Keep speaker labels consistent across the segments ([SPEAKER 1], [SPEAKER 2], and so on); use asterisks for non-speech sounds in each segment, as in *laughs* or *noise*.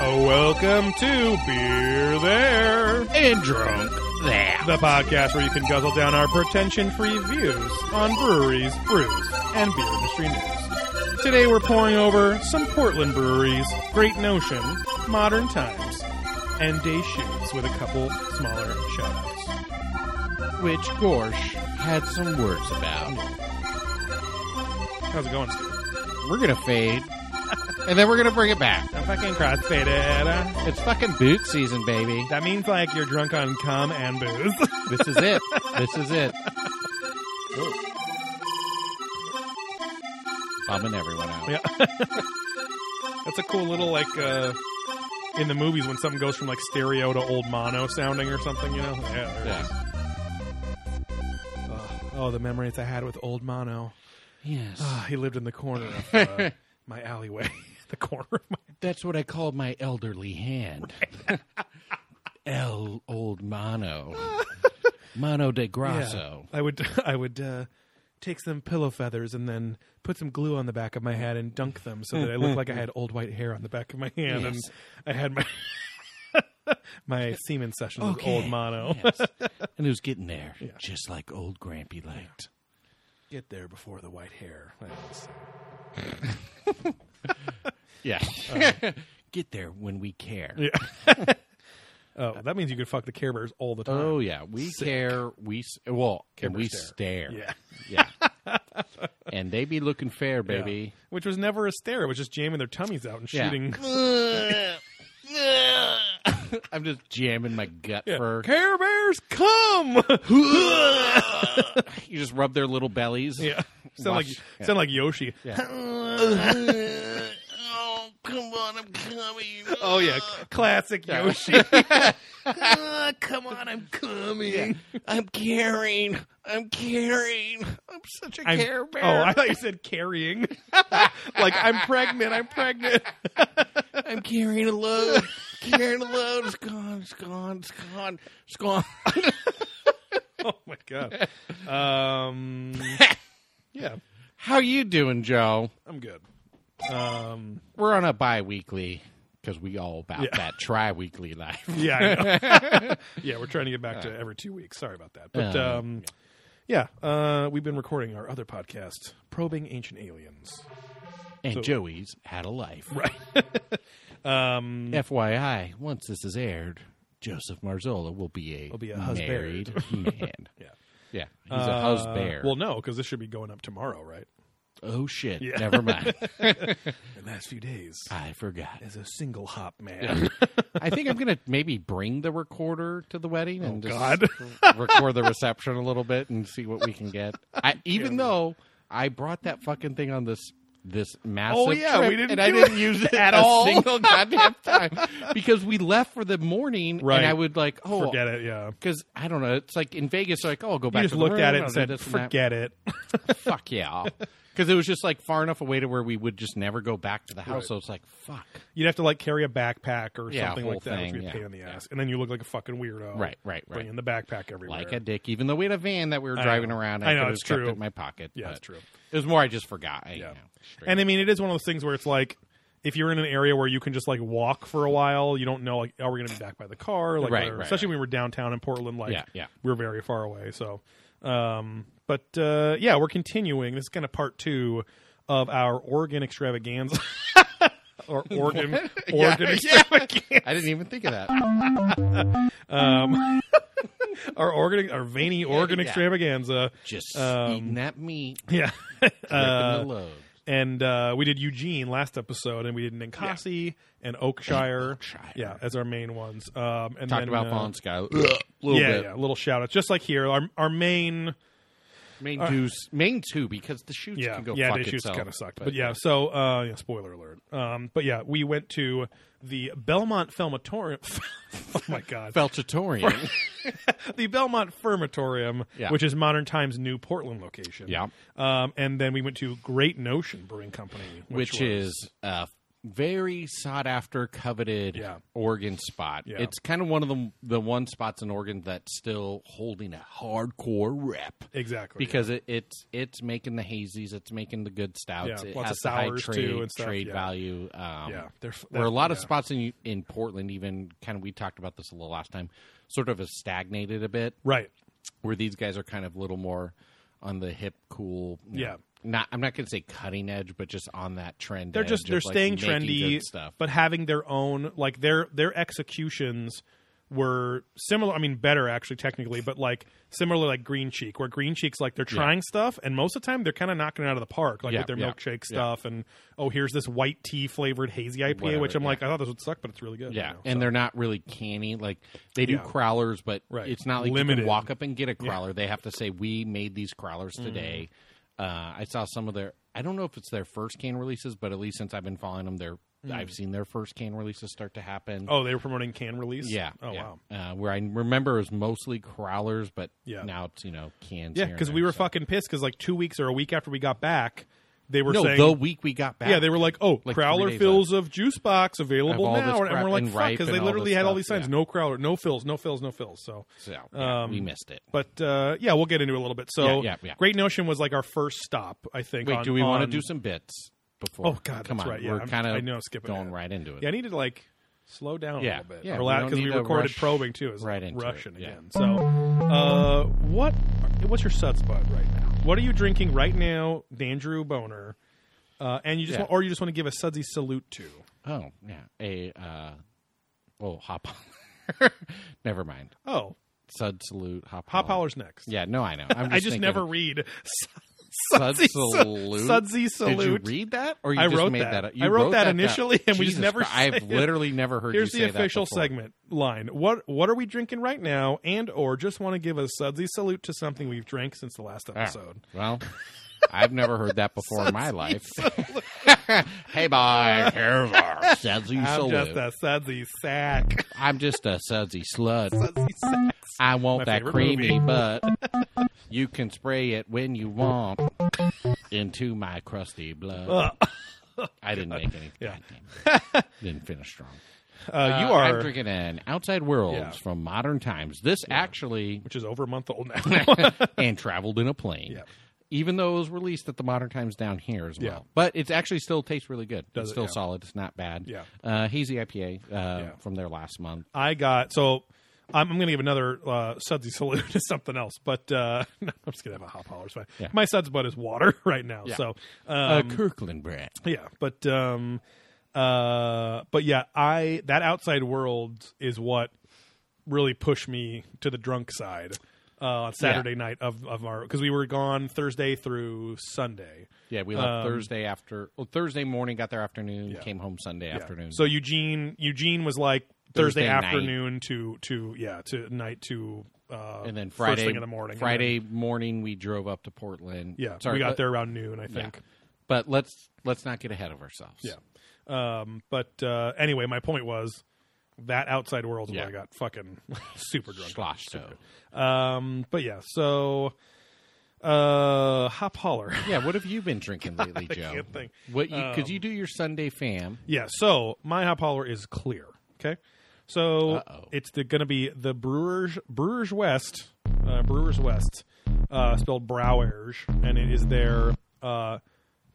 [SPEAKER 1] Welcome to Beer There,
[SPEAKER 2] and drunk that.
[SPEAKER 1] the podcast where you can guzzle down our pretension-free views on breweries, brews, and beer industry news. Today we're pouring over some Portland breweries, Great Notion, Modern Times, and Day Shoots with a couple smaller shoutouts.
[SPEAKER 2] Which Gorsh had some words about.
[SPEAKER 1] How's it going, Steve?
[SPEAKER 2] We're gonna fade, *laughs* and then we're gonna bring it back.
[SPEAKER 1] I'm fucking crossfaded. uh.
[SPEAKER 2] It's fucking boot season, baby.
[SPEAKER 1] That means like you're drunk on cum and booze.
[SPEAKER 2] This is it. this is it. Ooh. Bumming everyone out.
[SPEAKER 1] Yeah. That's a cool little like uh in the movies when something goes from like stereo to old mono sounding or something, you know? Yeah. there it
[SPEAKER 2] Yeah.
[SPEAKER 1] is. Ugh. oh, the memories I had with old mono.
[SPEAKER 2] Yes.
[SPEAKER 1] Ah, he lived in the corner of *laughs* uh, my alleyway. the corner of my
[SPEAKER 2] That's what I call my elderly hand. *laughs* El old *laughs* mono. Mono de grasso.
[SPEAKER 1] I would *laughs* I would uh take some pillow feathers and then put some glue on the back of my head and dunk them so that I looked like I had old white hair on the back of my hand and
[SPEAKER 2] Yes.
[SPEAKER 1] I had my *laughs* my semen session with old mono. *laughs*
[SPEAKER 2] Yes. And it was getting there, just like old Grampy liked.
[SPEAKER 1] get there before the white hair.
[SPEAKER 2] Yeah. Uh,
[SPEAKER 1] Uh-huh.
[SPEAKER 2] Get there when we care.
[SPEAKER 1] Oh, that means you could fuck the Care Bears all the time.
[SPEAKER 2] Oh yeah, we care. We s- well, and we stare.
[SPEAKER 1] Yeah.
[SPEAKER 2] Yeah. and they be looking fair, baby.
[SPEAKER 1] *laughs* Which was never a stare. It was just jamming their tummies out and
[SPEAKER 2] Yeah. *laughs*
[SPEAKER 1] shooting.
[SPEAKER 2] Oh, I'm just jamming my gut
[SPEAKER 1] Yeah.
[SPEAKER 2] for.
[SPEAKER 1] Care Bears, come! *laughs*
[SPEAKER 2] You just rub their little bellies.
[SPEAKER 1] yeah. Sound like,
[SPEAKER 2] Watch- yeah.
[SPEAKER 1] sound like Yoshi.
[SPEAKER 2] oh come on, I'm coming.
[SPEAKER 1] Oh, yeah. Classic
[SPEAKER 2] *laughs*
[SPEAKER 1] Yoshi.
[SPEAKER 2] Ah, come on, I'm coming. I'm caring. I'm caring. I'm such a
[SPEAKER 1] I'm-
[SPEAKER 2] care bear.
[SPEAKER 1] Oh, I thought you said carrying. *laughs* like, I'm pregnant, I'm pregnant. *laughs*
[SPEAKER 2] I'm carrying a load. carrying a load. It's gone. It's gone. It's gone. It's gone.
[SPEAKER 1] oh, my
[SPEAKER 2] *laughs*
[SPEAKER 1] God. Um, yeah,
[SPEAKER 2] How you doing, Joe?
[SPEAKER 1] I'm good. Um,
[SPEAKER 2] We're on a bi-weekly because we all about
[SPEAKER 1] Yeah.
[SPEAKER 2] that tri-weekly life.
[SPEAKER 1] Yeah, I
[SPEAKER 2] *laughs*
[SPEAKER 1] know. yeah, we're trying to get back to every two weeks. Sorry about that, but
[SPEAKER 2] Uh,
[SPEAKER 1] um, yeah, uh, we've been recording our other podcast, probing ancient aliens.
[SPEAKER 2] And Joey's had a life.
[SPEAKER 1] Right. *laughs* um,
[SPEAKER 2] FYI, once this is aired, Joseph Marzola will be a, will
[SPEAKER 1] be a
[SPEAKER 2] married
[SPEAKER 1] *laughs*
[SPEAKER 2] man.
[SPEAKER 1] yeah.
[SPEAKER 2] Yeah, he's a husband.
[SPEAKER 1] Uh, Well, no, because this should be going up tomorrow, right?
[SPEAKER 2] oh shit!
[SPEAKER 1] Yeah.
[SPEAKER 2] Never
[SPEAKER 1] *laughs*
[SPEAKER 2] mind.
[SPEAKER 1] The last few days
[SPEAKER 2] I forgot.
[SPEAKER 1] as a single hop man.
[SPEAKER 2] I think I'm gonna maybe bring the recorder to the wedding and just
[SPEAKER 1] Oh, God.
[SPEAKER 2] *laughs* record the reception a little bit and see what we can get.
[SPEAKER 1] *laughs*
[SPEAKER 2] I, even though I brought that fucking thing on this this massive
[SPEAKER 1] Oh, yeah,
[SPEAKER 2] trip
[SPEAKER 1] we didn't
[SPEAKER 2] and I
[SPEAKER 1] do *laughs*
[SPEAKER 2] didn't use it
[SPEAKER 1] at
[SPEAKER 2] a
[SPEAKER 1] all.
[SPEAKER 2] single goddamn time because we left for the morning
[SPEAKER 1] Right.
[SPEAKER 2] and I would like oh
[SPEAKER 1] *laughs* Forget it. Yeah.
[SPEAKER 2] because I don't know it's like in Vegas like oh I'll go back
[SPEAKER 1] You just
[SPEAKER 2] to the
[SPEAKER 1] looked
[SPEAKER 2] room,
[SPEAKER 1] at it
[SPEAKER 2] I'll
[SPEAKER 1] and
[SPEAKER 2] do
[SPEAKER 1] said,
[SPEAKER 2] this and that.
[SPEAKER 1] "Forget it." *laughs*
[SPEAKER 2] fuck yeah because it was just like far enough away to where we would just never go back to the house so it's like fuck
[SPEAKER 1] You'd have to like carry a backpack or
[SPEAKER 2] Yeah,
[SPEAKER 1] something
[SPEAKER 2] whole
[SPEAKER 1] like that, which
[SPEAKER 2] thing,
[SPEAKER 1] would be a
[SPEAKER 2] yeah.
[SPEAKER 1] pain in the ass. And then you look like a fucking weirdo.
[SPEAKER 2] Right, right, right.
[SPEAKER 1] Bringing the backpack everywhere.
[SPEAKER 2] like a dick even though we had a van that we were
[SPEAKER 1] I
[SPEAKER 2] driving
[SPEAKER 1] know.
[SPEAKER 2] around
[SPEAKER 1] I know,
[SPEAKER 2] could've
[SPEAKER 1] it's
[SPEAKER 2] kept
[SPEAKER 1] true.
[SPEAKER 2] it in my pocket
[SPEAKER 1] Yeah,
[SPEAKER 2] but
[SPEAKER 1] it's true.
[SPEAKER 2] it was more I just forgot I,
[SPEAKER 1] Yeah.
[SPEAKER 2] you know, straight
[SPEAKER 1] And I mean, it is one of those things where it's like, if you're in an area where you can just like walk for a while, you don't know like, are we going to be back by the car? Like,
[SPEAKER 2] Right,
[SPEAKER 1] whatever.
[SPEAKER 2] right,
[SPEAKER 1] especially when we were downtown in Portland, like,
[SPEAKER 2] Yeah, yeah.
[SPEAKER 1] we are very far away. So, um, but uh, yeah, we're continuing. This is kind of part two of our Oregon extravaganza. *laughs* Or Oregon, Oregon extravaganza. *laughs*
[SPEAKER 2] I didn't even think of that.
[SPEAKER 1] *coughs* Our Oregon, our veiny Oregon
[SPEAKER 2] yeah.
[SPEAKER 1] extravaganza. Uh,
[SPEAKER 2] Just eating that meat,
[SPEAKER 1] Yeah, *laughs*
[SPEAKER 2] ripping
[SPEAKER 1] Um, Uh,
[SPEAKER 2] the load.
[SPEAKER 1] and uh, we did Eugene last episode, and we did Ninkasi and Oakshire,
[SPEAKER 2] Oakshire.
[SPEAKER 1] yeah, as our main ones. Um, and
[SPEAKER 2] Talked
[SPEAKER 1] then,
[SPEAKER 2] about
[SPEAKER 1] uh,
[SPEAKER 2] Fallen Sky a little
[SPEAKER 1] yeah,
[SPEAKER 2] bit.
[SPEAKER 1] yeah, little shout out, just like here, our our main,
[SPEAKER 2] Main two, main two, because the shoots
[SPEAKER 1] Uh, yeah,
[SPEAKER 2] can go
[SPEAKER 1] yeah,
[SPEAKER 2] fuck
[SPEAKER 1] the shoots
[SPEAKER 2] itself.
[SPEAKER 1] kind of sucked, but, yeah. So, uh, yeah, spoiler alert. Um, but yeah, we went to the Belmont Filmatorium. *laughs* oh my god, *laughs*
[SPEAKER 2] Felchatorian.
[SPEAKER 1] the Belmont Firmatorium,
[SPEAKER 2] Yeah.
[SPEAKER 1] which is Modern Times' new Portland location.
[SPEAKER 2] Yeah.
[SPEAKER 1] um, and then we went to Great Notion Brewing Company, which,
[SPEAKER 2] which
[SPEAKER 1] was-
[SPEAKER 2] is uh, very sought after, coveted
[SPEAKER 1] Yeah.
[SPEAKER 2] Oregon spot.
[SPEAKER 1] Yeah.
[SPEAKER 2] It's kind of one of the the one spots in Oregon that's still holding a hardcore rep
[SPEAKER 1] Exactly.
[SPEAKER 2] because it, it's it's making the hazies, it's making the good stouts.
[SPEAKER 1] Yeah,
[SPEAKER 2] It
[SPEAKER 1] lots
[SPEAKER 2] has
[SPEAKER 1] of
[SPEAKER 2] the high
[SPEAKER 1] sours, too,
[SPEAKER 2] trade,
[SPEAKER 1] and stuff,
[SPEAKER 2] trade
[SPEAKER 1] yeah.
[SPEAKER 2] value. Um,
[SPEAKER 1] yeah, they're,
[SPEAKER 2] where a lot of
[SPEAKER 1] yeah.
[SPEAKER 2] spots in in Portland, even kind of we talked about this a little last time, sort of has stagnated a bit.
[SPEAKER 1] Right.
[SPEAKER 2] Where these guys are kind of a little more on the hip, cool. you know,
[SPEAKER 1] Yeah.
[SPEAKER 2] not I'm not going to say cutting edge, but just on that trend.
[SPEAKER 1] They're just
[SPEAKER 2] edge
[SPEAKER 1] they're
[SPEAKER 2] of, like,
[SPEAKER 1] staying
[SPEAKER 2] making
[SPEAKER 1] trendy
[SPEAKER 2] good stuff.
[SPEAKER 1] but having their own like their their executions were similar. I mean, better actually technically, but like similar like Green Cheek, where Green Cheek's like they're trying stuff, and most of the time they're kind of knocking it out of the park, like
[SPEAKER 2] Yeah,
[SPEAKER 1] with their
[SPEAKER 2] yeah,
[SPEAKER 1] milkshake
[SPEAKER 2] yeah.
[SPEAKER 1] stuff, and oh here's this white tea flavored hazy IPA, which
[SPEAKER 2] Whatever,
[SPEAKER 1] I'm like I thought this would suck, but it's really good.
[SPEAKER 2] yeah,
[SPEAKER 1] you know,
[SPEAKER 2] and
[SPEAKER 1] so.
[SPEAKER 2] they're not really canny. Like they do
[SPEAKER 1] Yeah.
[SPEAKER 2] crowlers, but
[SPEAKER 1] Right.
[SPEAKER 2] it's not like you
[SPEAKER 1] Limited. Mm.
[SPEAKER 2] can walk up and get a crowler. They have to say we made these crowlers today. Uh, I saw some of their. I don't know if it's their first can releases, but at least since I've been following them, they're I've seen their first can releases start to happen.
[SPEAKER 1] Mm. oh they were promoting can release.
[SPEAKER 2] Yeah.
[SPEAKER 1] Oh
[SPEAKER 2] yeah.
[SPEAKER 1] wow.
[SPEAKER 2] Uh, where I remember it was mostly crowlers, but
[SPEAKER 1] Yeah.
[SPEAKER 2] now it's you know cans.
[SPEAKER 1] Yeah,
[SPEAKER 2] here and
[SPEAKER 1] because
[SPEAKER 2] there,
[SPEAKER 1] we were
[SPEAKER 2] so-
[SPEAKER 1] fucking pissed because like two weeks or a week after we got back, they were
[SPEAKER 2] no
[SPEAKER 1] saying
[SPEAKER 2] the week we got back.
[SPEAKER 1] Yeah, they were like, "Oh,
[SPEAKER 2] Like three
[SPEAKER 1] crowler
[SPEAKER 2] days
[SPEAKER 1] fills of juice box available
[SPEAKER 2] Of all
[SPEAKER 1] now,"
[SPEAKER 2] this
[SPEAKER 1] and
[SPEAKER 2] crap
[SPEAKER 1] we're like,
[SPEAKER 2] and
[SPEAKER 1] "Fuck,"
[SPEAKER 2] ripe
[SPEAKER 1] because they
[SPEAKER 2] and all
[SPEAKER 1] literally
[SPEAKER 2] this
[SPEAKER 1] had all
[SPEAKER 2] stuff,
[SPEAKER 1] these signs:
[SPEAKER 2] yeah.
[SPEAKER 1] no crowler, no fills, no fills, no fills. So,
[SPEAKER 2] So, yeah,
[SPEAKER 1] um,
[SPEAKER 2] we missed it.
[SPEAKER 1] but uh, yeah, we'll get into it a little bit. So,
[SPEAKER 2] Yeah, yeah, yeah.
[SPEAKER 1] Great Notion was like our first stop, I think.
[SPEAKER 2] Wait,
[SPEAKER 1] on-
[SPEAKER 2] do we want to
[SPEAKER 1] on-
[SPEAKER 2] do some bits before?
[SPEAKER 1] Oh, God,
[SPEAKER 2] come
[SPEAKER 1] that's
[SPEAKER 2] on,
[SPEAKER 1] right, yeah,
[SPEAKER 2] we're
[SPEAKER 1] I'm-
[SPEAKER 2] kind of
[SPEAKER 1] I know, skipping
[SPEAKER 2] going
[SPEAKER 1] ahead.
[SPEAKER 2] right into it.
[SPEAKER 1] Yeah, I need to like slow down a
[SPEAKER 2] Yeah,
[SPEAKER 1] little bit.
[SPEAKER 2] yeah, we don't
[SPEAKER 1] because we,
[SPEAKER 2] need to
[SPEAKER 1] recorded
[SPEAKER 2] rush
[SPEAKER 1] probing too. Is
[SPEAKER 2] right into it,
[SPEAKER 1] Russian
[SPEAKER 2] yeah.
[SPEAKER 1] again. So, uh, what what's your suds bud right now? What are you drinking right now, Dandrew Boner? Uh, and you just
[SPEAKER 2] Yeah.
[SPEAKER 1] want, or you just want to give a sudsy salute to?
[SPEAKER 2] Oh yeah, a uh, oh hop. holler. *laughs* Never mind.
[SPEAKER 1] Oh,
[SPEAKER 2] Sud salute hop.
[SPEAKER 1] Hop
[SPEAKER 2] holler.
[SPEAKER 1] Holler's next.
[SPEAKER 2] Yeah, no, I know. I'm
[SPEAKER 1] *laughs*
[SPEAKER 2] just
[SPEAKER 1] I just
[SPEAKER 2] thinking,
[SPEAKER 1] never read
[SPEAKER 2] Sud
[SPEAKER 1] Sudsy
[SPEAKER 2] salute?
[SPEAKER 1] Sudsy
[SPEAKER 2] Did you
[SPEAKER 1] salute.
[SPEAKER 2] read that, or you
[SPEAKER 1] I
[SPEAKER 2] just
[SPEAKER 1] wrote
[SPEAKER 2] made
[SPEAKER 1] that.
[SPEAKER 2] that? up? You
[SPEAKER 1] I wrote that
[SPEAKER 2] down.
[SPEAKER 1] initially, and we just
[SPEAKER 2] Jesus
[SPEAKER 1] never
[SPEAKER 2] Christ,
[SPEAKER 1] said
[SPEAKER 2] I've
[SPEAKER 1] it.
[SPEAKER 2] literally never heard.
[SPEAKER 1] Here's
[SPEAKER 2] you
[SPEAKER 1] the
[SPEAKER 2] say that
[SPEAKER 1] official
[SPEAKER 2] before.
[SPEAKER 1] segment line. What what are we drinking right now, and or just want to give a Sudsy salute to something we've drank since the last
[SPEAKER 2] Ah,
[SPEAKER 1] episode?
[SPEAKER 2] well, I've never heard that before in
[SPEAKER 1] *laughs*
[SPEAKER 2] my life. *laughs* hey, boy, here's our sudsy
[SPEAKER 1] I'm just
[SPEAKER 2] salute.
[SPEAKER 1] a Sudsy sack. *laughs*
[SPEAKER 2] I'm just a sudsy slut.
[SPEAKER 1] Sudsy sack.
[SPEAKER 2] I want
[SPEAKER 1] My
[SPEAKER 2] that
[SPEAKER 1] favorite
[SPEAKER 2] creamy
[SPEAKER 1] movie.
[SPEAKER 2] butt.
[SPEAKER 1] *laughs*
[SPEAKER 2] You can spray it when you want into my crusty blood.
[SPEAKER 1] *laughs*
[SPEAKER 2] I didn't make any.
[SPEAKER 1] Yeah. *laughs*
[SPEAKER 2] goddamn- didn't finish strong.
[SPEAKER 1] Uh, you
[SPEAKER 2] Uh, I'm
[SPEAKER 1] are,
[SPEAKER 2] drinking an Outside Worlds
[SPEAKER 1] Yeah.
[SPEAKER 2] from Modern Times. This actually
[SPEAKER 1] *laughs* which is over a month old now. *laughs*
[SPEAKER 2] and traveled in a plane.
[SPEAKER 1] Yeah.
[SPEAKER 2] Even though it was released at the Modern Times down here as well,
[SPEAKER 1] Yeah.
[SPEAKER 2] but it's actually still tastes really good.
[SPEAKER 1] Does
[SPEAKER 2] it's
[SPEAKER 1] it?
[SPEAKER 2] still
[SPEAKER 1] Yeah.
[SPEAKER 2] solid. It's not bad.
[SPEAKER 1] Yeah.
[SPEAKER 2] Uh, hazy IPA uh, from there last month.
[SPEAKER 1] I got so I'm, I'm going to give another uh, sudsy salute *laughs* to something else, but uh, *laughs* no, I'm just going to have a hop holler. It's fine.
[SPEAKER 2] Yeah.
[SPEAKER 1] My suds bud is water *laughs* right now,
[SPEAKER 2] Yeah.
[SPEAKER 1] so um,
[SPEAKER 2] uh, Kirkland brand.
[SPEAKER 1] Yeah, but um, uh, but yeah, I that outside world is what really pushed me to the drunk side uh, on Saturday night of of our because we were gone Thursday through Sunday.
[SPEAKER 2] Yeah, we left
[SPEAKER 1] Um,
[SPEAKER 2] Thursday after well, Thursday morning, got there afternoon,
[SPEAKER 1] Yeah.
[SPEAKER 2] came home Sunday
[SPEAKER 1] Yeah.
[SPEAKER 2] afternoon.
[SPEAKER 1] So Eugene Eugene was like Thursday,
[SPEAKER 2] Thursday night.
[SPEAKER 1] afternoon to to yeah to night to uh,
[SPEAKER 2] and then Friday
[SPEAKER 1] first thing in the morning and
[SPEAKER 2] Friday morning, we drove up to
[SPEAKER 1] then-
[SPEAKER 2] Portland.
[SPEAKER 1] yeah
[SPEAKER 2] Sorry,
[SPEAKER 1] we got
[SPEAKER 2] let-
[SPEAKER 1] there around noon I
[SPEAKER 2] yeah.
[SPEAKER 1] think.
[SPEAKER 2] But let's let's not get ahead of ourselves.
[SPEAKER 1] Yeah. Um, but uh, anyway, my point was that outside world is where
[SPEAKER 2] Yeah.
[SPEAKER 1] I got fucking *laughs* super drunk.
[SPEAKER 2] Slosh so.
[SPEAKER 1] Um, but yeah, so uh, hop holler. *laughs*
[SPEAKER 2] Yeah, what have you been drinking lately, Joe?
[SPEAKER 1] can't think. Um,
[SPEAKER 2] What you because you do your Sunday fam.
[SPEAKER 1] yeah, so my hop holler is clear. Okay, so
[SPEAKER 2] Uh-oh.
[SPEAKER 1] it's the, gonna be the Brewers Brewers West, uh, Brewers West, uh, spelled Browers, and it is their uh,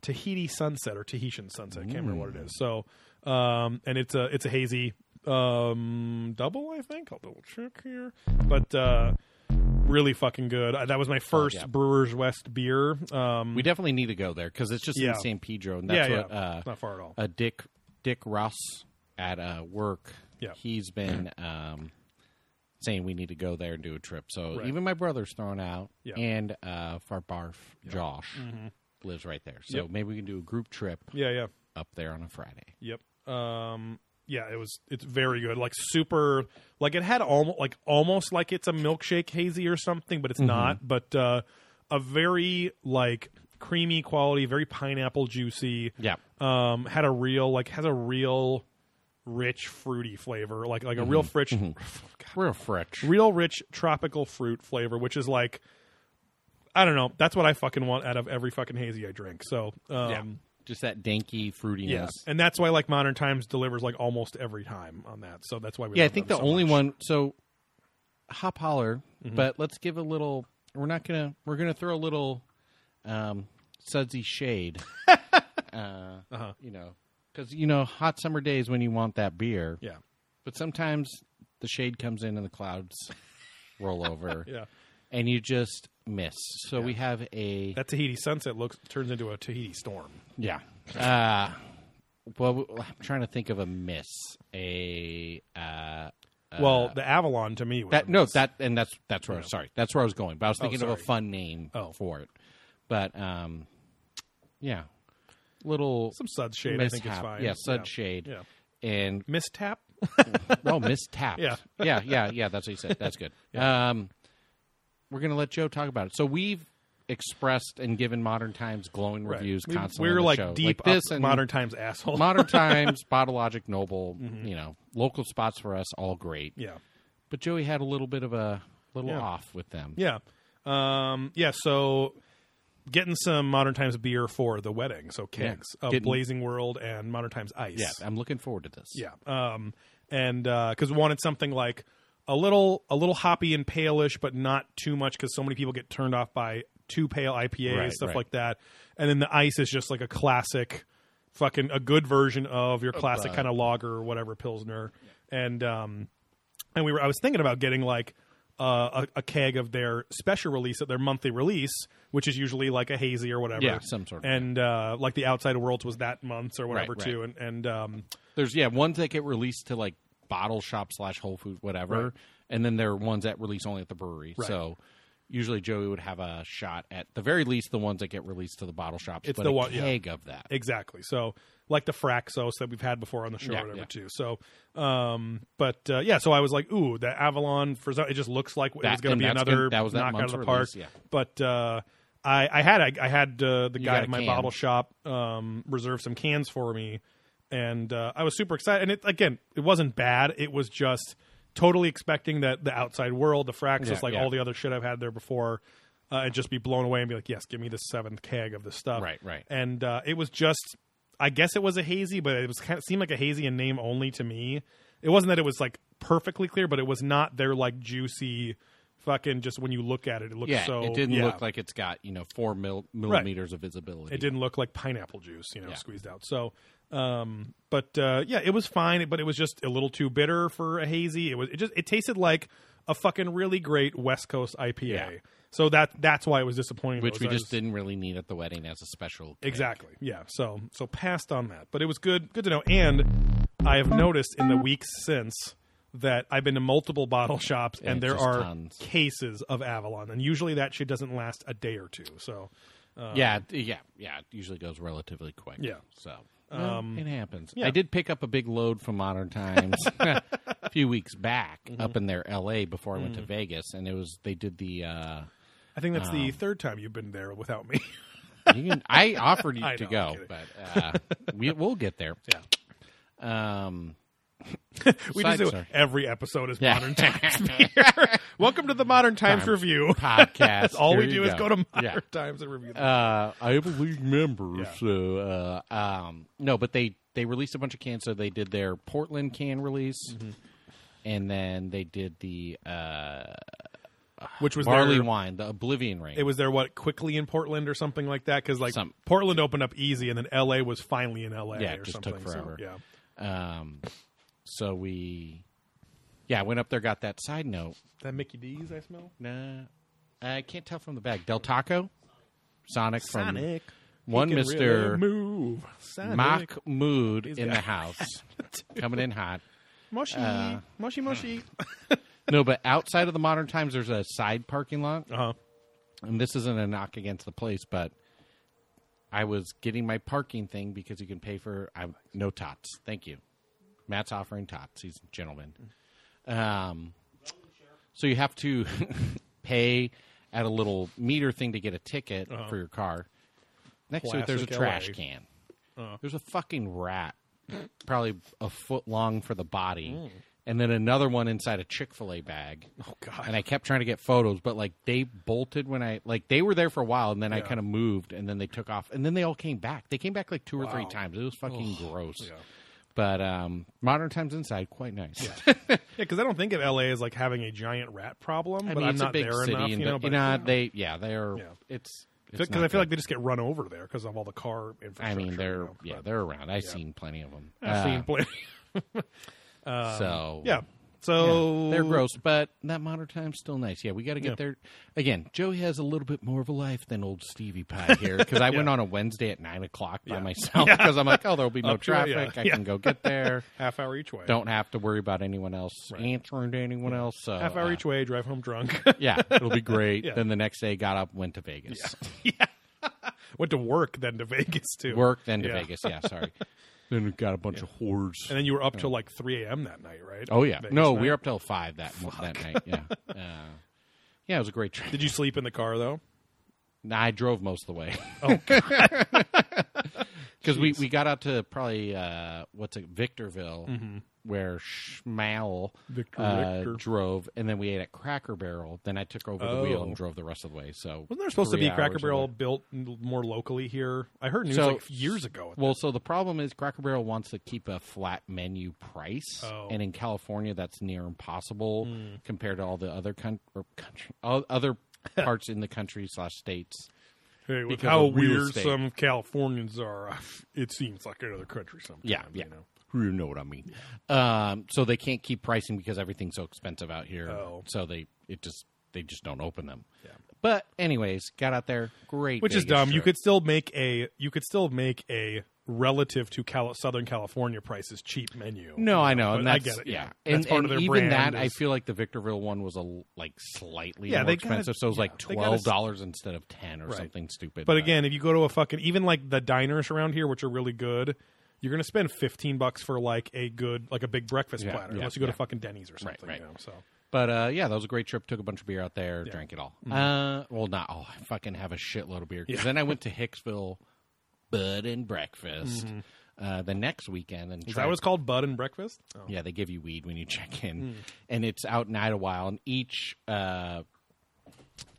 [SPEAKER 1] Tahiti sunset or Tahitian sunset. I can't remember what it is. So, um, and it's a it's a hazy um double i think i'll double check here but uh really fucking good Uh, that was my first
[SPEAKER 2] yeah.
[SPEAKER 1] brewers west beer um
[SPEAKER 2] We definitely need to go there because it's just
[SPEAKER 1] Yeah.
[SPEAKER 2] in San Pedro, and that's
[SPEAKER 1] yeah,
[SPEAKER 2] what
[SPEAKER 1] yeah.
[SPEAKER 2] uh,
[SPEAKER 1] It's not far at all.
[SPEAKER 2] uh, Dick Dick Ross at uh, work.
[SPEAKER 1] Yeah.
[SPEAKER 2] he's been *clears throat* um, saying we need to go there and do a trip. So
[SPEAKER 1] Right.
[SPEAKER 2] even my brother's thrown out,
[SPEAKER 1] Yeah. Mm-hmm.
[SPEAKER 2] and uh, Far Barf Josh lives right there. So maybe we can do a group trip
[SPEAKER 1] yeah, yeah,
[SPEAKER 2] up there on a Friday.
[SPEAKER 1] yep. Um, yeah, it was. It's very good. Like super. Like it had almost like almost like it's a milkshake hazy or something, but it's not. But uh, a very like creamy quality, very pineapple juicy.
[SPEAKER 2] Yeah,
[SPEAKER 1] Um, had a real like has a real rich fruity flavor, like like a real rich,
[SPEAKER 2] real fresh.
[SPEAKER 1] real rich tropical fruit flavor, which is like. I don't know. That's what I fucking want out of every fucking hazy I drink. So, um,
[SPEAKER 2] Just that danky fruitiness.
[SPEAKER 1] Yes, and that's why like Modern Times delivers like almost every time on that. So that's why we.
[SPEAKER 2] yeah, I
[SPEAKER 1] love
[SPEAKER 2] think the
[SPEAKER 1] them so
[SPEAKER 2] only
[SPEAKER 1] much.
[SPEAKER 2] one. So, hop holler,
[SPEAKER 1] Mm-hmm.
[SPEAKER 2] but let's give a little. We're not gonna. We're gonna throw a little, um,
[SPEAKER 1] *laughs*
[SPEAKER 2] sudsy shade. uh,
[SPEAKER 1] Uh-huh.
[SPEAKER 2] You know, because you know, hot summer days when you want that beer,
[SPEAKER 1] Yeah,
[SPEAKER 2] but sometimes the shade comes in and the clouds
[SPEAKER 1] *laughs*
[SPEAKER 2] roll over,
[SPEAKER 1] yeah.
[SPEAKER 2] and you just miss. So we have a
[SPEAKER 1] That Tahiti sunset looks turns into a Tahiti storm.
[SPEAKER 2] yeah. Uh, well, w- I'm trying to think of a miss. A uh,
[SPEAKER 1] well, the Avalon to me was
[SPEAKER 2] That
[SPEAKER 1] a
[SPEAKER 2] no,
[SPEAKER 1] mess.
[SPEAKER 2] that and that's that's where I was, sorry, that's where I was going. But I was thinking of a
[SPEAKER 1] Oh, sorry.
[SPEAKER 2] fun name
[SPEAKER 1] Oh.
[SPEAKER 2] for it. But um, yeah, little
[SPEAKER 1] some sud shade I think is
[SPEAKER 2] mishap.
[SPEAKER 1] fine.
[SPEAKER 2] Yeah, sud shade.
[SPEAKER 1] Yeah.
[SPEAKER 2] And
[SPEAKER 1] Mistap?
[SPEAKER 2] oh,
[SPEAKER 1] *laughs*
[SPEAKER 2] mistapped.
[SPEAKER 1] Yeah.
[SPEAKER 2] yeah, yeah, yeah. That's what you said.
[SPEAKER 1] *laughs*
[SPEAKER 2] That's good. Um, we're gonna let Joe talk about it. So we've expressed and given modern times glowing reviews
[SPEAKER 1] We-
[SPEAKER 2] constantly.
[SPEAKER 1] We're
[SPEAKER 2] on the
[SPEAKER 1] like
[SPEAKER 2] show.
[SPEAKER 1] deep
[SPEAKER 2] like this
[SPEAKER 1] up
[SPEAKER 2] and
[SPEAKER 1] modern times asshole.
[SPEAKER 2] *laughs* modern times, Bottle Logic,
[SPEAKER 1] *laughs*
[SPEAKER 2] Noble. You know, local spots for us, all great.
[SPEAKER 1] Mm-hmm. yeah.
[SPEAKER 2] But Joey had a little bit of a little
[SPEAKER 1] Yeah.
[SPEAKER 2] off with them.
[SPEAKER 1] Yeah. Um, yeah, so getting some modern times beer for the wedding, so kegs of
[SPEAKER 2] Getting-
[SPEAKER 1] Blazing World and Modern Times Ice.
[SPEAKER 2] Yeah, I'm looking forward to this.
[SPEAKER 1] Yeah. Um, and because we wanted something like a little a little hoppy and palish, but not too much because so many people get turned off by too pale IPAs,
[SPEAKER 2] Right,
[SPEAKER 1] stuff
[SPEAKER 2] right.
[SPEAKER 1] like that. And then the ice is just like a classic, fucking a good version of your classic
[SPEAKER 2] bud.
[SPEAKER 1] kind of lager or whatever pilsner. And um, and we were I was thinking about getting like. Uh, a, a keg of their special release at their monthly release, which is usually like a hazy or whatever,
[SPEAKER 2] Yeah, some sort of-
[SPEAKER 1] and uh, like the Outside Worlds was that month or whatever
[SPEAKER 2] right.
[SPEAKER 1] too, and and um,
[SPEAKER 2] There's yeah, ones that get released to like bottle shop slash Whole Food, whatever, and then there are ones that release only at the brewery. So usually Joey would have a shot at the very least the ones that get released to the bottle shops.
[SPEAKER 1] It's
[SPEAKER 2] but
[SPEAKER 1] the
[SPEAKER 2] a
[SPEAKER 1] one- yeah.
[SPEAKER 2] keg of that.
[SPEAKER 1] Exactly. So like the Fraxos that we've had before on the show
[SPEAKER 2] Yeah,
[SPEAKER 1] or whatever
[SPEAKER 2] yeah.
[SPEAKER 1] too. So um but uh, yeah, so I was like, ooh, the Avalon for some- it just looks like it
[SPEAKER 2] That-
[SPEAKER 1] was gonna
[SPEAKER 2] and
[SPEAKER 1] be
[SPEAKER 2] that's
[SPEAKER 1] another
[SPEAKER 2] gonna- that was that
[SPEAKER 1] knock out of
[SPEAKER 2] month's
[SPEAKER 1] the park.
[SPEAKER 2] release, yeah.
[SPEAKER 1] But uh I, I had I, I had uh, the guy
[SPEAKER 2] got
[SPEAKER 1] at
[SPEAKER 2] a
[SPEAKER 1] my
[SPEAKER 2] can.
[SPEAKER 1] bottle shop um, reserve some cans for me, and uh, I was super excited. And it again, it wasn't bad. It was just totally expecting that the outside world, the Fraxos,
[SPEAKER 2] Yeah,
[SPEAKER 1] like
[SPEAKER 2] yeah.
[SPEAKER 1] all the other shit I've had there before, uh, and just be blown away and be like, yes, give me the seventh keg of this stuff.
[SPEAKER 2] Right, right.
[SPEAKER 1] And uh, it was just, I guess it was a hazy, but it was kind of seemed like a hazy in name only to me. It wasn't that it was like perfectly clear, but it was not their like juicy, fucking. Just when you look at it, it looks
[SPEAKER 2] Yeah,
[SPEAKER 1] so.
[SPEAKER 2] it didn't
[SPEAKER 1] yeah.
[SPEAKER 2] look like it's got you know four mil- millimeters of visibility.
[SPEAKER 1] It didn't look like pineapple juice, you know,
[SPEAKER 2] Yeah.
[SPEAKER 1] squeezed out. So, um, but uh, yeah, it was fine, but it was just a little too bitter for a hazy. It was it just it tasted like a fucking really great West Coast IPA.
[SPEAKER 2] Yeah.
[SPEAKER 1] So that that's why it was disappointing.
[SPEAKER 2] which
[SPEAKER 1] though,
[SPEAKER 2] we
[SPEAKER 1] is I
[SPEAKER 2] just
[SPEAKER 1] was-
[SPEAKER 2] didn't really need at the wedding as a special. keg.
[SPEAKER 1] Exactly. Yeah. So so passed on that, but it was good good to know. And I have noticed in the weeks since that I've been to multiple bottle shops, and there
[SPEAKER 2] just
[SPEAKER 1] are
[SPEAKER 2] tons.
[SPEAKER 1] cases of Avalon, and usually that shit doesn't last a day or two. So
[SPEAKER 2] yeah, d- yeah, yeah. It usually goes relatively quick.
[SPEAKER 1] Um, Yeah. Um,
[SPEAKER 2] so well, it happens.
[SPEAKER 1] yeah.
[SPEAKER 2] I did pick up a big load from
[SPEAKER 1] *laughs*
[SPEAKER 2] Modern Times a few weeks back
[SPEAKER 1] Mm-hmm.
[SPEAKER 2] up in their L.A. before I went to Vegas, and it was they
[SPEAKER 1] *laughs*
[SPEAKER 2] did the. Uh,
[SPEAKER 1] I think that's
[SPEAKER 2] Um,
[SPEAKER 1] the third time you've been there without me. *laughs*
[SPEAKER 2] you can, I offered you
[SPEAKER 1] I
[SPEAKER 2] to
[SPEAKER 1] know,
[SPEAKER 2] go,
[SPEAKER 1] I'm kidding.
[SPEAKER 2] but uh, we we'll get there. Yeah. Um.
[SPEAKER 1] *laughs* we
[SPEAKER 2] Side
[SPEAKER 1] just do
[SPEAKER 2] story.
[SPEAKER 1] every episode is *laughs*
[SPEAKER 2] Yeah.
[SPEAKER 1] modern times *laughs* beer. Welcome to the modern times review.
[SPEAKER 2] *laughs* Podcast.
[SPEAKER 1] *laughs* All
[SPEAKER 2] Here
[SPEAKER 1] we
[SPEAKER 2] you
[SPEAKER 1] do is go to modern
[SPEAKER 2] Yeah.
[SPEAKER 1] times and review. them.
[SPEAKER 2] uh, I have a league member,
[SPEAKER 1] Yeah.
[SPEAKER 2] so uh, um, no. But they they released a bunch of cans. So they did their Portland can release,
[SPEAKER 1] Mm-hmm.
[SPEAKER 2] and then they did the uh,
[SPEAKER 1] which was
[SPEAKER 2] barley
[SPEAKER 1] their,
[SPEAKER 2] wine, the Oblivion Ring.
[SPEAKER 1] It was there what quickly in Portland or something like that because like
[SPEAKER 2] Some-
[SPEAKER 1] Portland opened up easy and then L.A. was finally in L.A.
[SPEAKER 2] Yeah, it
[SPEAKER 1] or
[SPEAKER 2] just
[SPEAKER 1] something.
[SPEAKER 2] took
[SPEAKER 1] So,
[SPEAKER 2] forever.
[SPEAKER 1] yeah.
[SPEAKER 2] um, so we, yeah, I went up there, got that side note.
[SPEAKER 1] That Mickey D's I smell.
[SPEAKER 2] Nah, I can't tell from the bag. Del Taco, Sonic,
[SPEAKER 1] Sonic.
[SPEAKER 2] from one
[SPEAKER 1] He can really
[SPEAKER 2] Mister
[SPEAKER 1] move. Sonic.
[SPEAKER 2] Mock Mood in
[SPEAKER 1] got- *laughs*
[SPEAKER 2] the house, coming in hot.
[SPEAKER 1] Moshi.
[SPEAKER 2] uh,
[SPEAKER 1] Moshi Moshi.
[SPEAKER 2] No, but outside of the modern times, there's a side parking lot.
[SPEAKER 1] Uh-huh.
[SPEAKER 2] and this isn't a knock against the place, but I was getting my parking thing because you can pay for I, no tots. Thank you. Matt's offering tots. He's a gentleman. Um, so you have to *laughs* pay at a little meter thing to get a ticket for your car. Next to it, there's a
[SPEAKER 1] Classic
[SPEAKER 2] trash
[SPEAKER 1] LA.
[SPEAKER 2] can. There's a fucking rat, probably a foot long for the body, and then another one inside a Chick Fil A bag.
[SPEAKER 1] Oh God.
[SPEAKER 2] And I kept trying to get photos, but like they bolted when I like they were there for a while, and then I
[SPEAKER 1] Yeah.
[SPEAKER 2] kind of moved, and then they took off, and then they all came back. They came back like two or three
[SPEAKER 1] Wow.
[SPEAKER 2] times. It was fucking gross.
[SPEAKER 1] Yeah.
[SPEAKER 2] But um, modern times inside, quite nice. *laughs*
[SPEAKER 1] Yeah, because I don't think of LA as like having a giant rat problem,
[SPEAKER 2] I
[SPEAKER 1] but
[SPEAKER 2] mean,
[SPEAKER 1] I'm
[SPEAKER 2] it's
[SPEAKER 1] not
[SPEAKER 2] a big
[SPEAKER 1] there
[SPEAKER 2] city,
[SPEAKER 1] enough,
[SPEAKER 2] and
[SPEAKER 1] you know.
[SPEAKER 2] the-
[SPEAKER 1] But
[SPEAKER 2] they yeah they're
[SPEAKER 1] Yeah.
[SPEAKER 2] it's it's
[SPEAKER 1] because
[SPEAKER 2] not
[SPEAKER 1] I feel
[SPEAKER 2] good.
[SPEAKER 1] like they just get run over there because of all the car infrastructure.
[SPEAKER 2] I mean,
[SPEAKER 1] you
[SPEAKER 2] they're
[SPEAKER 1] know,
[SPEAKER 2] yeah,
[SPEAKER 1] but
[SPEAKER 2] they're around. I've seen plenty of them.
[SPEAKER 1] I've seen plenty. *laughs*
[SPEAKER 2] so
[SPEAKER 1] Yeah,
[SPEAKER 2] yeah,
[SPEAKER 1] so
[SPEAKER 2] they're gross, but that modern time's still nice. Yeah, we got to get
[SPEAKER 1] Yeah.
[SPEAKER 2] there again. Joey has a little bit more of a life than old Stevie Pie here
[SPEAKER 1] *laughs*
[SPEAKER 2] because I went on a Wednesday at nine o'clock by
[SPEAKER 1] Yeah.
[SPEAKER 2] myself because I'm like, oh,
[SPEAKER 1] *laughs*
[SPEAKER 2] there'll be no
[SPEAKER 1] Up to it, yeah,
[SPEAKER 2] traffic. I
[SPEAKER 1] yeah.
[SPEAKER 2] can go get
[SPEAKER 1] *laughs*
[SPEAKER 2] there.
[SPEAKER 1] Half hour each way.
[SPEAKER 2] Don't have to worry about anyone else answering to anyone else. So
[SPEAKER 1] half hour
[SPEAKER 2] uh,
[SPEAKER 1] each way. Drive home drunk. *laughs*
[SPEAKER 2] yeah, it'll be great.
[SPEAKER 1] Yeah.
[SPEAKER 2] Then the next day, got up, went to Vegas.
[SPEAKER 1] Went to work then to *laughs* Vegas
[SPEAKER 2] *laughs*
[SPEAKER 1] too.
[SPEAKER 2] Work then to
[SPEAKER 1] Yeah.
[SPEAKER 2] Vegas. Yeah,
[SPEAKER 1] *laughs*
[SPEAKER 2] sorry. then we got a bunch of whores.
[SPEAKER 1] and then you were up till like 3 a.m. that night, right?
[SPEAKER 2] Oh yeah,
[SPEAKER 1] Vegas
[SPEAKER 2] no,
[SPEAKER 1] night.
[SPEAKER 2] we were up till five that that night. Yeah, uh, yeah, it was a great trip.
[SPEAKER 1] Did you sleep in the car though?
[SPEAKER 2] Nah, I drove most of the way.
[SPEAKER 1] Oh,
[SPEAKER 2] *laughs* because we, we got out to probably uh, what's it Victorville, where Schmal
[SPEAKER 1] Mm-hmm. Victor
[SPEAKER 2] uh,
[SPEAKER 1] Richter.
[SPEAKER 2] drove, and then we ate at Cracker Barrel. Then I took over the wheel
[SPEAKER 1] Oh.
[SPEAKER 2] and drove the rest of the way. So
[SPEAKER 1] Wasn't there supposed
[SPEAKER 2] three
[SPEAKER 1] to be Cracker
[SPEAKER 2] hours
[SPEAKER 1] Barrel
[SPEAKER 2] away.
[SPEAKER 1] built n- more locally here? I heard news
[SPEAKER 2] So-
[SPEAKER 1] like years ago.
[SPEAKER 2] Well, so the problem is Cracker Barrel wants to keep a flat menu price,
[SPEAKER 1] Oh. Mm.
[SPEAKER 2] and in California, that's near impossible compared to all the other coun- or country, all
[SPEAKER 1] *laughs*
[SPEAKER 2] other parts in the country slash states.
[SPEAKER 1] Hey, with
[SPEAKER 2] because
[SPEAKER 1] how
[SPEAKER 2] of real
[SPEAKER 1] weird
[SPEAKER 2] estate.
[SPEAKER 1] some Californians are, *laughs* it seems like another country sometimes.
[SPEAKER 2] Yeah, yeah.
[SPEAKER 1] You know?
[SPEAKER 2] You know what I mean. Um, so they can't keep pricing because everything's so expensive out here.
[SPEAKER 1] Oh.
[SPEAKER 2] So they it just they just don't open them.
[SPEAKER 1] Yeah.
[SPEAKER 2] But anyways, got out there. Great,
[SPEAKER 1] Which is
[SPEAKER 2] Vegas
[SPEAKER 1] dumb. You
[SPEAKER 2] trip.
[SPEAKER 1] could still make a you could still make a relative to Cal- Southern California prices cheap menu.
[SPEAKER 2] No, I know,
[SPEAKER 1] But
[SPEAKER 2] and
[SPEAKER 1] I
[SPEAKER 2] that's
[SPEAKER 1] get it, yeah.
[SPEAKER 2] yeah.
[SPEAKER 1] That's
[SPEAKER 2] And,
[SPEAKER 1] part
[SPEAKER 2] and
[SPEAKER 1] of their
[SPEAKER 2] even
[SPEAKER 1] brand
[SPEAKER 2] that,
[SPEAKER 1] is-
[SPEAKER 2] I feel like the Victorville one was a l- like slightly
[SPEAKER 1] Yeah,
[SPEAKER 2] more
[SPEAKER 1] they gotta-
[SPEAKER 2] expensive, so it was
[SPEAKER 1] yeah,
[SPEAKER 2] like
[SPEAKER 1] they gotta s-
[SPEAKER 2] twelve dollars instead of ten or
[SPEAKER 1] Right.
[SPEAKER 2] something stupid.
[SPEAKER 1] But again, if you go to a fucking even like the diners around here, which are really good, you're gonna spend fifteen bucks for like a good like a big breakfast
[SPEAKER 2] Yeah,
[SPEAKER 1] platter,
[SPEAKER 2] yeah,
[SPEAKER 1] unless you go to
[SPEAKER 2] yeah.
[SPEAKER 1] fucking Denny's or something.
[SPEAKER 2] right.
[SPEAKER 1] You know, so
[SPEAKER 2] But uh, yeah, that was a great trip. Took a bunch of beer out there, drank it all.
[SPEAKER 1] Mm-hmm.
[SPEAKER 2] Uh, well, not all. I fucking have a shitload of beer. 'Cause Then
[SPEAKER 1] *laughs*
[SPEAKER 2] I went to Hicksville, Bud and Breakfast uh, the next weekend, and
[SPEAKER 1] Mm-hmm. is
[SPEAKER 2] tried-
[SPEAKER 1] that what's called bud and breakfast? Oh.
[SPEAKER 2] yeah, they give you weed when you check in,
[SPEAKER 1] Hmm.
[SPEAKER 2] and it's out in Idlewild. And each uh,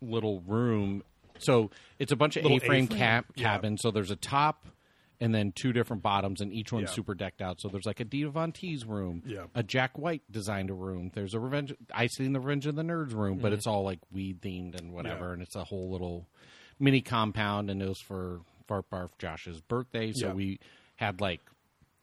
[SPEAKER 2] little room, so it's a bunch of
[SPEAKER 1] Little
[SPEAKER 2] A-frame,
[SPEAKER 1] A-frame,
[SPEAKER 2] Cap,
[SPEAKER 1] yeah.
[SPEAKER 2] cabins. So there's a top, and then two different bottoms, and each one's
[SPEAKER 1] Yeah.
[SPEAKER 2] super decked out. So there's like a Dita Von T's room,
[SPEAKER 1] Yeah.
[SPEAKER 2] a Jack White designed a room. There's a Revenge, I seen the Revenge of the Nerds room,
[SPEAKER 1] Hmm.
[SPEAKER 2] but it's all like weed themed and whatever, and it's a whole little mini compound. And it was for Fart Barf Josh's birthday, so
[SPEAKER 1] Yeah.
[SPEAKER 2] we had like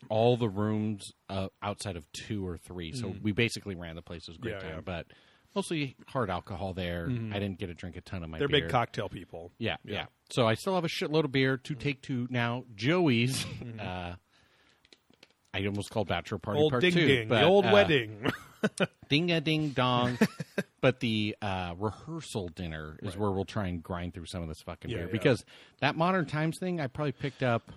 [SPEAKER 2] all the rooms uh, outside of two or three. So we basically ran the place. It was a great
[SPEAKER 1] Hmm. Yeah,
[SPEAKER 2] time,
[SPEAKER 1] yeah.
[SPEAKER 2] but mostly hard alcohol there. I didn't get to drink a ton of my.
[SPEAKER 1] They're
[SPEAKER 2] beer.
[SPEAKER 1] big cocktail people.
[SPEAKER 2] Yeah, yeah, So I still have a shitload of beer to take to now Joey's. Uh, I almost called bachelor party
[SPEAKER 1] Mm-hmm. Old
[SPEAKER 2] part
[SPEAKER 1] ding
[SPEAKER 2] two,
[SPEAKER 1] ding,
[SPEAKER 2] but,
[SPEAKER 1] the old
[SPEAKER 2] uh,
[SPEAKER 1] wedding. *laughs*
[SPEAKER 2] ding a ding dong. but the uh, rehearsal dinner is where we'll try and grind through some of this fucking
[SPEAKER 1] Yeah,
[SPEAKER 2] beer
[SPEAKER 1] yeah.
[SPEAKER 2] because that modern times thing I probably picked up.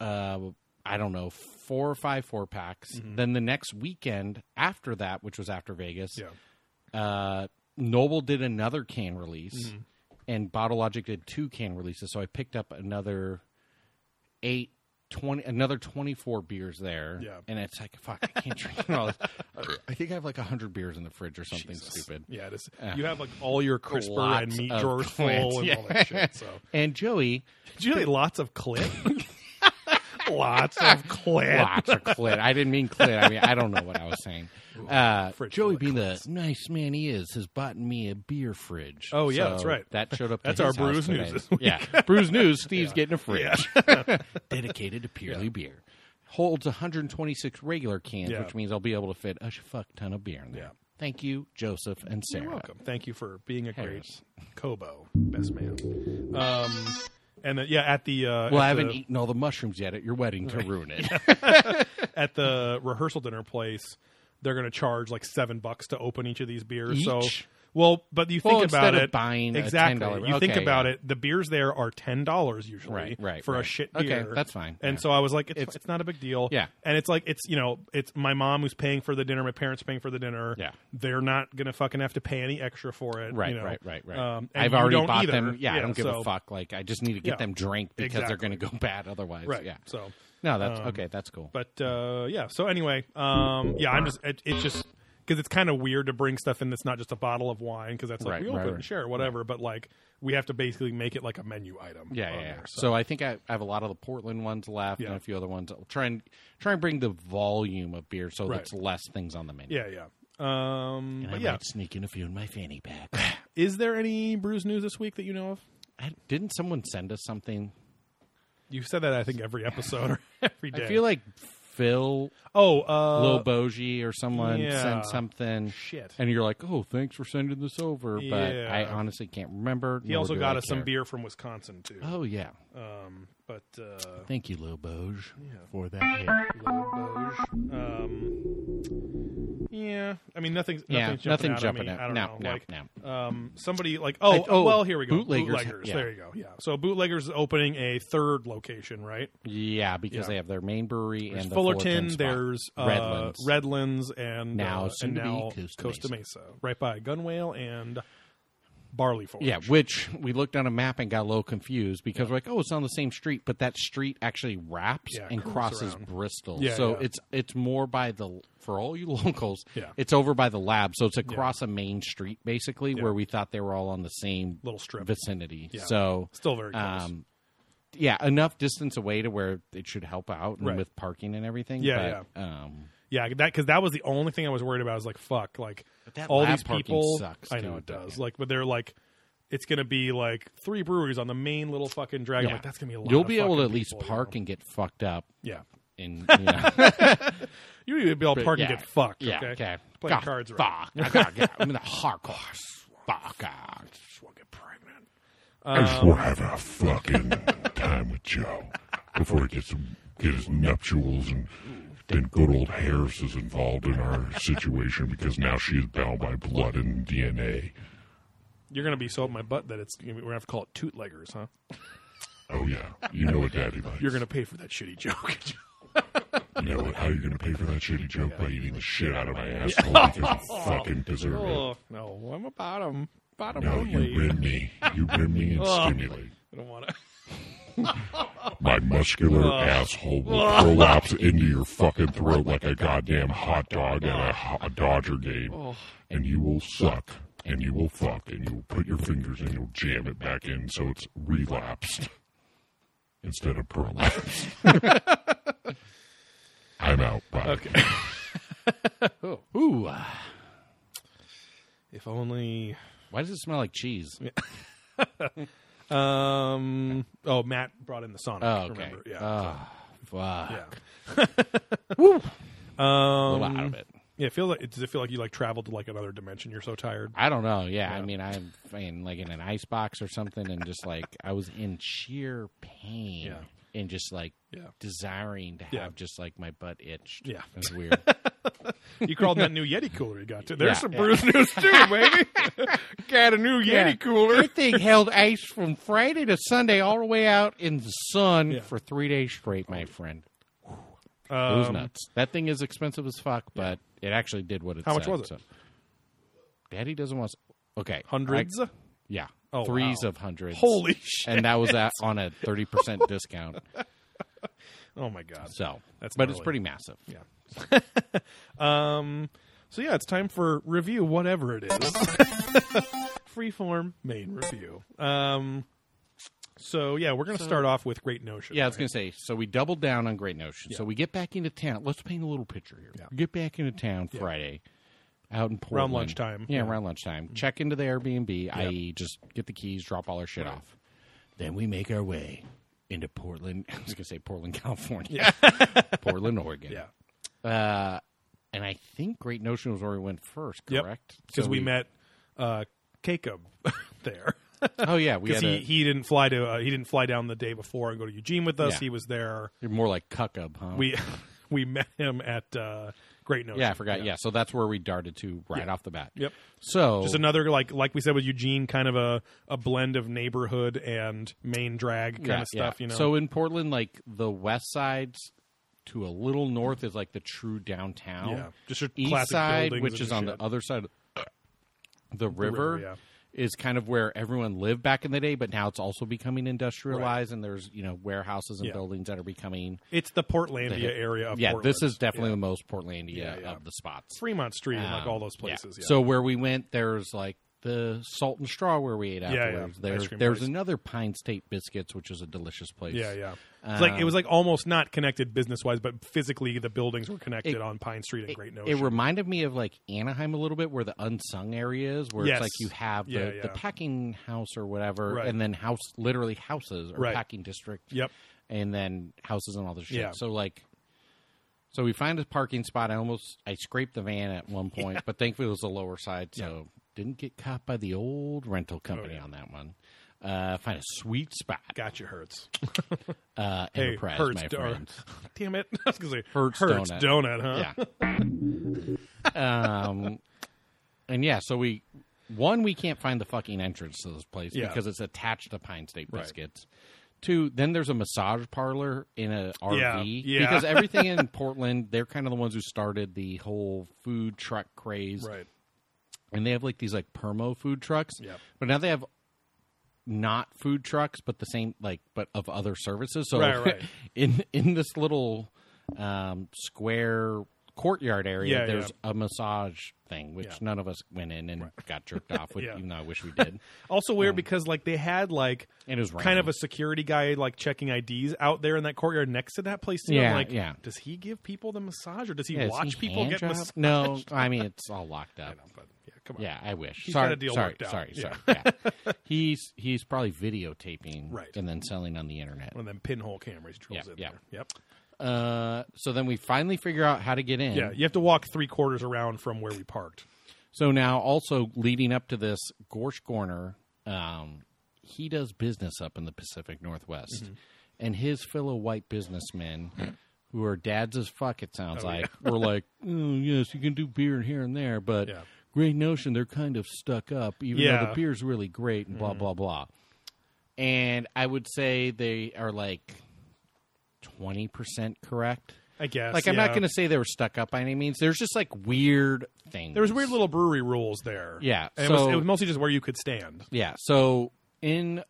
[SPEAKER 2] Uh, I don't know four or five four packs.
[SPEAKER 1] Mm-hmm.
[SPEAKER 2] Then the next weekend after that, which was after Vegas,
[SPEAKER 1] yeah, Mm-hmm.
[SPEAKER 2] uh, Noble did another can release, and Bottle Logic did two can releases. So I picked up another eight. 20, another 24 beers there.
[SPEAKER 1] Yeah.
[SPEAKER 2] And it's like, fuck, I can't drink *laughs* all this. I think I have like 100 beers in the fridge or something stupid.
[SPEAKER 1] yeah. It is. You have like all your crisper and
[SPEAKER 2] uh, Lots
[SPEAKER 1] meat
[SPEAKER 2] of
[SPEAKER 1] drawers full
[SPEAKER 2] Clint,
[SPEAKER 1] and
[SPEAKER 2] yeah.
[SPEAKER 1] all that shit.
[SPEAKER 2] *laughs*
[SPEAKER 1] So
[SPEAKER 2] And Joey,
[SPEAKER 1] did you say lots of clit?
[SPEAKER 2] *laughs*
[SPEAKER 1] lots of clit.
[SPEAKER 2] lots of clit. I didn't mean clit. I mean, I don't know what I was saying. Uh,
[SPEAKER 1] fridge full
[SPEAKER 2] Joey,
[SPEAKER 1] of
[SPEAKER 2] being the nice man he is, has bought me a beer fridge.
[SPEAKER 1] Oh, yeah, that's
[SPEAKER 2] So
[SPEAKER 1] right.
[SPEAKER 2] That
[SPEAKER 1] *laughs*
[SPEAKER 2] showed up. to
[SPEAKER 1] That's
[SPEAKER 2] his
[SPEAKER 1] our
[SPEAKER 2] house
[SPEAKER 1] Brews
[SPEAKER 2] today.
[SPEAKER 1] News this week. *laughs*
[SPEAKER 2] Yeah, Brews News. Steve's getting a fridge *laughs* dedicated to purely beer. Holds 126 regular cans,
[SPEAKER 1] Yeah.
[SPEAKER 2] which means I'll be able to fit a fuck ton of beer in there.
[SPEAKER 1] Yeah.
[SPEAKER 2] Thank you, Joseph and Sarah.
[SPEAKER 1] You're welcome. Thank you for being a
[SPEAKER 2] Harris.
[SPEAKER 1] great Kobo best man. Um, and then, yeah, at the uh,
[SPEAKER 2] Well,
[SPEAKER 1] at
[SPEAKER 2] I haven't
[SPEAKER 1] the,
[SPEAKER 2] eaten all the mushrooms yet at your wedding to ruin
[SPEAKER 1] *laughs*
[SPEAKER 2] it.
[SPEAKER 1] at the rehearsal dinner place, they're going to charge like seven bucks to open each of these beers. So,
[SPEAKER 2] Each?
[SPEAKER 1] well, but you think
[SPEAKER 2] Well,
[SPEAKER 1] about
[SPEAKER 2] instead of
[SPEAKER 1] it,
[SPEAKER 2] buying a
[SPEAKER 1] exactly.
[SPEAKER 2] $10
[SPEAKER 1] You think
[SPEAKER 2] okay,
[SPEAKER 1] about
[SPEAKER 2] yeah.
[SPEAKER 1] it. The beers there are ten dollars usually,
[SPEAKER 2] Right, right,
[SPEAKER 1] for a
[SPEAKER 2] right.
[SPEAKER 1] shit
[SPEAKER 2] Okay,
[SPEAKER 1] beer.
[SPEAKER 2] that's fine,
[SPEAKER 1] And
[SPEAKER 2] yeah.
[SPEAKER 1] so I was like, it's, it's not a big deal.
[SPEAKER 2] Yeah.
[SPEAKER 1] and it's like it's you know it's my mom who's paying for the dinner, my parents paying for the dinner.
[SPEAKER 2] Yeah.
[SPEAKER 1] they're not going to fucking have to pay any extra for it.
[SPEAKER 2] *laughs* Right,
[SPEAKER 1] you know.
[SPEAKER 2] right, right, right.
[SPEAKER 1] Um, and
[SPEAKER 2] I've
[SPEAKER 1] you
[SPEAKER 2] already
[SPEAKER 1] don't
[SPEAKER 2] bought
[SPEAKER 1] either.
[SPEAKER 2] them. Yeah, I don't give
[SPEAKER 1] so-
[SPEAKER 2] a fuck. Like, I just need to get
[SPEAKER 1] Yeah.
[SPEAKER 2] them drank because they're
[SPEAKER 1] Exactly.
[SPEAKER 2] going to go bad otherwise.
[SPEAKER 1] Right.
[SPEAKER 2] Yeah.
[SPEAKER 1] So
[SPEAKER 2] No, that's okay. That's cool.
[SPEAKER 1] But uh, yeah, so anyway, um, yeah, I'm just it, it's just because it's kind of weird to bring stuff in that's not just a bottle of wine because that's like
[SPEAKER 2] Right,
[SPEAKER 1] we open
[SPEAKER 2] right,
[SPEAKER 1] it and
[SPEAKER 2] right.
[SPEAKER 1] share it, whatever. But like we have to basically make it like a menu item.
[SPEAKER 2] yeah,
[SPEAKER 1] on
[SPEAKER 2] yeah. yeah.
[SPEAKER 1] there,
[SPEAKER 2] so. I think I, I have a lot of the Portland ones left
[SPEAKER 1] Yeah.
[SPEAKER 2] and a few other ones. I'll try and try and bring the volume of beer so
[SPEAKER 1] Right.
[SPEAKER 2] that's less things on the menu.
[SPEAKER 1] yeah, yeah. Um,
[SPEAKER 2] And I
[SPEAKER 1] but yeah,
[SPEAKER 2] might sneak in a few in my fanny
[SPEAKER 1] *sighs*
[SPEAKER 2] pack.
[SPEAKER 1] is there any brews news this week that you know of?
[SPEAKER 2] I, didn't someone send us something?
[SPEAKER 1] You said that I think every episode or *laughs* every day.
[SPEAKER 2] I feel like Phil
[SPEAKER 1] oh, uh,
[SPEAKER 2] Lil Bogie or someone
[SPEAKER 1] yeah.
[SPEAKER 2] sent something.
[SPEAKER 1] shit.
[SPEAKER 2] And you're like, oh, thanks for sending this over, but
[SPEAKER 1] Yeah.
[SPEAKER 2] I honestly can't remember.
[SPEAKER 1] He also got us some beer from Wisconsin too.
[SPEAKER 2] Oh yeah,
[SPEAKER 1] Um, but uh,
[SPEAKER 2] thank you, Lil Boge, for that. Hit.
[SPEAKER 1] um, yeah, I mean nothing's
[SPEAKER 2] Yeah,
[SPEAKER 1] nothing's jumping
[SPEAKER 2] nothing
[SPEAKER 1] out
[SPEAKER 2] jumping
[SPEAKER 1] at me.
[SPEAKER 2] out.
[SPEAKER 1] I don't
[SPEAKER 2] No,
[SPEAKER 1] know.
[SPEAKER 2] no,
[SPEAKER 1] like,
[SPEAKER 2] no.
[SPEAKER 1] Um, somebody like oh,
[SPEAKER 2] I- oh,
[SPEAKER 1] well here we go
[SPEAKER 2] Bootleggers, yeah.
[SPEAKER 1] There you go. Yeah. So bootleggers is opening a third location, right?
[SPEAKER 2] Yeah, because
[SPEAKER 1] Yeah.
[SPEAKER 2] they have their main brewery
[SPEAKER 1] There's
[SPEAKER 2] and the
[SPEAKER 1] Fullerton,
[SPEAKER 2] spot.
[SPEAKER 1] there's uh,
[SPEAKER 2] Redlands.
[SPEAKER 1] Redlands, and
[SPEAKER 2] Now
[SPEAKER 1] uh,
[SPEAKER 2] soon
[SPEAKER 1] and
[SPEAKER 2] to be
[SPEAKER 1] now
[SPEAKER 2] Costa
[SPEAKER 1] Mesa. right by Gunwale and Barley Forge.
[SPEAKER 2] Yeah, which we looked on a map and got a little confused because we're like, oh, it's on the same street, but that street actually wraps
[SPEAKER 1] Yeah,
[SPEAKER 2] and
[SPEAKER 1] curves
[SPEAKER 2] crosses
[SPEAKER 1] around.
[SPEAKER 2] Bristol.
[SPEAKER 1] Yeah,
[SPEAKER 2] so
[SPEAKER 1] yeah.
[SPEAKER 2] it's it's more by the for all you *laughs* locals,
[SPEAKER 1] Yeah.
[SPEAKER 2] it's over by the lab. So it's across a main street basically where we thought they were all on the same
[SPEAKER 1] Little strip.
[SPEAKER 2] vicinity.
[SPEAKER 1] Yeah.
[SPEAKER 2] So
[SPEAKER 1] Still very close.
[SPEAKER 2] um yeah, enough distance away to where it should help out and
[SPEAKER 1] Right.
[SPEAKER 2] with parking and everything.
[SPEAKER 1] Yeah,
[SPEAKER 2] but, yeah. Um,
[SPEAKER 1] Yeah, that because that was the only thing I was worried about. I was like, fuck, like
[SPEAKER 2] that
[SPEAKER 1] all
[SPEAKER 2] lab
[SPEAKER 1] these
[SPEAKER 2] parking
[SPEAKER 1] people.
[SPEAKER 2] sucks,
[SPEAKER 1] I know
[SPEAKER 2] dude.
[SPEAKER 1] it does. Like, but they're like, it's gonna be like three breweries on the main little fucking drag. I'm
[SPEAKER 2] yeah.
[SPEAKER 1] Like, that's gonna be a lot.
[SPEAKER 2] You'll
[SPEAKER 1] of
[SPEAKER 2] be able to
[SPEAKER 1] fucking
[SPEAKER 2] at least
[SPEAKER 1] people, you know?
[SPEAKER 2] park and get fucked up.
[SPEAKER 1] Yeah,
[SPEAKER 2] In you know,
[SPEAKER 1] you would be able to park and get fucked.
[SPEAKER 2] Yeah,
[SPEAKER 1] okay.
[SPEAKER 2] okay.
[SPEAKER 1] Playing
[SPEAKER 2] God,
[SPEAKER 1] cards. Right.
[SPEAKER 2] Fuck. I gotta get.
[SPEAKER 1] *laughs*
[SPEAKER 2] I'm in the hardcore. Fuck. uh,
[SPEAKER 1] Just won't get pregnant.
[SPEAKER 3] I just
[SPEAKER 1] Um,
[SPEAKER 3] want to have a fucking time with Joe before he gets some, get his nuptials and then good old Harris is involved in our situation because now she is bound by blood and DNA.
[SPEAKER 1] You're gonna be so up my butt that it's we're gonna have to call it toot leggers, huh?
[SPEAKER 3] Oh yeah, you know what daddy likes.
[SPEAKER 1] You're gonna pay for that shitty joke. *laughs*
[SPEAKER 3] You know what, how you're gonna pay for that shitty joke by eating the shit out of my asshole because
[SPEAKER 1] *laughs*
[SPEAKER 3] you fucking deserve it.
[SPEAKER 1] oh no, I'm a bottom, bottom
[SPEAKER 3] No,
[SPEAKER 1] only.
[SPEAKER 3] you rim me. You rim me and
[SPEAKER 1] Oh.
[SPEAKER 3] stimulate.
[SPEAKER 1] I don't want to.
[SPEAKER 3] My muscular asshole will prolapse into your fucking throat like a goddamn hot dog at a, ho- a Dodger game. And you will suck. And you will fuck. And you will put your fingers and you'll jam it back in so it's relapsed instead of prolapsed. I'm out. Bye.
[SPEAKER 1] Okay.
[SPEAKER 2] Ooh. uh,
[SPEAKER 1] If only.
[SPEAKER 2] Why does it smell like cheese?
[SPEAKER 1] Um. Oh, Matt brought in the Sonic.
[SPEAKER 2] Oh, okay.
[SPEAKER 1] Remember? Yeah.
[SPEAKER 2] Ah, fuck.
[SPEAKER 1] yeah.
[SPEAKER 2] A little
[SPEAKER 1] Um,
[SPEAKER 2] out of it.
[SPEAKER 1] Yeah, it feels like does it feel like you like traveled to like another dimension? You're so tired.
[SPEAKER 2] I don't know. Yeah, I mean, I'm in, like in an ice box or something, and just like I was in sheer pain
[SPEAKER 1] Yeah.
[SPEAKER 2] and just like
[SPEAKER 1] Yeah.
[SPEAKER 2] desiring to have
[SPEAKER 1] Yeah.
[SPEAKER 2] just like my butt itched. *laughs*
[SPEAKER 1] Yeah. *laughs*
[SPEAKER 2] it's weird.
[SPEAKER 1] You crawled in that new Yeti cooler you got to. There's
[SPEAKER 2] Yeah.
[SPEAKER 1] some
[SPEAKER 2] Yeah.
[SPEAKER 1] Bruce news too, baby.
[SPEAKER 2] *laughs*
[SPEAKER 1] got a new Yeti
[SPEAKER 2] Yeah.
[SPEAKER 1] cooler.
[SPEAKER 2] That thing held ice from Friday to Sunday, all the way out in the sun
[SPEAKER 1] Yeah.
[SPEAKER 2] for three days straight, my friend. It was
[SPEAKER 1] Um,
[SPEAKER 2] nuts. That thing is expensive as fuck, but it actually did what it
[SPEAKER 1] How
[SPEAKER 2] said.
[SPEAKER 1] much was it?
[SPEAKER 2] so. Daddy doesn't want. Okay,
[SPEAKER 1] hundreds.
[SPEAKER 2] I- yeah,
[SPEAKER 1] Oh,
[SPEAKER 2] threes
[SPEAKER 1] wow.
[SPEAKER 2] of
[SPEAKER 1] *laughs*
[SPEAKER 2] hundreds.
[SPEAKER 1] Holy shit!
[SPEAKER 2] And that was at, on a thirty percent discount.
[SPEAKER 1] Oh my god.
[SPEAKER 2] So
[SPEAKER 1] *laughs* That's
[SPEAKER 2] but
[SPEAKER 1] gnarly.
[SPEAKER 2] it's pretty massive.
[SPEAKER 1] Yeah. *laughs* um. So yeah, it's time for review, whatever it is. *laughs* Freeform main review. Um. So yeah, we're gonna start off with Great Notion.
[SPEAKER 2] Yeah, I was going to say. So we doubled down on Great Notion. So we get back into town. Let's paint a little picture here.
[SPEAKER 1] Yeah.
[SPEAKER 2] We get back into town Friday, out in Portland.
[SPEAKER 1] lunchtime.
[SPEAKER 2] Yeah,
[SPEAKER 1] Yeah. Mm-hmm.
[SPEAKER 2] around lunchtime. Check into the Airbnb, i.e., just get the keys, drop all our shit off. Then we make our way into Portland. *laughs* I was going to say Portland, California. *laughs* Portland, Oregon.
[SPEAKER 1] yeah.
[SPEAKER 2] Uh, and I think Great Notion was where we went first,
[SPEAKER 1] Yep.
[SPEAKER 2] correct?
[SPEAKER 1] Because
[SPEAKER 2] So
[SPEAKER 1] we, met uh, Jacob *laughs* there.
[SPEAKER 2] Oh,
[SPEAKER 1] *laughs*
[SPEAKER 2] yeah. We
[SPEAKER 1] because
[SPEAKER 2] had
[SPEAKER 1] he,
[SPEAKER 2] a-
[SPEAKER 1] he didn't fly to uh, he didn't fly down the day before and go to Eugene with us.
[SPEAKER 2] Yeah.
[SPEAKER 1] He was there.
[SPEAKER 2] you're more like Cuckub, huh?
[SPEAKER 1] We *laughs* we met him at uh, Great Notion.
[SPEAKER 2] yeah, I forgot. Yeah. So that's where we darted to right off the bat.
[SPEAKER 1] Yep.
[SPEAKER 2] So
[SPEAKER 1] Just another like like we said with Eugene, kind of a, a blend of neighborhood and main drag kind
[SPEAKER 2] Yeah,
[SPEAKER 1] of stuff.
[SPEAKER 2] yeah.
[SPEAKER 1] You know.
[SPEAKER 2] So in Portland, like the west sides to a little north is like the true downtown.
[SPEAKER 1] Yeah, just your
[SPEAKER 2] east
[SPEAKER 1] classic
[SPEAKER 2] side,
[SPEAKER 1] buildings and
[SPEAKER 2] which is on
[SPEAKER 1] shit.
[SPEAKER 2] *coughs* the other side of the river,
[SPEAKER 1] yeah.
[SPEAKER 2] is kind of where everyone lived back in the day, but now it's also becoming industrialized, and there's you know warehouses and
[SPEAKER 1] Yeah.
[SPEAKER 2] buildings that are becoming.
[SPEAKER 1] It's the Portlandia area of
[SPEAKER 2] yeah,
[SPEAKER 1] Portland.
[SPEAKER 2] this is definitely the most Portlandia
[SPEAKER 1] Yeah, yeah.
[SPEAKER 2] of the spots.
[SPEAKER 1] Fremont Street and like
[SPEAKER 2] Um,
[SPEAKER 1] all those
[SPEAKER 2] yeah.
[SPEAKER 1] places. Yeah.
[SPEAKER 2] So where we went, there's like the salt and straw where we ate
[SPEAKER 1] yeah.
[SPEAKER 2] afterwards.
[SPEAKER 1] Ice
[SPEAKER 2] There's
[SPEAKER 1] cream
[SPEAKER 2] there's
[SPEAKER 1] place.
[SPEAKER 2] another Pine State Biscuits, which is a delicious place.
[SPEAKER 1] yeah, yeah. It's
[SPEAKER 2] um,
[SPEAKER 1] like it was like almost not connected business wise, but physically the buildings were connected on Pine Street and Great Notion.
[SPEAKER 2] It reminded me of like Anaheim a little bit, where the unsung area is, where
[SPEAKER 1] Yes.
[SPEAKER 2] it's like you have the,
[SPEAKER 1] Yeah, yeah.
[SPEAKER 2] the packing house or whatever,
[SPEAKER 1] Right.
[SPEAKER 2] and then house literally houses or
[SPEAKER 1] Right.
[SPEAKER 2] packing district,
[SPEAKER 1] yep.
[SPEAKER 2] and then houses and all this shit.
[SPEAKER 1] Yeah.
[SPEAKER 2] So like, so we find a parking spot. I almost I scraped the van
[SPEAKER 1] *laughs*
[SPEAKER 2] at one point, but thankfully it was the lower side, so didn't get caught by the old
[SPEAKER 1] Oh,
[SPEAKER 2] rental company on that one. Uh, find a sweet spot.
[SPEAKER 1] Gotcha,
[SPEAKER 2] *laughs*
[SPEAKER 1] Hertz.
[SPEAKER 2] Uh,
[SPEAKER 1] Hey,
[SPEAKER 2] Enterprise,
[SPEAKER 1] Hertz.
[SPEAKER 2] my
[SPEAKER 1] do- or-
[SPEAKER 2] friends.
[SPEAKER 1] *laughs* damn it. I was gonna say
[SPEAKER 2] Hertz
[SPEAKER 1] donut.
[SPEAKER 2] donut.
[SPEAKER 1] huh?
[SPEAKER 2] Yeah. *laughs* um, and yeah, so we one we can't find the fucking entrance to this place
[SPEAKER 1] Yeah.
[SPEAKER 2] because it's attached to Pine State
[SPEAKER 1] Right.
[SPEAKER 2] Biscuits. Two, then there's a massage parlor in a RV
[SPEAKER 1] Yeah, yeah. *laughs*
[SPEAKER 2] because everything in Portland, they're kind of the ones who started the whole food truck craze,
[SPEAKER 1] Right.
[SPEAKER 2] and they have like these like permo food trucks.
[SPEAKER 1] Yep.
[SPEAKER 2] But now they have not food trucks, but the same like but of other services. So
[SPEAKER 1] Right, right.
[SPEAKER 2] *laughs* in in this little um, square courtyard area,
[SPEAKER 1] Yeah,
[SPEAKER 2] there's a massage thing, which
[SPEAKER 1] Yeah.
[SPEAKER 2] none of us went in and got jerked off
[SPEAKER 1] *laughs*
[SPEAKER 2] with,
[SPEAKER 1] Yeah.
[SPEAKER 2] even though I wish we did.
[SPEAKER 1] Also
[SPEAKER 2] Um,
[SPEAKER 1] weird because like they had like
[SPEAKER 2] And it
[SPEAKER 1] *laughs*
[SPEAKER 2] was
[SPEAKER 1] kind of
[SPEAKER 2] raining.
[SPEAKER 1] a security guy like checking IDs out there in that courtyard next to that place. Too. I'm
[SPEAKER 2] Yeah,
[SPEAKER 1] like,
[SPEAKER 2] yeah.
[SPEAKER 1] Does he give people the massage or does he
[SPEAKER 2] Yeah, is
[SPEAKER 1] watch
[SPEAKER 2] he
[SPEAKER 1] people
[SPEAKER 2] hand
[SPEAKER 1] get
[SPEAKER 2] job?
[SPEAKER 1] massage?
[SPEAKER 2] No, I mean it's all locked
[SPEAKER 1] *laughs*
[SPEAKER 2] up.
[SPEAKER 1] But, yeah, come on.
[SPEAKER 2] Yeah, I wish.
[SPEAKER 1] He's
[SPEAKER 2] sorry,
[SPEAKER 1] got a deal
[SPEAKER 2] sorry,
[SPEAKER 1] worked out.
[SPEAKER 2] sorry,
[SPEAKER 1] *laughs* Yeah.
[SPEAKER 2] sorry. Yeah. he's he's probably videotaping
[SPEAKER 1] Right.
[SPEAKER 2] and then selling on the internet.
[SPEAKER 1] One of them pinhole cameras drills
[SPEAKER 2] Yeah,
[SPEAKER 1] in
[SPEAKER 2] yeah.
[SPEAKER 1] there. Yep.
[SPEAKER 2] Uh, so then we finally figure out how to get in.
[SPEAKER 1] Yeah, you have to walk three quarters around from where we parked.
[SPEAKER 2] So now, also leading up to this, Gorsh Gorner, um, he does business up in the Pacific Northwest,
[SPEAKER 1] Mm-hmm.
[SPEAKER 2] and his fellow white businessmen,
[SPEAKER 1] *clears throat*
[SPEAKER 2] who are dads as fuck, it sounds like, were
[SPEAKER 1] *laughs*
[SPEAKER 2] like, "Oh yes, you can do beer here and there, but
[SPEAKER 1] Yeah.
[SPEAKER 2] Great Notion, they're kind of stuck up, even though
[SPEAKER 1] Yeah. Mm-hmm.
[SPEAKER 2] the beer's really great and blah blah blah." And I would say they are like twenty percent correct.
[SPEAKER 1] I guess.
[SPEAKER 2] Like I'm
[SPEAKER 1] yeah.
[SPEAKER 2] not going to say they were stuck up by any means. There's just like weird things.
[SPEAKER 1] There was weird little brewery rules there.
[SPEAKER 2] Yeah,
[SPEAKER 1] And it, was,
[SPEAKER 2] so-
[SPEAKER 1] it was mostly just where you could stand.
[SPEAKER 2] Yeah. So in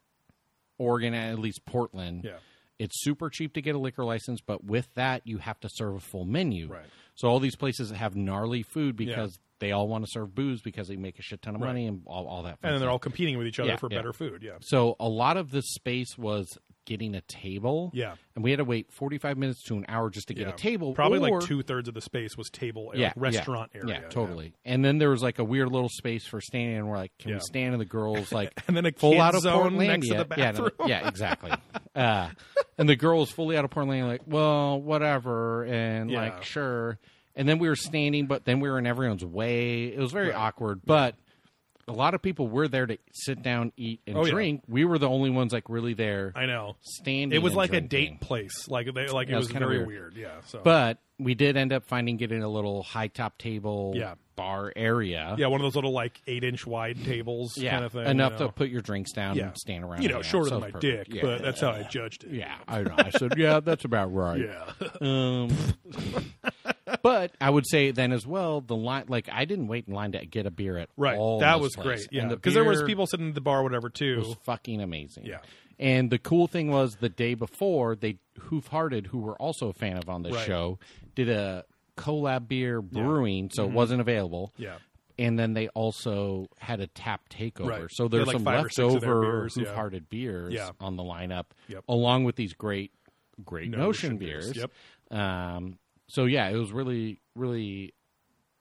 [SPEAKER 2] Oregon, at least Portland,
[SPEAKER 1] Yeah.
[SPEAKER 2] it's super cheap to get a liquor license, but with that, you have to serve a full menu.
[SPEAKER 1] Right.
[SPEAKER 2] So all these places have gnarly food because they all want to serve booze because they make a shit ton of money and all, all that. fun
[SPEAKER 1] And then they're
[SPEAKER 2] stuff.
[SPEAKER 1] all competing with each other
[SPEAKER 2] Yeah,
[SPEAKER 1] for
[SPEAKER 2] yeah.
[SPEAKER 1] better food. Yeah.
[SPEAKER 2] So a lot of the space was getting a table.
[SPEAKER 1] Yeah.
[SPEAKER 2] And we had to wait 45 minutes to an hour just to get
[SPEAKER 1] yeah.
[SPEAKER 2] a table.
[SPEAKER 1] Probably
[SPEAKER 2] or-
[SPEAKER 1] like two thirds of the space was table area, restaurant
[SPEAKER 2] yeah,
[SPEAKER 1] area.
[SPEAKER 2] Yeah, totally. And then there was like a weird little space for standing, and we're like, can
[SPEAKER 1] Yeah.
[SPEAKER 2] we stand? And
[SPEAKER 1] *laughs*
[SPEAKER 2] the girls like,
[SPEAKER 1] And then a
[SPEAKER 2] full
[SPEAKER 1] kid
[SPEAKER 2] out of
[SPEAKER 1] zone
[SPEAKER 2] Portlandia.
[SPEAKER 1] next to the
[SPEAKER 2] Yeah, no,
[SPEAKER 1] bathroom. *laughs*
[SPEAKER 2] Yeah, exactly. uh, and the girl was fully out of Portlandia, like, well, whatever, and
[SPEAKER 1] Yeah.
[SPEAKER 2] like, sure. And then we were standing, but then we were in everyone's way. It was very awkward, but. A lot of people were there to sit down, eat, and
[SPEAKER 1] Oh, yeah.
[SPEAKER 2] drink. We were the only ones like really there
[SPEAKER 1] I know.
[SPEAKER 2] standing.
[SPEAKER 1] It was
[SPEAKER 2] and
[SPEAKER 1] like a
[SPEAKER 2] drinking.
[SPEAKER 1] date place. Like they like it
[SPEAKER 2] Yeah, it
[SPEAKER 1] was,
[SPEAKER 2] was kinda
[SPEAKER 1] very weird.
[SPEAKER 2] weird.
[SPEAKER 1] Yeah. So
[SPEAKER 2] But we did end up finding getting a little high top table
[SPEAKER 1] Yeah.
[SPEAKER 2] bar area.
[SPEAKER 1] yeah, one of those little like eight inch wide tables
[SPEAKER 2] Yeah,
[SPEAKER 1] kind of thing.
[SPEAKER 2] enough
[SPEAKER 1] you know.
[SPEAKER 2] to put your drinks down
[SPEAKER 1] Yeah.
[SPEAKER 2] and stand around.
[SPEAKER 1] you know,
[SPEAKER 2] and
[SPEAKER 1] shorter
[SPEAKER 2] so
[SPEAKER 1] than my
[SPEAKER 2] it's perfect.
[SPEAKER 1] dick,
[SPEAKER 2] Yeah.
[SPEAKER 1] but that's how I judged it.
[SPEAKER 2] yeah, I know. I said, yeah, that's about right.
[SPEAKER 1] Yeah. *laughs*
[SPEAKER 2] Um, but I would say then as well, the line, like I didn't wait in line to get a beer at
[SPEAKER 1] Right.
[SPEAKER 2] all in
[SPEAKER 1] that
[SPEAKER 2] this
[SPEAKER 1] was
[SPEAKER 2] place.
[SPEAKER 1] great.
[SPEAKER 2] And
[SPEAKER 1] Yeah.
[SPEAKER 2] the
[SPEAKER 1] Because there was
[SPEAKER 2] beer
[SPEAKER 1] people sitting at the bar, whatever, too.
[SPEAKER 2] was fucking amazing.
[SPEAKER 1] Yeah.
[SPEAKER 2] And the cool thing was the day before they Hoof Hearted, who were also a fan of on this
[SPEAKER 1] Right.
[SPEAKER 2] show, did a collab beer brewing, so it wasn't available.
[SPEAKER 1] Mm-hmm. Yeah.
[SPEAKER 2] and then they also had a tap takeover.
[SPEAKER 1] Right.
[SPEAKER 2] So
[SPEAKER 1] They had
[SPEAKER 2] there's
[SPEAKER 1] like
[SPEAKER 2] some
[SPEAKER 1] five or six of their
[SPEAKER 2] leftover
[SPEAKER 1] beers, yeah.
[SPEAKER 2] hoof hearted beers
[SPEAKER 1] Yeah.
[SPEAKER 2] on the lineup,
[SPEAKER 1] Yep.
[SPEAKER 2] along with these great, great
[SPEAKER 1] Notion
[SPEAKER 2] notion,
[SPEAKER 1] beers,
[SPEAKER 2] beers.
[SPEAKER 1] yep.
[SPEAKER 2] Um, so yeah, it was really, really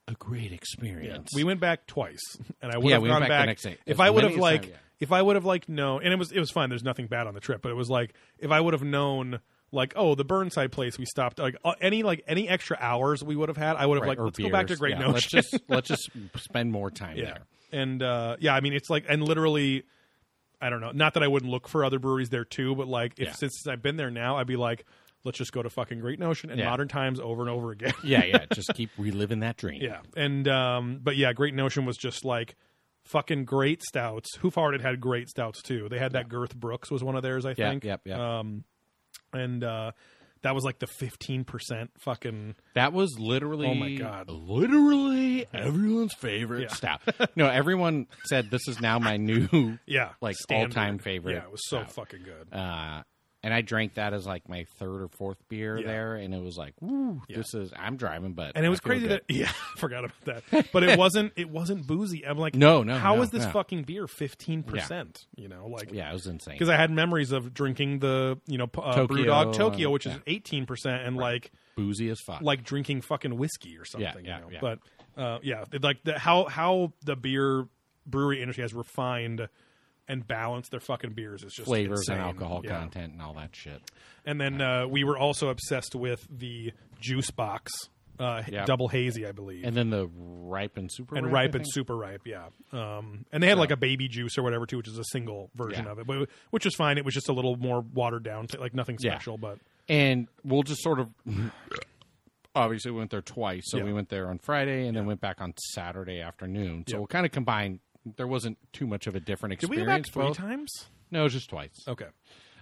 [SPEAKER 2] a great experience.
[SPEAKER 1] We went back twice, and I would
[SPEAKER 2] Yeah,
[SPEAKER 1] have
[SPEAKER 2] we
[SPEAKER 1] gone back,
[SPEAKER 2] went back the next day.
[SPEAKER 1] if
[SPEAKER 2] As
[SPEAKER 1] I would
[SPEAKER 2] many
[SPEAKER 1] have
[SPEAKER 2] as
[SPEAKER 1] like
[SPEAKER 2] time- yeah.
[SPEAKER 1] if I would have like known, and it was it was fine. There's nothing bad on the trip, but it was like if I would have known like oh the Burnside place we stopped like uh, any like any extra hours we would have had I would have
[SPEAKER 2] Right,
[SPEAKER 1] like
[SPEAKER 2] or
[SPEAKER 1] let's go back to
[SPEAKER 2] beers.
[SPEAKER 1] Great
[SPEAKER 2] Yeah,
[SPEAKER 1] Notion
[SPEAKER 2] Let's just
[SPEAKER 1] *laughs*
[SPEAKER 2] let's just spend more time
[SPEAKER 1] yeah.
[SPEAKER 2] there.
[SPEAKER 1] And uh, yeah, I mean, it's like, and literally, I don't know. Not that I wouldn't look for other breweries there too, but like, if
[SPEAKER 2] Yeah.
[SPEAKER 1] since I've been there now, I'd be like, let's just go to fucking Great Notion and
[SPEAKER 2] Yeah.
[SPEAKER 1] Modern Times over and over again. *laughs*
[SPEAKER 2] Yeah, yeah. Just keep reliving that dream.
[SPEAKER 1] yeah. And um, but yeah, Great Notion was just like fucking great stouts. Who farted had great stouts too. They had that Girth Brooks was one of theirs, I
[SPEAKER 2] yeah,
[SPEAKER 1] think.
[SPEAKER 2] yeah, yeah.
[SPEAKER 1] Um, And uh, that was like the fifteen percent fucking.
[SPEAKER 2] That was literally
[SPEAKER 1] Oh my God.
[SPEAKER 2] literally everyone's favorite
[SPEAKER 1] Yeah.
[SPEAKER 2] stout. no, everyone said this is now my new
[SPEAKER 1] Yeah,
[SPEAKER 2] like
[SPEAKER 1] standard.
[SPEAKER 2] all-time favorite.
[SPEAKER 1] *laughs* Yeah, it was so
[SPEAKER 2] stout.
[SPEAKER 1] fucking good.
[SPEAKER 2] Uh, and I drank that as like my third or fourth beer
[SPEAKER 1] Yeah.
[SPEAKER 2] there, and it was like, "Woo, this is I'm driving," but
[SPEAKER 1] and it
[SPEAKER 2] I
[SPEAKER 1] was
[SPEAKER 2] feel
[SPEAKER 1] crazy
[SPEAKER 2] good.
[SPEAKER 1] that *laughs* yeah, I forgot about
[SPEAKER 2] *laughs*
[SPEAKER 1] that. But it wasn't it wasn't boozy. I'm like,
[SPEAKER 2] No, no,
[SPEAKER 1] how
[SPEAKER 2] no,
[SPEAKER 1] is this
[SPEAKER 2] no.
[SPEAKER 1] fucking beer fifteen percent? You know, like
[SPEAKER 2] yeah, it was insane.
[SPEAKER 1] because I had memories of drinking the you know p- uh,
[SPEAKER 2] Tokyo
[SPEAKER 1] BrewDog
[SPEAKER 2] and-
[SPEAKER 1] Tokyo, which is
[SPEAKER 2] yeah.
[SPEAKER 1] eighteen percent, and like
[SPEAKER 2] Boozy as fuck.
[SPEAKER 1] like drinking fucking whiskey or something.
[SPEAKER 2] Yeah, yeah,
[SPEAKER 1] you know?
[SPEAKER 2] yeah.
[SPEAKER 1] But uh, yeah, it- like the, how how the beer brewery industry has refined and balanced their fucking beers is just
[SPEAKER 2] flavors
[SPEAKER 1] insane.
[SPEAKER 2] and alcohol
[SPEAKER 1] Yeah.
[SPEAKER 2] content and all that shit.
[SPEAKER 1] And then uh, we were also obsessed with the juice box, uh,
[SPEAKER 2] Yeah.
[SPEAKER 1] double hazy, I believe.
[SPEAKER 2] And then the ripe and super
[SPEAKER 1] and
[SPEAKER 2] ripe
[SPEAKER 1] ripe and super ripe, yeah. Um, and they had like a baby juice or whatever too, which is a single version
[SPEAKER 2] Yeah.
[SPEAKER 1] of it, but which was fine. It was just a little more watered down, t- like nothing
[SPEAKER 2] Yeah.
[SPEAKER 1] special. But
[SPEAKER 2] and we'll just
[SPEAKER 1] *laughs*
[SPEAKER 2] sort of obviously we went there twice so
[SPEAKER 1] Yeah.
[SPEAKER 2] we went there on friday and then went back on saturday afternoon so
[SPEAKER 1] Yeah.
[SPEAKER 2] we'll kind of combine there wasn't too much of a different
[SPEAKER 1] did we
[SPEAKER 2] experience
[SPEAKER 1] go back three
[SPEAKER 2] both-
[SPEAKER 1] times? Oh.
[SPEAKER 2] no it was just twice
[SPEAKER 1] Okay,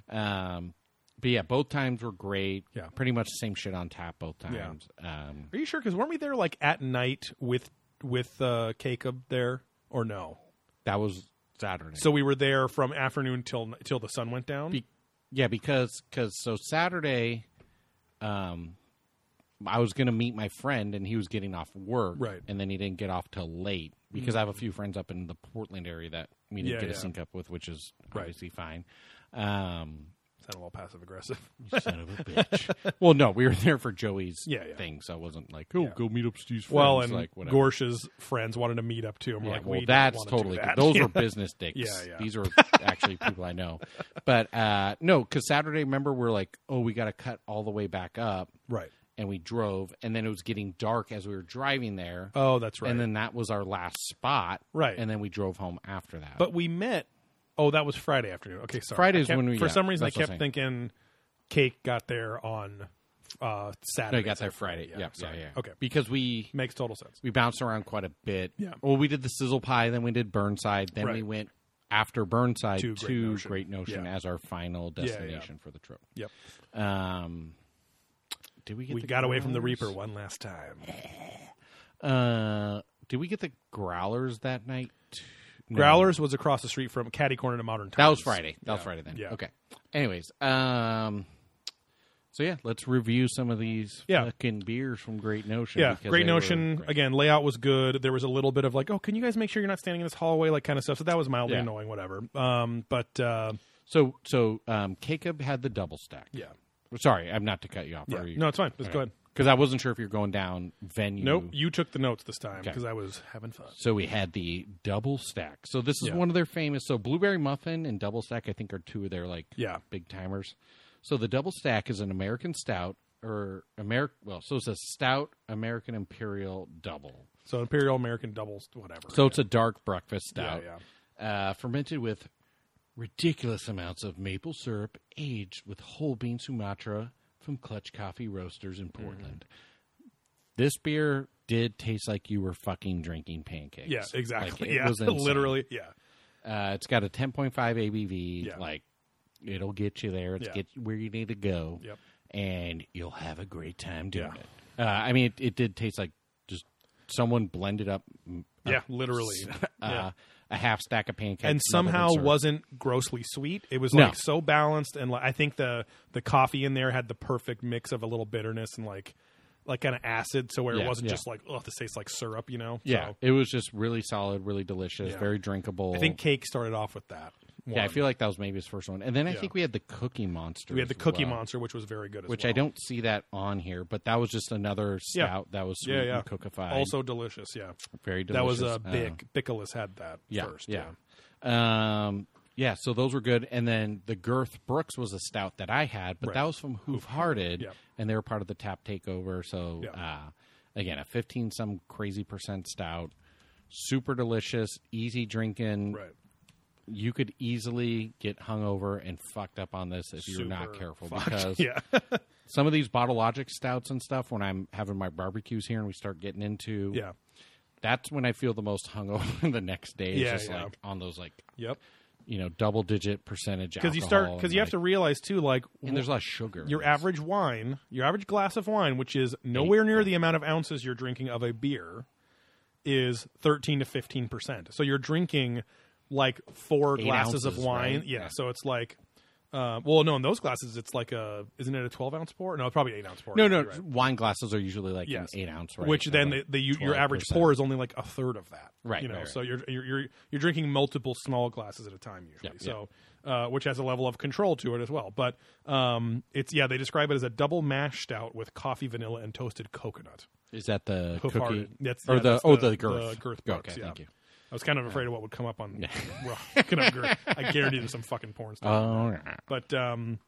[SPEAKER 2] um but yeah both times were great
[SPEAKER 1] Yeah.
[SPEAKER 2] pretty much same shit on tap both times um
[SPEAKER 1] are you sure? Because weren't we there like at night with with uh, Jacob there or no?
[SPEAKER 2] that was saturday
[SPEAKER 1] So we were there from afternoon till till the sun went down.
[SPEAKER 2] Be- yeah because because so saturday um i was gonna meet my friend and he was getting off work
[SPEAKER 1] Right. Mm-hmm.
[SPEAKER 2] and then he didn't get off till late because i have a few friends up in the portland area that we didn't
[SPEAKER 1] Yeah,
[SPEAKER 2] get a
[SPEAKER 1] yeah.
[SPEAKER 2] sync up with which is
[SPEAKER 1] Right.
[SPEAKER 2] obviously fine um *laughs*
[SPEAKER 1] Sound a little passive aggressive.
[SPEAKER 2] you son of a bitch well no we were there for joey's
[SPEAKER 1] Yeah, yeah.
[SPEAKER 2] thing so i wasn't like oh go meet up steve's friends
[SPEAKER 1] Well, and
[SPEAKER 2] like whatever
[SPEAKER 1] Gorsh's friends wanted to meet up too. And we're
[SPEAKER 2] yeah,
[SPEAKER 1] like,
[SPEAKER 2] well,
[SPEAKER 1] we don't
[SPEAKER 2] that's
[SPEAKER 1] wanna do
[SPEAKER 2] totally
[SPEAKER 1] that. *laughs*
[SPEAKER 2] *laughs* those were business dicks.
[SPEAKER 1] Yeah, yeah.
[SPEAKER 2] These are actually people I
[SPEAKER 1] *laughs*
[SPEAKER 2] know. But uh no, because Saturday, remember, we're like, oh, we got to cut all the way back up,
[SPEAKER 1] right.
[SPEAKER 2] and we drove, and then it was getting dark as we were driving there,
[SPEAKER 1] Oh, that's right.
[SPEAKER 2] and then that was our last spot,
[SPEAKER 1] Right.
[SPEAKER 2] And then we drove home after that.
[SPEAKER 1] But we met. Oh, that was Friday afternoon. Okay, sorry.
[SPEAKER 2] Friday
[SPEAKER 1] I
[SPEAKER 2] is
[SPEAKER 1] kept-
[SPEAKER 2] when we-
[SPEAKER 1] For
[SPEAKER 2] yeah,
[SPEAKER 1] some reason, I
[SPEAKER 2] that's what
[SPEAKER 1] kept
[SPEAKER 2] I'm
[SPEAKER 1] thinking Cake got there on uh,
[SPEAKER 2] no,
[SPEAKER 1] Saturday.
[SPEAKER 2] we got there Friday. Yeah, yeah,
[SPEAKER 1] sorry.
[SPEAKER 2] yeah.
[SPEAKER 1] Okay,
[SPEAKER 2] because we
[SPEAKER 1] makes total sense.
[SPEAKER 2] we bounced around quite a bit.
[SPEAKER 1] Yeah.
[SPEAKER 2] Well, we did the sizzle pie, then we did Burnside, then we
[SPEAKER 1] Right.
[SPEAKER 2] went after Burnside
[SPEAKER 1] To
[SPEAKER 2] to,
[SPEAKER 1] Great
[SPEAKER 2] Great
[SPEAKER 1] Notion.
[SPEAKER 2] Notion,
[SPEAKER 1] Yeah.
[SPEAKER 2] as our final
[SPEAKER 1] yeah.
[SPEAKER 2] destination for the trip.
[SPEAKER 1] Yep,
[SPEAKER 2] Um, did we get
[SPEAKER 1] we
[SPEAKER 2] the
[SPEAKER 1] got away from the
[SPEAKER 2] growlers?
[SPEAKER 1] Reaper one last
[SPEAKER 2] *laughs*
[SPEAKER 1] time.
[SPEAKER 2] Uh, did we get the growlers that night? No.
[SPEAKER 1] Growlers was across the street from Caddy Corner to Modern Times.
[SPEAKER 2] That was Friday. That was Friday then.
[SPEAKER 1] Yeah.
[SPEAKER 2] Okay. Anyways, um, so yeah, let's review some of these
[SPEAKER 1] Yeah.
[SPEAKER 2] fucking beers from Great Notion.
[SPEAKER 1] Yeah,
[SPEAKER 2] because
[SPEAKER 1] Great
[SPEAKER 2] they were
[SPEAKER 1] Notion.
[SPEAKER 2] great.
[SPEAKER 1] Again, layout was good. There was a little bit of like, oh, can you guys make sure you're not standing in this hallway, like kind of stuff. So that was mildly
[SPEAKER 2] Yeah.
[SPEAKER 1] annoying, whatever. Um, but uh,
[SPEAKER 2] So so um, Jacob had the double stack.
[SPEAKER 1] yeah,
[SPEAKER 2] Sorry, I'm not to cut you off.
[SPEAKER 1] yeah. no, it's fine. Let's go ahead.
[SPEAKER 2] because I wasn't sure if you're going down venue.
[SPEAKER 1] Nope, you took the notes this time
[SPEAKER 2] Okay.
[SPEAKER 1] because I was having fun.
[SPEAKER 2] So we had the double stack. So this is
[SPEAKER 1] Yeah.
[SPEAKER 2] one of their famous. So blueberry muffin and double stack, I think, are two of their like
[SPEAKER 1] Yeah.
[SPEAKER 2] big timers. So the double stack is an American stout or American. Well, so it's a stout American imperial double.
[SPEAKER 1] So Imperial American doubles, whatever.
[SPEAKER 2] So it's a dark breakfast
[SPEAKER 1] yeah,
[SPEAKER 2] stout,
[SPEAKER 1] yeah.
[SPEAKER 2] Uh, fermented with ridiculous amounts of maple syrup, aged with whole bean Sumatra from Clutch Coffee Roasters
[SPEAKER 1] Mm-hmm.
[SPEAKER 2] in Portland. This beer did taste like you were fucking drinking pancakes.
[SPEAKER 1] Yeah, exactly.
[SPEAKER 2] Like,
[SPEAKER 1] *laughs*
[SPEAKER 2] it
[SPEAKER 1] yeah,
[SPEAKER 2] was insane.
[SPEAKER 1] literally. Yeah,
[SPEAKER 2] Uh, it's got a 10.5 ABV.
[SPEAKER 1] Yeah.
[SPEAKER 2] Like, it'll get you there. It's
[SPEAKER 1] Yeah.
[SPEAKER 2] get you where you need to go.
[SPEAKER 1] Yep.
[SPEAKER 2] And you'll have a great time doing
[SPEAKER 1] Yeah.
[SPEAKER 2] it. Uh, I mean, it, it did taste like just someone blended up. mm, a-
[SPEAKER 1] yeah, literally.
[SPEAKER 2] Uh,
[SPEAKER 1] Yeah.
[SPEAKER 2] A half stack of pancakes
[SPEAKER 1] And
[SPEAKER 2] smothered in
[SPEAKER 1] somehow
[SPEAKER 2] syrup.
[SPEAKER 1] wasn't grossly sweet. It was
[SPEAKER 2] No.
[SPEAKER 1] like so balanced, and like, I think the the coffee in there had the perfect mix of a little bitterness and like like kind of acid, so where it
[SPEAKER 2] Yeah,
[SPEAKER 1] wasn't
[SPEAKER 2] yeah.
[SPEAKER 1] just like oh, this tastes like syrup, you know.
[SPEAKER 2] yeah,
[SPEAKER 1] So,
[SPEAKER 2] it was just really solid, really delicious,
[SPEAKER 1] Yeah.
[SPEAKER 2] very drinkable.
[SPEAKER 1] I think Cake started off with that.
[SPEAKER 2] yeah, I
[SPEAKER 1] one.
[SPEAKER 2] feel like that was maybe his first one, and then I
[SPEAKER 1] Yeah.
[SPEAKER 2] think we had the Cookie Monster.
[SPEAKER 1] we had the Cookie
[SPEAKER 2] Monster.
[SPEAKER 1] Monster, which was very good, as
[SPEAKER 2] which
[SPEAKER 1] well.
[SPEAKER 2] I don't see that on here, but that was just another
[SPEAKER 1] Yeah.
[SPEAKER 2] stout that was sweet
[SPEAKER 1] Yeah, yeah.
[SPEAKER 2] and cookified.
[SPEAKER 1] Also delicious. Yeah,
[SPEAKER 2] very
[SPEAKER 1] that was
[SPEAKER 2] delicious.
[SPEAKER 1] a uh,
[SPEAKER 2] Uh,
[SPEAKER 1] Bic. Bicolas had that
[SPEAKER 2] yeah,
[SPEAKER 1] first.
[SPEAKER 2] Yeah. Um, yeah, so those were good. And then the Girth Brooks was a stout that I had, but
[SPEAKER 1] Right.
[SPEAKER 2] that was from Hoof Hearted,
[SPEAKER 1] Yeah.
[SPEAKER 2] and they were part of the tap takeover. So,
[SPEAKER 1] Yeah.
[SPEAKER 2] uh, again, a 15 some crazy percent stout. Super delicious, easy drinking.
[SPEAKER 1] Right. *laughs*
[SPEAKER 2] You could easily get hungover and fucked up on this if you're not
[SPEAKER 1] Super
[SPEAKER 2] careful
[SPEAKER 1] fucked.
[SPEAKER 2] because
[SPEAKER 1] yeah.
[SPEAKER 2] some of these bottle logic stouts and stuff when i'm having my barbecues here and we start getting into
[SPEAKER 1] yeah.
[SPEAKER 2] that's when i feel the most hungover *laughs* the next day it's
[SPEAKER 1] Yeah,
[SPEAKER 2] just
[SPEAKER 1] yeah.
[SPEAKER 2] like on those like
[SPEAKER 1] Yep.
[SPEAKER 2] you know, double digit percentage
[SPEAKER 1] because you start
[SPEAKER 2] alcohol
[SPEAKER 1] because
[SPEAKER 2] and,
[SPEAKER 1] you have to
[SPEAKER 2] like-
[SPEAKER 1] realize too, like
[SPEAKER 2] and there's a lot of sugar. in
[SPEAKER 1] your
[SPEAKER 2] this.
[SPEAKER 1] average wine, your average glass of wine, which is nowhere near the amount of ounces you're drinking of a beer, is thirteen to fifteen percent. So you're drinking like four
[SPEAKER 2] Eight
[SPEAKER 1] glasses of
[SPEAKER 2] ounces,
[SPEAKER 1] wine.
[SPEAKER 2] right?
[SPEAKER 1] Yeah,
[SPEAKER 2] Yeah.
[SPEAKER 1] So it's like, uh, well, no, in those glasses, it's like a isn't it a twelve ounce pour? No, it's probably eight ounce pour.
[SPEAKER 2] No,
[SPEAKER 1] Yeah,
[SPEAKER 2] no,
[SPEAKER 1] you're right.
[SPEAKER 2] wine glasses are usually like
[SPEAKER 1] Yes.
[SPEAKER 2] an eight ounce, right?
[SPEAKER 1] which
[SPEAKER 2] Or
[SPEAKER 1] then
[SPEAKER 2] like-
[SPEAKER 1] the, the, you your average
[SPEAKER 2] 12%.
[SPEAKER 1] pour is only like a third of that,
[SPEAKER 2] Right,
[SPEAKER 1] You know,
[SPEAKER 2] right, right.
[SPEAKER 1] so you're, you're you're you're drinking multiple small glasses at a time usually.
[SPEAKER 2] Yeah,
[SPEAKER 1] so, Uh, which has a level of control to it as well. But um, it's yeah, they describe it as a double mash stout with coffee, vanilla, and toasted coconut.
[SPEAKER 2] is that the
[SPEAKER 1] Hoof
[SPEAKER 2] cookie
[SPEAKER 1] hearted. That's
[SPEAKER 2] or
[SPEAKER 1] yeah,
[SPEAKER 2] the
[SPEAKER 1] that's
[SPEAKER 2] oh the, girth
[SPEAKER 1] girth
[SPEAKER 2] Yeah,
[SPEAKER 1] marks,
[SPEAKER 2] okay,
[SPEAKER 1] yeah.
[SPEAKER 2] thank you.
[SPEAKER 1] I was kind of afraid of what would come up on *laughs* well, looking up girth. I guarantee there's some fucking
[SPEAKER 2] *laughs*
[SPEAKER 1] porn stuff.
[SPEAKER 2] Oh,
[SPEAKER 1] But um,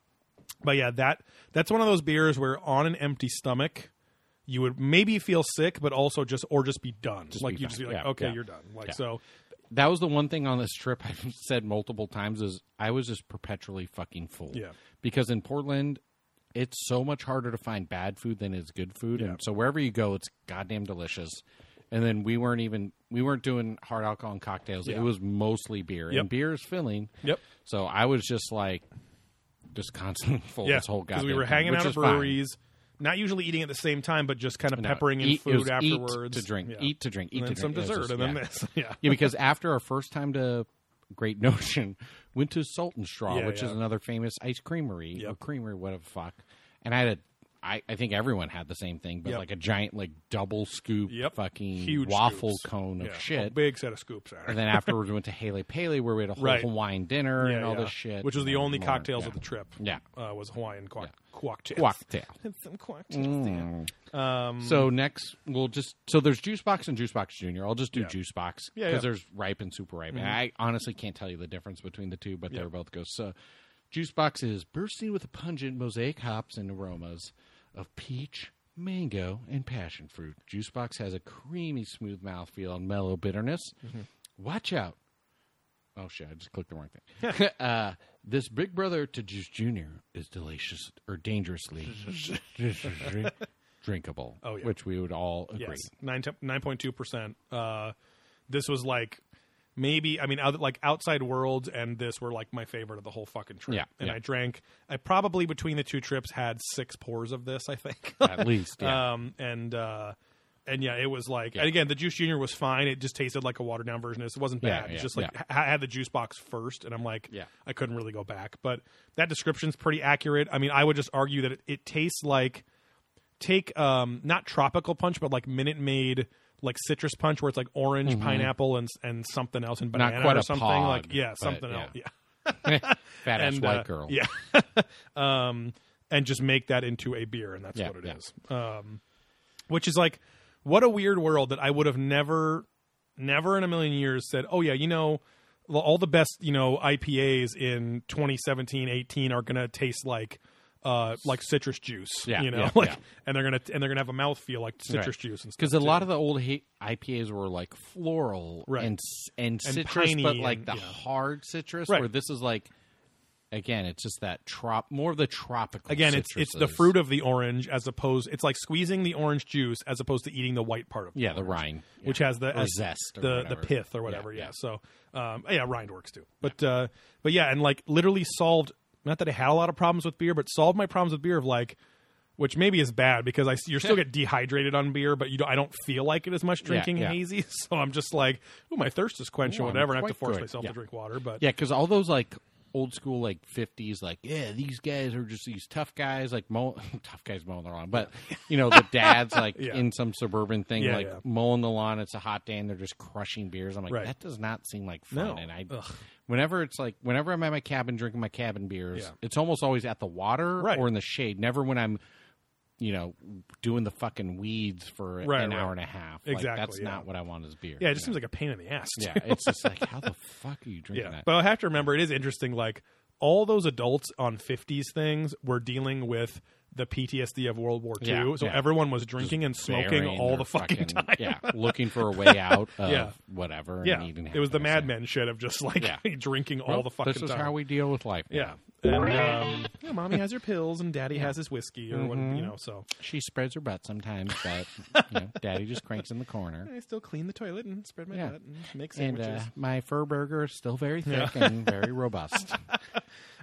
[SPEAKER 1] but yeah, that that's one of those beers where on an empty stomach, you would maybe feel sick, but also just or just be done. like
[SPEAKER 2] be
[SPEAKER 1] you
[SPEAKER 2] done.
[SPEAKER 1] just be like,
[SPEAKER 2] Yeah,
[SPEAKER 1] okay,
[SPEAKER 2] yeah.
[SPEAKER 1] you're done. Like
[SPEAKER 2] Yeah.
[SPEAKER 1] so,
[SPEAKER 2] that was the one thing on this trip *laughs* I've said multiple times is I was just perpetually fucking full.
[SPEAKER 1] Yeah.
[SPEAKER 2] Because in Portland, it's so much harder to find bad food than is good food, and so wherever you go, it's goddamn delicious. And then we weren't even we weren't doing hard alcohol and cocktails.
[SPEAKER 1] Yeah.
[SPEAKER 2] It was mostly beer,
[SPEAKER 1] Yep.
[SPEAKER 2] and beer is filling.
[SPEAKER 1] Yep.
[SPEAKER 2] So I was just like, just constantly *laughs* full.
[SPEAKER 1] yeah,
[SPEAKER 2] This whole goddamn
[SPEAKER 1] we were
[SPEAKER 2] thing,
[SPEAKER 1] hanging
[SPEAKER 2] which
[SPEAKER 1] out at
[SPEAKER 2] is fine.
[SPEAKER 1] breweries, not usually eating at the same time, but just kind of
[SPEAKER 2] No,
[SPEAKER 1] peppering in
[SPEAKER 2] eat- it
[SPEAKER 1] food
[SPEAKER 2] was eat
[SPEAKER 1] afterwards
[SPEAKER 2] to drink,
[SPEAKER 1] Yeah.
[SPEAKER 2] eat to drink, eat
[SPEAKER 1] and
[SPEAKER 2] to
[SPEAKER 1] then some
[SPEAKER 2] drink. It was
[SPEAKER 1] dessert,
[SPEAKER 2] just-
[SPEAKER 1] and then
[SPEAKER 2] yeah.
[SPEAKER 1] this. *laughs* Yeah,
[SPEAKER 2] yeah, because after our first time to Great *laughs* Notion, went to Salt and Straw,
[SPEAKER 1] Yeah,
[SPEAKER 2] which
[SPEAKER 1] yeah.
[SPEAKER 2] is another famous ice creamery or
[SPEAKER 1] Yep.
[SPEAKER 2] creamery, whatever the fuck. And I had a, I, I think everyone had the same thing, but
[SPEAKER 1] Yep.
[SPEAKER 2] like a giant like double scoop
[SPEAKER 1] Yep.
[SPEAKER 2] fucking
[SPEAKER 1] Huge
[SPEAKER 2] waffle
[SPEAKER 1] scoops.
[SPEAKER 2] cone of
[SPEAKER 1] Yeah. Oh, A
[SPEAKER 2] shit.
[SPEAKER 1] big set of scoops.
[SPEAKER 2] and then afterwards we went to Haley Paley where we had a whole
[SPEAKER 1] Right.
[SPEAKER 2] Hawaiian dinner
[SPEAKER 1] Yeah,
[SPEAKER 2] and all
[SPEAKER 1] yeah.
[SPEAKER 2] this shit.
[SPEAKER 1] which was the
[SPEAKER 2] and
[SPEAKER 1] only
[SPEAKER 2] more.
[SPEAKER 1] cocktails
[SPEAKER 2] yeah.
[SPEAKER 1] of the trip.
[SPEAKER 2] Yeah.
[SPEAKER 1] uh, was Hawaiian quack cocktails.
[SPEAKER 2] Cocktail.
[SPEAKER 1] *laughs* Some cocktails. Yeah. Um,
[SPEAKER 2] So next, we'll just so there's Juice Box and Juice Box Junior. I'll just do Juice Box
[SPEAKER 1] Yeah, Mm-hmm.
[SPEAKER 2] because
[SPEAKER 1] yeah.
[SPEAKER 2] there's ripe and super ripe. And I honestly can't tell you the difference between the two, but they're both ghosts. So Juice Box is bursting with a pungent mosaic hops and aromas of peach, mango, and passion fruit. Juice Box has a creamy, smooth mouthfeel and mellow bitterness.
[SPEAKER 1] Mm-hmm.
[SPEAKER 2] Watch out! Oh shit! I just clicked the wrong thing. *laughs* uh, this Big Brother to Juice Junior is delicious
[SPEAKER 1] *laughs*
[SPEAKER 2] or dangerously drinkable.
[SPEAKER 1] Oh, yeah.
[SPEAKER 2] which we would all agree.
[SPEAKER 1] Yes, nine nine point two percent. Uh, This was like maybe I mean out, like outside worlds and this were like my favorite of the whole fucking trip.
[SPEAKER 2] Yeah,
[SPEAKER 1] and
[SPEAKER 2] yeah.
[SPEAKER 1] I drank. I probably between the two trips had six pours of this. I think. *laughs*
[SPEAKER 2] At least, yeah.
[SPEAKER 1] Um and. uh and yeah, it was like, and again, the Juice Junior was fine. It just tasted like a watered down version. of this. It wasn't
[SPEAKER 2] Yeah,
[SPEAKER 1] bad. it's
[SPEAKER 2] yeah,
[SPEAKER 1] just like
[SPEAKER 2] yeah.
[SPEAKER 1] I had the juice box first, and I'm like,
[SPEAKER 2] Yeah.
[SPEAKER 1] I couldn't really go back. But that description's pretty accurate. I mean, I would just argue that it, it tastes like take um not tropical punch but like minute made like citrus punch where it's like orange pineapple and and something else and banana
[SPEAKER 2] Mm-hmm. quite
[SPEAKER 1] or
[SPEAKER 2] a
[SPEAKER 1] something
[SPEAKER 2] pod,
[SPEAKER 1] like yeah
[SPEAKER 2] but
[SPEAKER 1] something
[SPEAKER 2] yeah.
[SPEAKER 1] else yeah
[SPEAKER 2] fat ass
[SPEAKER 1] and
[SPEAKER 2] white
[SPEAKER 1] uh,
[SPEAKER 2] girl.
[SPEAKER 1] yeah *laughs* um and just make that into a beer and that's
[SPEAKER 2] Yeah,
[SPEAKER 1] what it
[SPEAKER 2] yeah.
[SPEAKER 1] is. um which is like what a weird world that i would have never never in a million years said oh yeah you know l- all the best you know ipas in 2017 18 are gonna taste like uh, like citrus juice,
[SPEAKER 2] Yeah,
[SPEAKER 1] you know,
[SPEAKER 2] yeah,
[SPEAKER 1] *laughs* like,
[SPEAKER 2] yeah.
[SPEAKER 1] and they're gonna and they're gonna have a mouthfeel like citrus juice and stuff.
[SPEAKER 2] Because a lot of the old ha- IPAs were like floral
[SPEAKER 1] Right.
[SPEAKER 2] and s- and
[SPEAKER 1] And
[SPEAKER 2] citrus,
[SPEAKER 1] piney
[SPEAKER 2] but like
[SPEAKER 1] and-
[SPEAKER 2] the
[SPEAKER 1] yeah.
[SPEAKER 2] hard citrus.
[SPEAKER 1] Right.
[SPEAKER 2] Where this is like, again, it's just that trop more of the tropical.
[SPEAKER 1] again it's it's the
[SPEAKER 2] citruses.
[SPEAKER 1] fruit of the orange as opposed it's like squeezing the orange juice as opposed to eating the white part of it
[SPEAKER 2] Yeah, the rind,
[SPEAKER 1] which
[SPEAKER 2] yeah.
[SPEAKER 1] has the
[SPEAKER 2] or
[SPEAKER 1] as-
[SPEAKER 2] zest, or
[SPEAKER 1] the the
[SPEAKER 2] whatever.
[SPEAKER 1] pith or whatever. Yeah.
[SPEAKER 2] Yeah,
[SPEAKER 1] So um, yeah, rind works too. But uh, but yeah, and like literally solved. Not that I had a lot of problems with beer, but solved my problems with beer of like, which maybe is bad because I you
[SPEAKER 2] *laughs*
[SPEAKER 1] still get dehydrated on beer, but you don't, I don't feel like it as much drinking
[SPEAKER 2] yeah.
[SPEAKER 1] hazy. *laughs* So I'm just like, ooh, my thirst is quenched
[SPEAKER 2] Ooh,
[SPEAKER 1] or
[SPEAKER 2] I'm
[SPEAKER 1] whatever. and I have to
[SPEAKER 2] quite
[SPEAKER 1] force
[SPEAKER 2] good.
[SPEAKER 1] myself
[SPEAKER 2] Yeah.
[SPEAKER 1] to drink water. But
[SPEAKER 2] Yeah, because all those like old school like fifties, like yeah, these guys are just these tough guys, like mow- tough guys mowing *laughs* the lawn. But you know, the dads like
[SPEAKER 1] *laughs* Yeah.
[SPEAKER 2] in some suburban thing,
[SPEAKER 1] Yeah,
[SPEAKER 2] like
[SPEAKER 1] yeah.
[SPEAKER 2] mowing the lawn. It's a hot day, and they're just crushing beers. I'm like,
[SPEAKER 1] Right.
[SPEAKER 2] that does not seem like fun.
[SPEAKER 1] No.
[SPEAKER 2] And I,
[SPEAKER 1] Ugh.
[SPEAKER 2] whenever it's like, whenever I'm at my cabin drinking my cabin beers,
[SPEAKER 1] Yeah.
[SPEAKER 2] it's almost always at the water
[SPEAKER 1] Right.
[SPEAKER 2] or in the shade. Never when I'm. You know, doing the fucking weeds for
[SPEAKER 1] Right,
[SPEAKER 2] an
[SPEAKER 1] right.
[SPEAKER 2] hour and a half. like,
[SPEAKER 1] Exactly,
[SPEAKER 2] that's
[SPEAKER 1] yeah.
[SPEAKER 2] not what I want as beer.
[SPEAKER 1] yeah, it
[SPEAKER 2] you
[SPEAKER 1] just
[SPEAKER 2] know?
[SPEAKER 1] seems like a pain in the ass. *laughs* too.
[SPEAKER 2] yeah. It's just like, how the fuck are you drinking
[SPEAKER 1] Yeah,
[SPEAKER 2] that?
[SPEAKER 1] but I have to remember it is interesting. Like all those adults on fifties things were dealing with the PTSD of World War II.
[SPEAKER 2] Yeah,
[SPEAKER 1] so
[SPEAKER 2] yeah.
[SPEAKER 1] everyone was drinking and smoking
[SPEAKER 2] Bearing
[SPEAKER 1] all
[SPEAKER 2] or
[SPEAKER 1] the fucking, time. *laughs*
[SPEAKER 2] Yeah, looking for a way out of
[SPEAKER 1] Yeah.
[SPEAKER 2] whatever.
[SPEAKER 1] Yeah,
[SPEAKER 2] and eating
[SPEAKER 1] it was the
[SPEAKER 2] happiness.
[SPEAKER 1] Mad Men shit of just like
[SPEAKER 2] Yeah.
[SPEAKER 1] *laughs* drinking all
[SPEAKER 2] Well,
[SPEAKER 1] the fucking
[SPEAKER 2] This is
[SPEAKER 1] time.
[SPEAKER 2] how we deal with life.
[SPEAKER 1] yeah.
[SPEAKER 2] now.
[SPEAKER 1] And um, yeah, mommy has her pills and daddy has his whiskey or what
[SPEAKER 2] Mm-hmm.
[SPEAKER 1] you know, so
[SPEAKER 2] she spreads her butt sometimes, but
[SPEAKER 1] *laughs*
[SPEAKER 2] you know, Daddy just cranks in the corner.
[SPEAKER 1] I still clean the toilet and spread my
[SPEAKER 2] Yeah.
[SPEAKER 1] butt and make
[SPEAKER 2] And
[SPEAKER 1] sandwiches.
[SPEAKER 2] uh, my fur burger is still very thick and
[SPEAKER 1] *laughs*
[SPEAKER 2] very robust.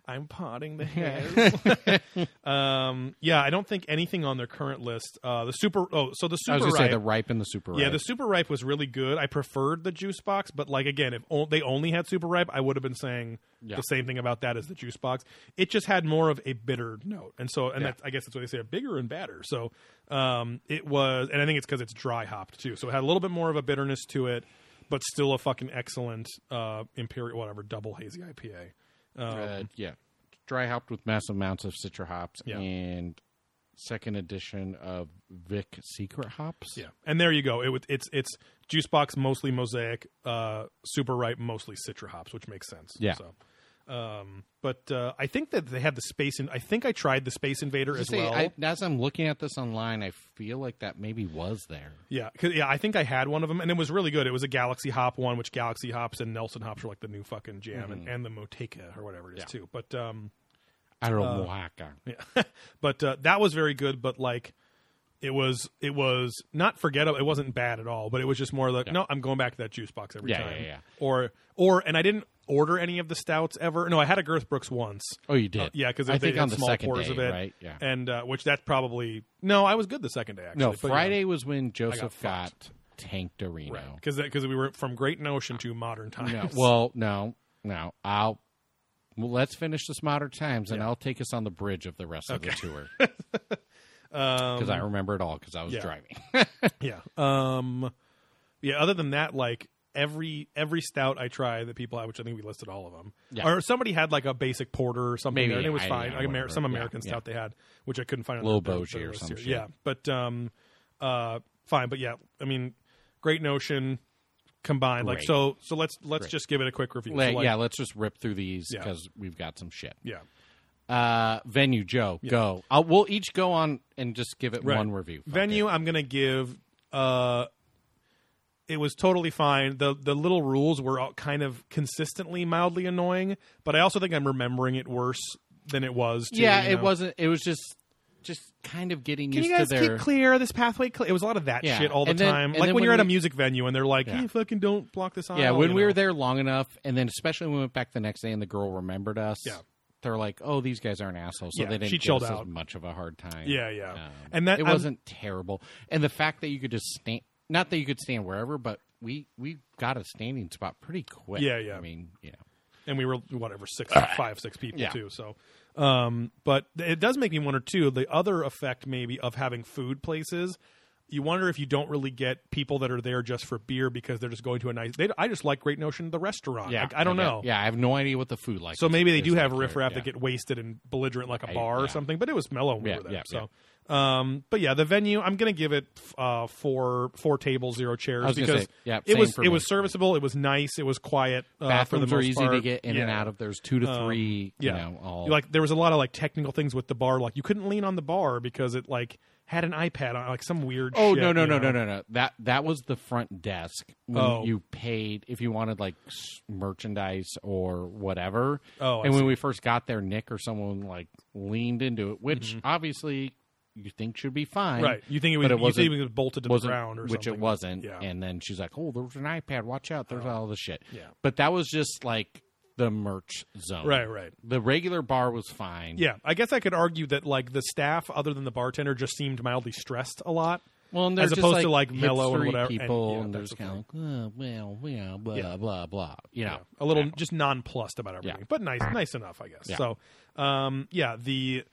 [SPEAKER 1] I'm
[SPEAKER 2] *laughs*
[SPEAKER 1] potting the hairs. *laughs* um, yeah, I don't think anything on their current list. Uh, the super oh, so the
[SPEAKER 2] I
[SPEAKER 1] super
[SPEAKER 2] was going to
[SPEAKER 1] ripe.
[SPEAKER 2] say the ripe and the super ripe.
[SPEAKER 1] yeah, the super ripe was really good. I preferred the juice box, but like again, if o- they only had super ripe, I would have been saying
[SPEAKER 2] Yeah.
[SPEAKER 1] the same thing about that as the juice box. It just had more of a bitter note, and so and that's, I guess that's what they say, bigger and badder. So um, it was, and I think it's because it's dry hopped too, so it had a little bit more of a bitterness to it, but still a fucking excellent uh, imperial whatever double hazy IPA.
[SPEAKER 2] uh, yeah, dry hopped with massive amounts of citra hops
[SPEAKER 1] Oh. Yeah.
[SPEAKER 2] and second edition of Vic secret hops.
[SPEAKER 1] Yeah, and there you go. It would- it's it's juice box mostly mosaic, uh, super ripe mostly citra hops, which makes sense.
[SPEAKER 2] Yeah.
[SPEAKER 1] So, um, but uh, I think that they had the space. In, I think I tried the Space Invader as
[SPEAKER 2] See,
[SPEAKER 1] well.
[SPEAKER 2] I, as I'm looking at this online, I feel like that maybe was there.
[SPEAKER 1] yeah, 'cause- yeah. I think I had one of them, and it was really good. It was a Galaxy Hop one, which Galaxy Hops and Nelson Hops were like the new fucking jam, and, and the Moteka or whatever it is too. But um,
[SPEAKER 2] I don't know, Oaxaca.
[SPEAKER 1] Yeah. *laughs* but uh, that was very good. But like, it was it was not forgettable. It wasn't bad at all. But it was just more like, no, I'm going back to that juice box every
[SPEAKER 2] Yeah,
[SPEAKER 1] time.
[SPEAKER 2] yeah, yeah.
[SPEAKER 1] Or or and I didn't order any of the stouts ever. No, I had a Girth Brooks once.
[SPEAKER 2] Oh, you did?
[SPEAKER 1] Yeah, because
[SPEAKER 2] I
[SPEAKER 1] they
[SPEAKER 2] think
[SPEAKER 1] had
[SPEAKER 2] on the
[SPEAKER 1] small
[SPEAKER 2] second
[SPEAKER 1] pours
[SPEAKER 2] day,
[SPEAKER 1] of it,
[SPEAKER 2] right? Yeah.
[SPEAKER 1] and uh, which that's probably no. I was good the second day. Actually,
[SPEAKER 2] no,
[SPEAKER 1] but, you know,
[SPEAKER 2] Friday was when Joseph got,
[SPEAKER 1] fucked.
[SPEAKER 2] tanked Dorino.
[SPEAKER 1] right? Because because we were from Great Notion to modern times.
[SPEAKER 2] *laughs* No, well, no, no. I'll well, let's finish this modern times, and I'll take us on the bridge of the rest of
[SPEAKER 1] *laughs*
[SPEAKER 2] the tour because I remember it all because I was
[SPEAKER 1] Um, yeah.
[SPEAKER 2] driving.
[SPEAKER 1] Yeah. Um yeah, other than that like every every stout I try that people have, which I think we listed all of them.
[SPEAKER 2] Yeah.
[SPEAKER 1] Or somebody had like a basic porter or something
[SPEAKER 2] Maybe,
[SPEAKER 1] there, and it was
[SPEAKER 2] I-
[SPEAKER 1] fine.
[SPEAKER 2] yeah,
[SPEAKER 1] Like, Amer-
[SPEAKER 2] whatever.
[SPEAKER 1] some
[SPEAKER 2] Yeah,
[SPEAKER 1] American
[SPEAKER 2] yeah.
[SPEAKER 1] stout they had, which I couldn't find on
[SPEAKER 2] Little
[SPEAKER 1] their- their-
[SPEAKER 2] Bogier
[SPEAKER 1] their
[SPEAKER 2] or
[SPEAKER 1] list
[SPEAKER 2] some
[SPEAKER 1] here.
[SPEAKER 2] shit.
[SPEAKER 1] Yeah. But um uh fine, but yeah, I mean great notion combined. Like
[SPEAKER 2] Great.
[SPEAKER 1] so so let's let's just give it a quick review. So,
[SPEAKER 2] Like,
[SPEAKER 1] like,
[SPEAKER 2] yeah, let's just rip through these
[SPEAKER 1] Yeah.
[SPEAKER 2] because we've got some shit.
[SPEAKER 1] Yeah.
[SPEAKER 2] Uh, venue, Joe, go. I'll, we'll each go on and just give it
[SPEAKER 1] Right.
[SPEAKER 2] one review. Fuck it.
[SPEAKER 1] Venue, I'm gonna give. Uh, it was totally fine. the The little rules were all kind of consistently mildly annoying, but I also think I'm remembering it worse than it was. Too,
[SPEAKER 2] yeah,
[SPEAKER 1] you
[SPEAKER 2] it
[SPEAKER 1] know?
[SPEAKER 2] wasn't. It was just, just kind of getting
[SPEAKER 1] Can
[SPEAKER 2] used
[SPEAKER 1] you guys
[SPEAKER 2] to their.
[SPEAKER 1] keep clear this pathway? Clear? It was a lot of that
[SPEAKER 2] Yeah.
[SPEAKER 1] shit all the
[SPEAKER 2] And then-
[SPEAKER 1] time. Like
[SPEAKER 2] and then
[SPEAKER 1] when,
[SPEAKER 2] when
[SPEAKER 1] you're at a
[SPEAKER 2] we-
[SPEAKER 1] music venue and they're like,
[SPEAKER 2] Yeah.
[SPEAKER 1] "Hey, fucking don't block this aisle."
[SPEAKER 2] Yeah, when
[SPEAKER 1] you
[SPEAKER 2] we
[SPEAKER 1] know?
[SPEAKER 2] were there long enough, and then especially when we went back the next day, and the girl remembered us.
[SPEAKER 1] Yeah.
[SPEAKER 2] they're like, "Oh, these guys aren't assholes," so
[SPEAKER 1] Yeah,
[SPEAKER 2] they didn't
[SPEAKER 1] she
[SPEAKER 2] give
[SPEAKER 1] chilled
[SPEAKER 2] us as
[SPEAKER 1] out.
[SPEAKER 2] much of a hard time.
[SPEAKER 1] Yeah, yeah.
[SPEAKER 2] Um,
[SPEAKER 1] And that-
[SPEAKER 2] it
[SPEAKER 1] I'm-
[SPEAKER 2] wasn't terrible, and the fact that you could just stand, not that you could stand wherever, but we we got a standing spot pretty quick.
[SPEAKER 1] Yeah, yeah.
[SPEAKER 2] I mean, you know,
[SPEAKER 1] and we were whatever six, five, six people
[SPEAKER 2] Yeah.
[SPEAKER 1] too. So, um, but it does make me wonder too. The other effect maybe of having food places, you wonder if you don't really get people that are there just for beer because they're just going to a nice. They, I just like Great Notion the restaurant.
[SPEAKER 2] yeah,
[SPEAKER 1] Like, I don't
[SPEAKER 2] get-
[SPEAKER 1] know.
[SPEAKER 2] Yeah, I have no idea what the food like.
[SPEAKER 1] So
[SPEAKER 2] is-
[SPEAKER 1] maybe they
[SPEAKER 2] is
[SPEAKER 1] do
[SPEAKER 2] like
[SPEAKER 1] have
[SPEAKER 2] here.
[SPEAKER 1] riffraff
[SPEAKER 2] Yeah.
[SPEAKER 1] that get wasted and belligerent like a bar or
[SPEAKER 2] yeah.
[SPEAKER 1] something, but it was mellow when
[SPEAKER 2] Yeah,
[SPEAKER 1] we were there.
[SPEAKER 2] yeah,
[SPEAKER 1] so, um, but yeah, the venue. I'm gonna give it uh, four four tables, zero chairs
[SPEAKER 2] was gonna
[SPEAKER 1] because
[SPEAKER 2] say, yeah,
[SPEAKER 1] it
[SPEAKER 2] same
[SPEAKER 1] was
[SPEAKER 2] for
[SPEAKER 1] it
[SPEAKER 2] me.
[SPEAKER 1] was serviceable. It was nice. It was quiet. Uh, for the
[SPEAKER 2] Bathrooms
[SPEAKER 1] most
[SPEAKER 2] are easy to
[SPEAKER 1] part.
[SPEAKER 2] get in and
[SPEAKER 1] Yeah. Um,
[SPEAKER 2] out of. There's two to three.
[SPEAKER 1] Yeah,
[SPEAKER 2] you know, all
[SPEAKER 1] like there was a lot of like technical things with the bar. Like you couldn't lean on the bar because it like had an iPad on, like some weird.
[SPEAKER 2] Oh
[SPEAKER 1] shit,
[SPEAKER 2] no no
[SPEAKER 1] you
[SPEAKER 2] no no
[SPEAKER 1] know?
[SPEAKER 2] no no that that was the front desk when
[SPEAKER 1] Oh.
[SPEAKER 2] you paid if you wanted like s- merchandise or whatever.
[SPEAKER 1] Oh, I
[SPEAKER 2] and when we first got there, Nick or someone like leaned into it, which obviously you think should be fine,
[SPEAKER 1] Mm-hmm. Right, you think it was
[SPEAKER 2] But it
[SPEAKER 1] you think
[SPEAKER 2] wasn't-
[SPEAKER 1] it was bolted to the
[SPEAKER 2] wasn't
[SPEAKER 1] ground or
[SPEAKER 2] which
[SPEAKER 1] something.
[SPEAKER 2] it wasn't.
[SPEAKER 1] Yeah. Oh.
[SPEAKER 2] And then she's like, "Oh, there's an iPad. Watch out! There's all this shit."
[SPEAKER 1] Yeah.
[SPEAKER 2] But that was just like the merch zone,
[SPEAKER 1] Right, right.
[SPEAKER 2] The regular bar was fine.
[SPEAKER 1] Yeah, I guess I could argue that like the staff, other than the bartender, just seemed mildly stressed a lot.
[SPEAKER 2] Well, and
[SPEAKER 1] As
[SPEAKER 2] they're just,
[SPEAKER 1] opposed to, like,
[SPEAKER 2] hipstery
[SPEAKER 1] mellow and whatever, and-
[SPEAKER 2] people,
[SPEAKER 1] yeah,
[SPEAKER 2] and, they're
[SPEAKER 1] that's
[SPEAKER 2] just kind of like, oh, well, yeah, blah
[SPEAKER 1] Yeah. Oh,
[SPEAKER 2] blah blah. You know,
[SPEAKER 1] a little just nonplussed about everything,
[SPEAKER 2] Yeah.
[SPEAKER 1] but nice, nice enough, I guess.
[SPEAKER 2] Yeah.
[SPEAKER 1] So, um, yeah, the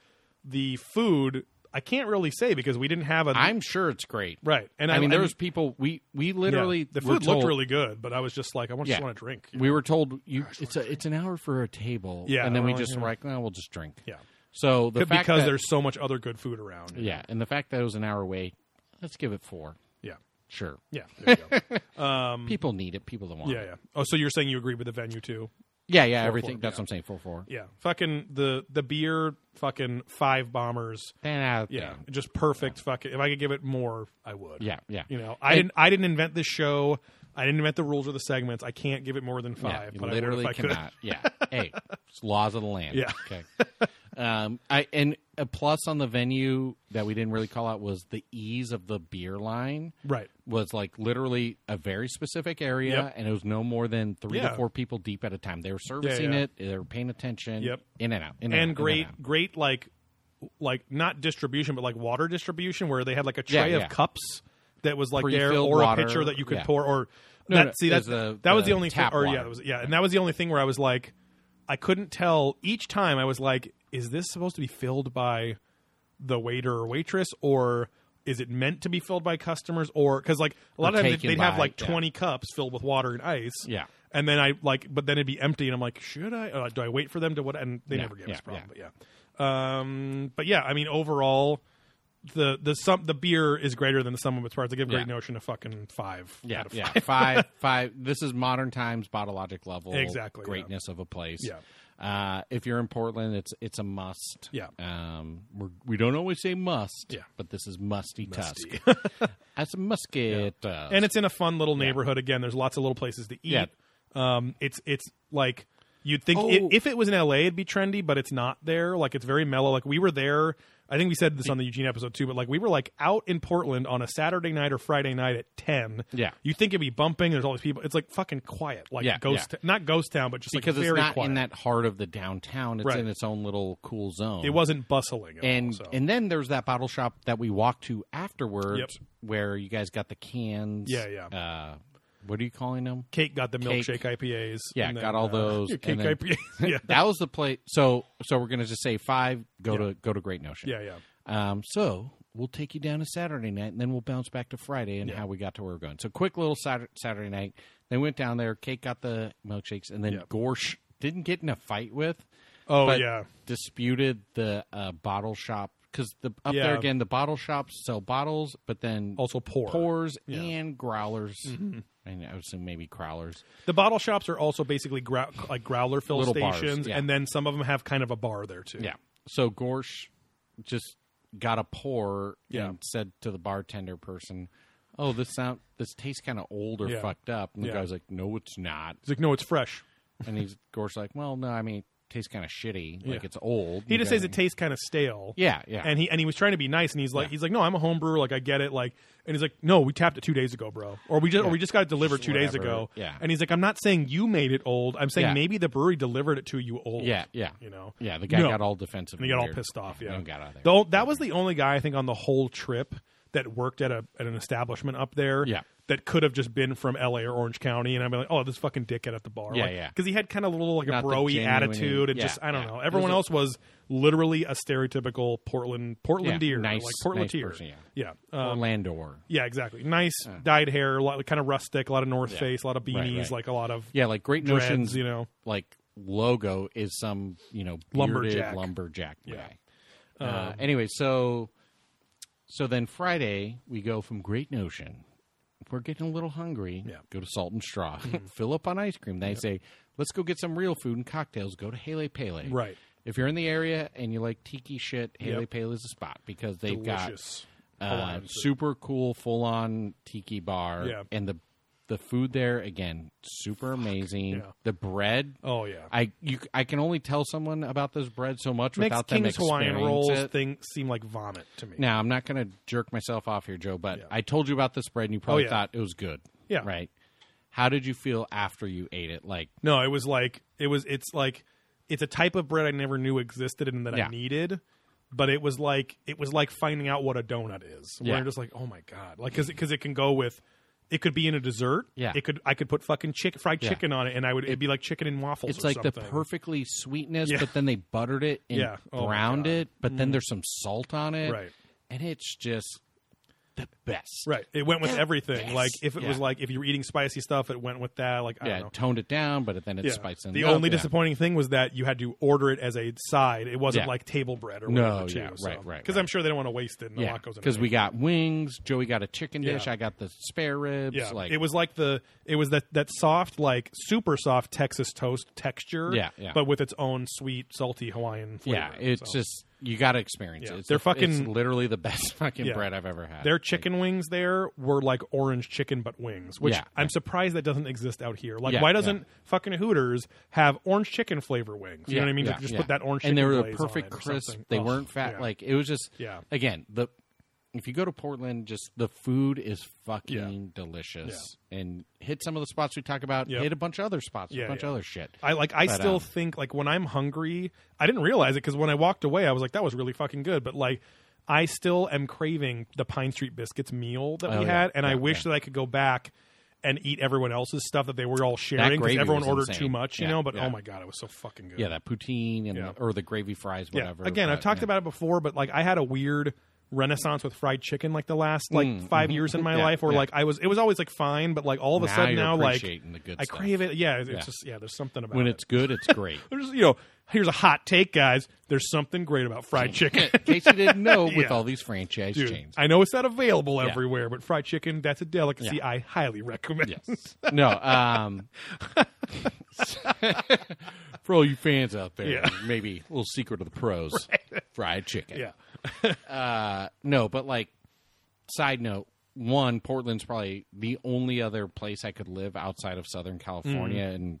[SPEAKER 1] the food I can't really say because we didn't have a
[SPEAKER 2] I'm sure it's great.
[SPEAKER 1] right, and
[SPEAKER 2] I, mean, there
[SPEAKER 1] I'm-
[SPEAKER 2] was people. We we
[SPEAKER 1] yeah,
[SPEAKER 2] literally
[SPEAKER 1] the
[SPEAKER 2] were
[SPEAKER 1] food
[SPEAKER 2] told-
[SPEAKER 1] looked really good, but I was just like, I just
[SPEAKER 2] Yeah.
[SPEAKER 1] want to drink.
[SPEAKER 2] We were told you it's a it's an hour for a table.
[SPEAKER 1] Yeah,
[SPEAKER 2] and then we
[SPEAKER 1] well,
[SPEAKER 2] just
[SPEAKER 1] yeah.
[SPEAKER 2] were like, no, we'll just drink.
[SPEAKER 1] Yeah,
[SPEAKER 2] So the fact
[SPEAKER 1] because
[SPEAKER 2] that,
[SPEAKER 1] there's so much other good food around.
[SPEAKER 2] yeah, and the fact that it was an hour away, let's give it four.
[SPEAKER 1] yeah,
[SPEAKER 2] Sure,
[SPEAKER 1] yeah. There you go.
[SPEAKER 2] *laughs* people need it. People don't want
[SPEAKER 1] Mm. yeah,
[SPEAKER 2] it.
[SPEAKER 1] yeah. Oh, so you're saying you agree with the venue too?
[SPEAKER 2] Yeah, yeah,
[SPEAKER 1] Four,
[SPEAKER 2] everything.
[SPEAKER 1] four,
[SPEAKER 2] that's
[SPEAKER 1] yeah.
[SPEAKER 2] what I'm saying. Four four.
[SPEAKER 1] Yeah, fucking the the beer, fucking five bombers.
[SPEAKER 2] Then out.
[SPEAKER 1] Yeah, just perfect. Fucking, if I could give it more, I would.
[SPEAKER 2] Yeah, yeah.
[SPEAKER 1] You know, I didn't. I didn't invent this show. I didn't invent the rules or the segments. I can't give it more than
[SPEAKER 2] Yeah,
[SPEAKER 1] five.
[SPEAKER 2] you
[SPEAKER 1] but
[SPEAKER 2] literally
[SPEAKER 1] I would if I *laughs*
[SPEAKER 2] cannot. Yeah. Hey, it's laws of the land.
[SPEAKER 1] Yeah.
[SPEAKER 2] Okay. Um, I and a plus on the venue that we didn't really call out was the ease of the beer line
[SPEAKER 1] Could. Right.
[SPEAKER 2] was like literally a very specific area,
[SPEAKER 1] Yep.
[SPEAKER 2] and it was no more than three
[SPEAKER 1] Yeah.
[SPEAKER 2] to four people deep at a time. They were servicing
[SPEAKER 1] yeah.
[SPEAKER 2] it. They were paying attention.
[SPEAKER 1] Yep.
[SPEAKER 2] In and out. In and, out, in
[SPEAKER 1] and great,
[SPEAKER 2] out.
[SPEAKER 1] great like, like not distribution, but like water distribution, where they had like a tray
[SPEAKER 2] Yeah,
[SPEAKER 1] of
[SPEAKER 2] yeah.
[SPEAKER 1] cups that was like there,
[SPEAKER 2] Pre-filled
[SPEAKER 1] or
[SPEAKER 2] water,
[SPEAKER 1] a pitcher that you could
[SPEAKER 2] yeah.
[SPEAKER 1] pour, or
[SPEAKER 2] No,
[SPEAKER 1] that,
[SPEAKER 2] no,
[SPEAKER 1] see
[SPEAKER 2] it
[SPEAKER 1] that
[SPEAKER 2] was the-
[SPEAKER 1] that was
[SPEAKER 2] the
[SPEAKER 1] the only
[SPEAKER 2] tap
[SPEAKER 1] thing, or yeah,
[SPEAKER 2] water.
[SPEAKER 1] that was, yeah, and that was the only thing where I was like, I couldn't tell each time. I was like, is this supposed to be filled by the waiter or waitress, or is it meant to be filled by customers, or because like a lot
[SPEAKER 2] Or
[SPEAKER 1] of times
[SPEAKER 2] taken
[SPEAKER 1] they'd have
[SPEAKER 2] by-
[SPEAKER 1] like
[SPEAKER 2] yeah.
[SPEAKER 1] twenty cups filled with water and ice,
[SPEAKER 2] Yeah.
[SPEAKER 1] and then I like, but then it'd be empty, and I'm like, should I? Uh, do I wait for them to what? And they
[SPEAKER 2] Yeah,
[SPEAKER 1] never gave us
[SPEAKER 2] yeah,
[SPEAKER 1] a problem, but yeah. Um, but yeah, I mean, overall, the the sum the beer is greater than the sum of its parts. I give Great
[SPEAKER 2] Yeah.
[SPEAKER 1] Notion a fucking five.
[SPEAKER 2] Yeah,
[SPEAKER 1] out of
[SPEAKER 2] yeah.
[SPEAKER 1] five. *laughs*
[SPEAKER 2] Five, five. This is modern times, bottlelogic level,
[SPEAKER 1] Exactly, yeah.
[SPEAKER 2] greatness of a place.
[SPEAKER 1] Yeah.
[SPEAKER 2] Uh, if you're in Portland, it's it's a must.
[SPEAKER 1] Yeah.
[SPEAKER 2] Um, we're, we don't always say must.
[SPEAKER 1] Yeah.
[SPEAKER 2] But this is musty, tusk.
[SPEAKER 1] *laughs*
[SPEAKER 2] That's a musket. Uh,
[SPEAKER 1] and it's in a fun little neighborhood. Again, there's lots of little places to eat.
[SPEAKER 2] Yeah.
[SPEAKER 1] Um, it's it's like you'd think
[SPEAKER 2] Oh.
[SPEAKER 1] i- if it was in LA, it'd be trendy, but it's not there. Like it's very mellow. Like we were there. I think we said this on the Eugene episode too, but like we were like out in Portland on a Saturday night or Friday night at ten.
[SPEAKER 2] Yeah.
[SPEAKER 1] you think it'd be bumping. There's all these people. It's like fucking quiet, like
[SPEAKER 2] Yeah,
[SPEAKER 1] ghost, not ghost town, but just
[SPEAKER 2] because
[SPEAKER 1] like
[SPEAKER 2] it's
[SPEAKER 1] very
[SPEAKER 2] not
[SPEAKER 1] quiet.
[SPEAKER 2] in that heart of the downtown. It's
[SPEAKER 1] Right.
[SPEAKER 2] in its own little cool zone.
[SPEAKER 1] it wasn't bustling. At all,
[SPEAKER 2] And
[SPEAKER 1] so.
[SPEAKER 2] and then there's that bottle shop that we walked to afterwards,
[SPEAKER 1] Yep.
[SPEAKER 2] where you guys got the cans.
[SPEAKER 1] Yeah, yeah.
[SPEAKER 2] Uh, what are you calling them?
[SPEAKER 1] Kate got the
[SPEAKER 2] Cake.
[SPEAKER 1] milkshake IPAs.
[SPEAKER 2] Yeah,
[SPEAKER 1] and then, *laughs*
[SPEAKER 2] got all
[SPEAKER 1] uh,
[SPEAKER 2] those.
[SPEAKER 1] yeah, Cake
[SPEAKER 2] and then- *laughs*
[SPEAKER 1] IPAs. Yeah,
[SPEAKER 2] that was the place. So so we're gonna just say five. Go to go to Great Notion.
[SPEAKER 1] yeah, yeah.
[SPEAKER 2] Um, so we'll take you down to Saturday night, and then we'll bounce back to Friday and how we got to where we're going. So quick little Saturday, Saturday night. Then went down there. Kate got the milkshakes, and then
[SPEAKER 1] Yep.
[SPEAKER 2] Gorsh didn't get in a fight with.
[SPEAKER 1] Oh
[SPEAKER 2] but
[SPEAKER 1] yeah,
[SPEAKER 2] disputed the uh, bottle shop because the up there
[SPEAKER 1] Yeah.
[SPEAKER 2] again the bottle shops sell bottles, but then
[SPEAKER 1] also poor.
[SPEAKER 2] pours
[SPEAKER 1] Yeah. Mm-hmm.
[SPEAKER 2] and growlers. And I would assume maybe growlers.
[SPEAKER 1] The bottle shops are also basically grou- like growler fill
[SPEAKER 2] Little bars,
[SPEAKER 1] stations,
[SPEAKER 2] yeah.
[SPEAKER 1] and then some of them have kind of a bar there too.
[SPEAKER 2] Yeah. So Gorsh just got a pour
[SPEAKER 1] Yeah.
[SPEAKER 2] and said to the bartender person, "Oh, this sound this tastes kind of old or
[SPEAKER 1] Yeah.
[SPEAKER 2] fucked up." And the
[SPEAKER 1] Yeah.
[SPEAKER 2] guy's like, "No, it's not."
[SPEAKER 1] he's like, no, it's fresh.
[SPEAKER 2] And he's Gorsh like, "Well, no, I mean, it tastes kind of shitty.
[SPEAKER 1] Yeah.
[SPEAKER 2] Like it's old."
[SPEAKER 1] He
[SPEAKER 2] And
[SPEAKER 1] just
[SPEAKER 2] the
[SPEAKER 1] says
[SPEAKER 2] guy-
[SPEAKER 1] it tastes kind of stale.
[SPEAKER 2] Yeah, yeah.
[SPEAKER 1] and he and he was trying to be nice, and he's like, he's like, no, I'm a home brewer, like I get it, like, and he's like, no, we tapped it two days ago, bro, or we just or we just got it delivered two days
[SPEAKER 2] whatever.
[SPEAKER 1] ago.
[SPEAKER 2] Yeah.
[SPEAKER 1] and he's like, I'm not saying you made it old, I'm saying
[SPEAKER 2] Yeah.
[SPEAKER 1] maybe the brewery delivered it to you old.
[SPEAKER 2] yeah, yeah.
[SPEAKER 1] you know,
[SPEAKER 2] Yeah, the guy
[SPEAKER 1] No.
[SPEAKER 2] got all defensive.
[SPEAKER 1] And he got all
[SPEAKER 2] weird.
[SPEAKER 1] pissed off. Yeah,
[SPEAKER 2] and got out of there.
[SPEAKER 1] The ol- that was the only guy I think on the whole trip that worked at a at an establishment up there.
[SPEAKER 2] Yeah.
[SPEAKER 1] That could have just been from L.A. or Orange County, and I'd be like, "Oh, this fucking dickhead at the bar."
[SPEAKER 2] Yeah, yeah.
[SPEAKER 1] Because he had kind of a little like
[SPEAKER 2] Not
[SPEAKER 1] a
[SPEAKER 2] the
[SPEAKER 1] broy
[SPEAKER 2] genuine-
[SPEAKER 1] attitude, and
[SPEAKER 2] yeah,
[SPEAKER 1] just I don't
[SPEAKER 2] yeah.
[SPEAKER 1] know.
[SPEAKER 2] It was
[SPEAKER 1] Everyone
[SPEAKER 2] a-
[SPEAKER 1] else was literally a stereotypical Portland Portlandeer,
[SPEAKER 2] nice-
[SPEAKER 1] like Portlandeer.
[SPEAKER 2] nice person,
[SPEAKER 1] yeah, yeah. Um,
[SPEAKER 2] Orlandor.
[SPEAKER 1] yeah, exactly. Nice dyed hair, a lot, kind of rustic, a lot of North Face, a lot of beanies,
[SPEAKER 2] Right, right.
[SPEAKER 1] like a lot of
[SPEAKER 2] Yeah, like Great
[SPEAKER 1] dreads,
[SPEAKER 2] Notions,
[SPEAKER 1] you know.
[SPEAKER 2] like logo is some you know bearded
[SPEAKER 1] Lumberjack. Um,
[SPEAKER 2] lumberjack guy. Uh, anyway, so so then Friday we go from Great Notion. If we're getting a little hungry,
[SPEAKER 1] Yeah. Mm-hmm.
[SPEAKER 2] go to Salt and Straw, *laughs* fill up on ice cream. They say, let's go get some real food and cocktails. Go to Hele Pele.
[SPEAKER 1] Right.
[SPEAKER 2] If you're in the area and you like tiki shit, Hele
[SPEAKER 1] Yep.
[SPEAKER 2] Pele is a spot because they've got
[SPEAKER 1] delicious.
[SPEAKER 2] uh, super cool full on tiki bar.
[SPEAKER 1] Yeah.
[SPEAKER 2] And the the food there again super amazing.
[SPEAKER 1] yeah.
[SPEAKER 2] The bread
[SPEAKER 1] oh yeah,
[SPEAKER 2] I you I can only tell someone about this bread so much
[SPEAKER 1] makes
[SPEAKER 2] without
[SPEAKER 1] King's
[SPEAKER 2] them
[SPEAKER 1] Hawaiian
[SPEAKER 2] experience
[SPEAKER 1] rolls
[SPEAKER 2] it.
[SPEAKER 1] thing seem like vomit to me.
[SPEAKER 2] Now I'm not going to jerk myself off here, Joe, but I told you about this bread and you probably
[SPEAKER 1] Oh, yeah.
[SPEAKER 2] thought it was good.
[SPEAKER 1] Yeah.
[SPEAKER 2] Right. How did you feel after you ate it? Like
[SPEAKER 1] No, it was like it was. It's like it's a type of bread I never knew existed and that
[SPEAKER 2] Yeah.
[SPEAKER 1] I needed. But it was like it was like finding out what a donut is. Where
[SPEAKER 2] Yeah.
[SPEAKER 1] you're just like, oh my god, like because because it, can go with. It could be in a dessert.
[SPEAKER 2] Yeah.
[SPEAKER 1] It could. I could put fucking chick fried chicken on it, and I would. It'd be like chicken and waffles.
[SPEAKER 2] it's
[SPEAKER 1] or
[SPEAKER 2] like the
[SPEAKER 1] something.
[SPEAKER 2] perfectly sweetness,
[SPEAKER 1] Yeah.
[SPEAKER 2] but then they buttered it and
[SPEAKER 1] Yeah. Oh my
[SPEAKER 2] browned
[SPEAKER 1] God.
[SPEAKER 2] it, but then there's some salt on it.
[SPEAKER 1] Right.
[SPEAKER 2] And it's just the best.
[SPEAKER 1] Right. It went with everything.
[SPEAKER 2] Yes.
[SPEAKER 1] Like if it was
[SPEAKER 2] Yeah.
[SPEAKER 1] like if you were eating spicy stuff, it went with that. Like I
[SPEAKER 2] Yeah,
[SPEAKER 1] don't know.
[SPEAKER 2] toned it down, but then it
[SPEAKER 1] Yeah.
[SPEAKER 2] spiced it
[SPEAKER 1] The
[SPEAKER 2] up.
[SPEAKER 1] only
[SPEAKER 2] Yeah.
[SPEAKER 1] disappointing thing was that you had to order it as a side. It wasn't
[SPEAKER 2] Yeah.
[SPEAKER 1] like table bread or
[SPEAKER 2] No,
[SPEAKER 1] whatever. too,
[SPEAKER 2] yeah, right, right,
[SPEAKER 1] Because I'm sure they don't want to waste it. And a
[SPEAKER 2] Yeah,
[SPEAKER 1] lot goes in
[SPEAKER 2] because
[SPEAKER 1] it.
[SPEAKER 2] we got wings. Joey got a chicken
[SPEAKER 1] Yeah.
[SPEAKER 2] dish. I got the spare ribs.
[SPEAKER 1] Yeah,
[SPEAKER 2] like
[SPEAKER 1] it was like the it was that that soft like super soft Texas toast texture.
[SPEAKER 2] Yeah, yeah.
[SPEAKER 1] But with its own sweet salty Hawaiian flavor.
[SPEAKER 2] yeah, it's
[SPEAKER 1] So,
[SPEAKER 2] just you got to experience
[SPEAKER 1] Yeah.
[SPEAKER 2] it. It's
[SPEAKER 1] They're
[SPEAKER 2] the- it's
[SPEAKER 1] fucking-
[SPEAKER 2] literally the best *laughs* fucking
[SPEAKER 1] Yeah.
[SPEAKER 2] bread I've ever had.
[SPEAKER 1] their chicken wings there were like orange chicken but wings, which
[SPEAKER 2] Yeah.
[SPEAKER 1] I'm surprised that doesn't exist out here. Like
[SPEAKER 2] Yeah,
[SPEAKER 1] why
[SPEAKER 2] yeah.
[SPEAKER 1] doesn't fucking Hooters have orange chicken flavor wings? You know what I mean? Just- just put that orange
[SPEAKER 2] and they
[SPEAKER 1] chicken
[SPEAKER 2] were the
[SPEAKER 1] glaze on
[SPEAKER 2] perfect
[SPEAKER 1] it or
[SPEAKER 2] crisp.
[SPEAKER 1] something.
[SPEAKER 2] They
[SPEAKER 1] Ugh,
[SPEAKER 2] weren't fat.
[SPEAKER 1] yeah.
[SPEAKER 2] Like it was just
[SPEAKER 1] Yeah.
[SPEAKER 2] Again, the if you go to Portland, just the food is fucking delicious. And hit some of the spots we talk about.
[SPEAKER 1] Yep.
[SPEAKER 2] Hit a bunch of other spots.
[SPEAKER 1] Yeah,
[SPEAKER 2] a bunch
[SPEAKER 1] yeah.
[SPEAKER 2] of other shit.
[SPEAKER 1] I like I
[SPEAKER 2] But,
[SPEAKER 1] still
[SPEAKER 2] um,
[SPEAKER 1] think like when I'm hungry, I didn't realize it because when I walked away, I was like, that was really fucking good. But like, I still am craving the Pine Street biscuits meal that
[SPEAKER 2] Oh,
[SPEAKER 1] we
[SPEAKER 2] yeah.
[SPEAKER 1] had, and I
[SPEAKER 2] Yeah,
[SPEAKER 1] wish that I could go back and eat everyone else's stuff that they were all sharing because
[SPEAKER 2] gravy
[SPEAKER 1] everyone
[SPEAKER 2] was
[SPEAKER 1] ordered
[SPEAKER 2] insane.
[SPEAKER 1] too much, you
[SPEAKER 2] Yeah,
[SPEAKER 1] know. But
[SPEAKER 2] yeah.
[SPEAKER 1] oh my god, it was so fucking good.
[SPEAKER 2] yeah, that poutine and
[SPEAKER 1] Yeah.
[SPEAKER 2] the, or the gravy fries,
[SPEAKER 1] Yeah.
[SPEAKER 2] whatever.
[SPEAKER 1] Again, I've
[SPEAKER 2] but,
[SPEAKER 1] talked
[SPEAKER 2] yeah.
[SPEAKER 1] about it before, but like I had a weird renaissance with fried chicken like the last like five
[SPEAKER 2] *laughs*
[SPEAKER 1] years in my
[SPEAKER 2] Mm, mm-hmm. Yeah,
[SPEAKER 1] life where
[SPEAKER 2] yeah.
[SPEAKER 1] like I was it was always like fine, but like all of a
[SPEAKER 2] Now
[SPEAKER 1] sudden
[SPEAKER 2] you're
[SPEAKER 1] now like
[SPEAKER 2] appreciating the good
[SPEAKER 1] I
[SPEAKER 2] stuff.
[SPEAKER 1] crave it. Yeah, it's just yeah, there's something about
[SPEAKER 2] when
[SPEAKER 1] it.
[SPEAKER 2] it's
[SPEAKER 1] *laughs*
[SPEAKER 2] good, it's great.
[SPEAKER 1] There's, you know, here's a hot take, guys. There's something great about fried chicken.
[SPEAKER 2] In case you didn't know,
[SPEAKER 1] Yeah.
[SPEAKER 2] with all these franchise
[SPEAKER 1] Dude,
[SPEAKER 2] chains.
[SPEAKER 1] I know it's not available everywhere, but fried chicken, that's a delicacy
[SPEAKER 2] Yeah.
[SPEAKER 1] I highly recommend.
[SPEAKER 2] Yes. *laughs* No. Um, *laughs* for all you fans out there,
[SPEAKER 1] Yeah.
[SPEAKER 2] maybe a little secret of
[SPEAKER 1] *laughs*
[SPEAKER 2] the pros: fried
[SPEAKER 1] *laughs*
[SPEAKER 2] chicken.
[SPEAKER 1] Yeah.
[SPEAKER 2] Uh, no, but like, side note: one, Portland's probably the only other place I could live outside of Southern California and
[SPEAKER 1] Mm.
[SPEAKER 2] be,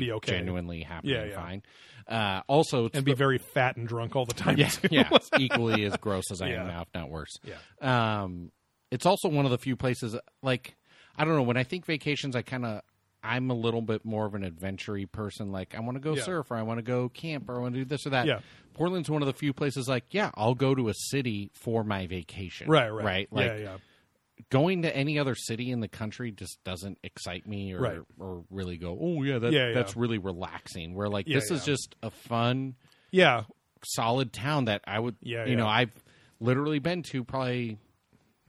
[SPEAKER 1] Be okay.
[SPEAKER 2] genuinely happy
[SPEAKER 1] Yeah,
[SPEAKER 2] and
[SPEAKER 1] yeah.
[SPEAKER 2] fine. Uh, also, it's
[SPEAKER 1] And be very fat and drunk all the time.
[SPEAKER 2] *laughs* yeah,
[SPEAKER 1] too.
[SPEAKER 2] *laughs* yeah,
[SPEAKER 1] *laughs*
[SPEAKER 2] it's equally as gross as I
[SPEAKER 1] Yeah.
[SPEAKER 2] am now, if not worse.
[SPEAKER 1] Yeah.
[SPEAKER 2] Um, it's also one of the few places, like, I don't know. When I think vacations, I kind of, I'm a little bit more of an adventure person. Like, I want to go
[SPEAKER 1] Yeah.
[SPEAKER 2] surf, or I want to go camp, or I want to do this or that.
[SPEAKER 1] Yeah.
[SPEAKER 2] Portland's one of the few places, like, yeah, I'll go to a city for my vacation.
[SPEAKER 1] Right, right.
[SPEAKER 2] Right. Like,
[SPEAKER 1] yeah, yeah.
[SPEAKER 2] going to any other city in the country just doesn't excite me or
[SPEAKER 1] Right.
[SPEAKER 2] or really go, oh, yeah, that,
[SPEAKER 1] Yeah, yeah.
[SPEAKER 2] that's really relaxing. Where, like,
[SPEAKER 1] Yeah,
[SPEAKER 2] this is
[SPEAKER 1] yeah.
[SPEAKER 2] just a fun,
[SPEAKER 1] Yeah.
[SPEAKER 2] solid town that I would,
[SPEAKER 1] Yeah,
[SPEAKER 2] you
[SPEAKER 1] yeah.
[SPEAKER 2] know, I've literally been to probably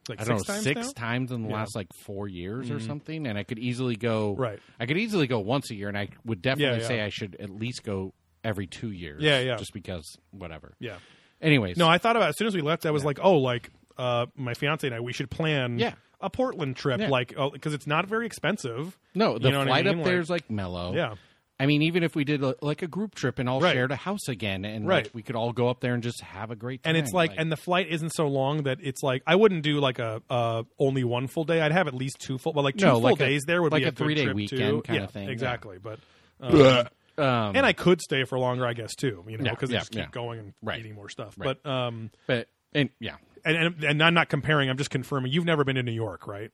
[SPEAKER 1] Like
[SPEAKER 2] I don't
[SPEAKER 1] six
[SPEAKER 2] know
[SPEAKER 1] times
[SPEAKER 2] six
[SPEAKER 1] now?
[SPEAKER 2] times in the
[SPEAKER 1] Yeah. Mm-hmm.
[SPEAKER 2] last like four years or something, and I could easily go.
[SPEAKER 1] Right.
[SPEAKER 2] I could easily go once a year, and I would definitely
[SPEAKER 1] yeah.
[SPEAKER 2] say I should at least go every two years.
[SPEAKER 1] Yeah, yeah.
[SPEAKER 2] Just because, whatever.
[SPEAKER 1] Yeah.
[SPEAKER 2] Anyways,
[SPEAKER 1] No, I thought about it. As soon as we left, I was like, oh, like uh, my fiance and I, we should plan
[SPEAKER 2] Yeah.
[SPEAKER 1] a Portland trip.
[SPEAKER 2] Yeah.
[SPEAKER 1] Like, because it's not very expensive.
[SPEAKER 2] no, the
[SPEAKER 1] You know what I
[SPEAKER 2] flight
[SPEAKER 1] mean?
[SPEAKER 2] up there is like mellow.
[SPEAKER 1] Yeah.
[SPEAKER 2] I mean, even if we did a, like a group trip and all
[SPEAKER 1] Right.
[SPEAKER 2] shared a house again, and
[SPEAKER 1] Right.
[SPEAKER 2] like, we could all go up there and just have a great time.
[SPEAKER 1] and it's like, and the flight isn't so long that it's like I wouldn't do like a uh, only one full day. I'd have at least two full, but like two
[SPEAKER 2] No,
[SPEAKER 1] full
[SPEAKER 2] like a-
[SPEAKER 1] days there would
[SPEAKER 2] like
[SPEAKER 1] be
[SPEAKER 2] a
[SPEAKER 1] good
[SPEAKER 2] three-day
[SPEAKER 1] trip
[SPEAKER 2] weekend
[SPEAKER 1] too.
[SPEAKER 2] kinda
[SPEAKER 1] Yeah,
[SPEAKER 2] thing, yeah.
[SPEAKER 1] Exactly, but
[SPEAKER 3] Blech.
[SPEAKER 2] um,
[SPEAKER 1] and I could stay for longer, I guess too. You know,
[SPEAKER 2] Yeah,
[SPEAKER 1] because I
[SPEAKER 2] yeah,
[SPEAKER 1] just keep
[SPEAKER 2] yeah.
[SPEAKER 1] going and
[SPEAKER 2] Right.
[SPEAKER 1] eating more stuff.
[SPEAKER 2] Right.
[SPEAKER 1] But um,
[SPEAKER 2] but and yeah,
[SPEAKER 1] and, and and I'm not comparing. I'm just confirming. You've never been to New York, right?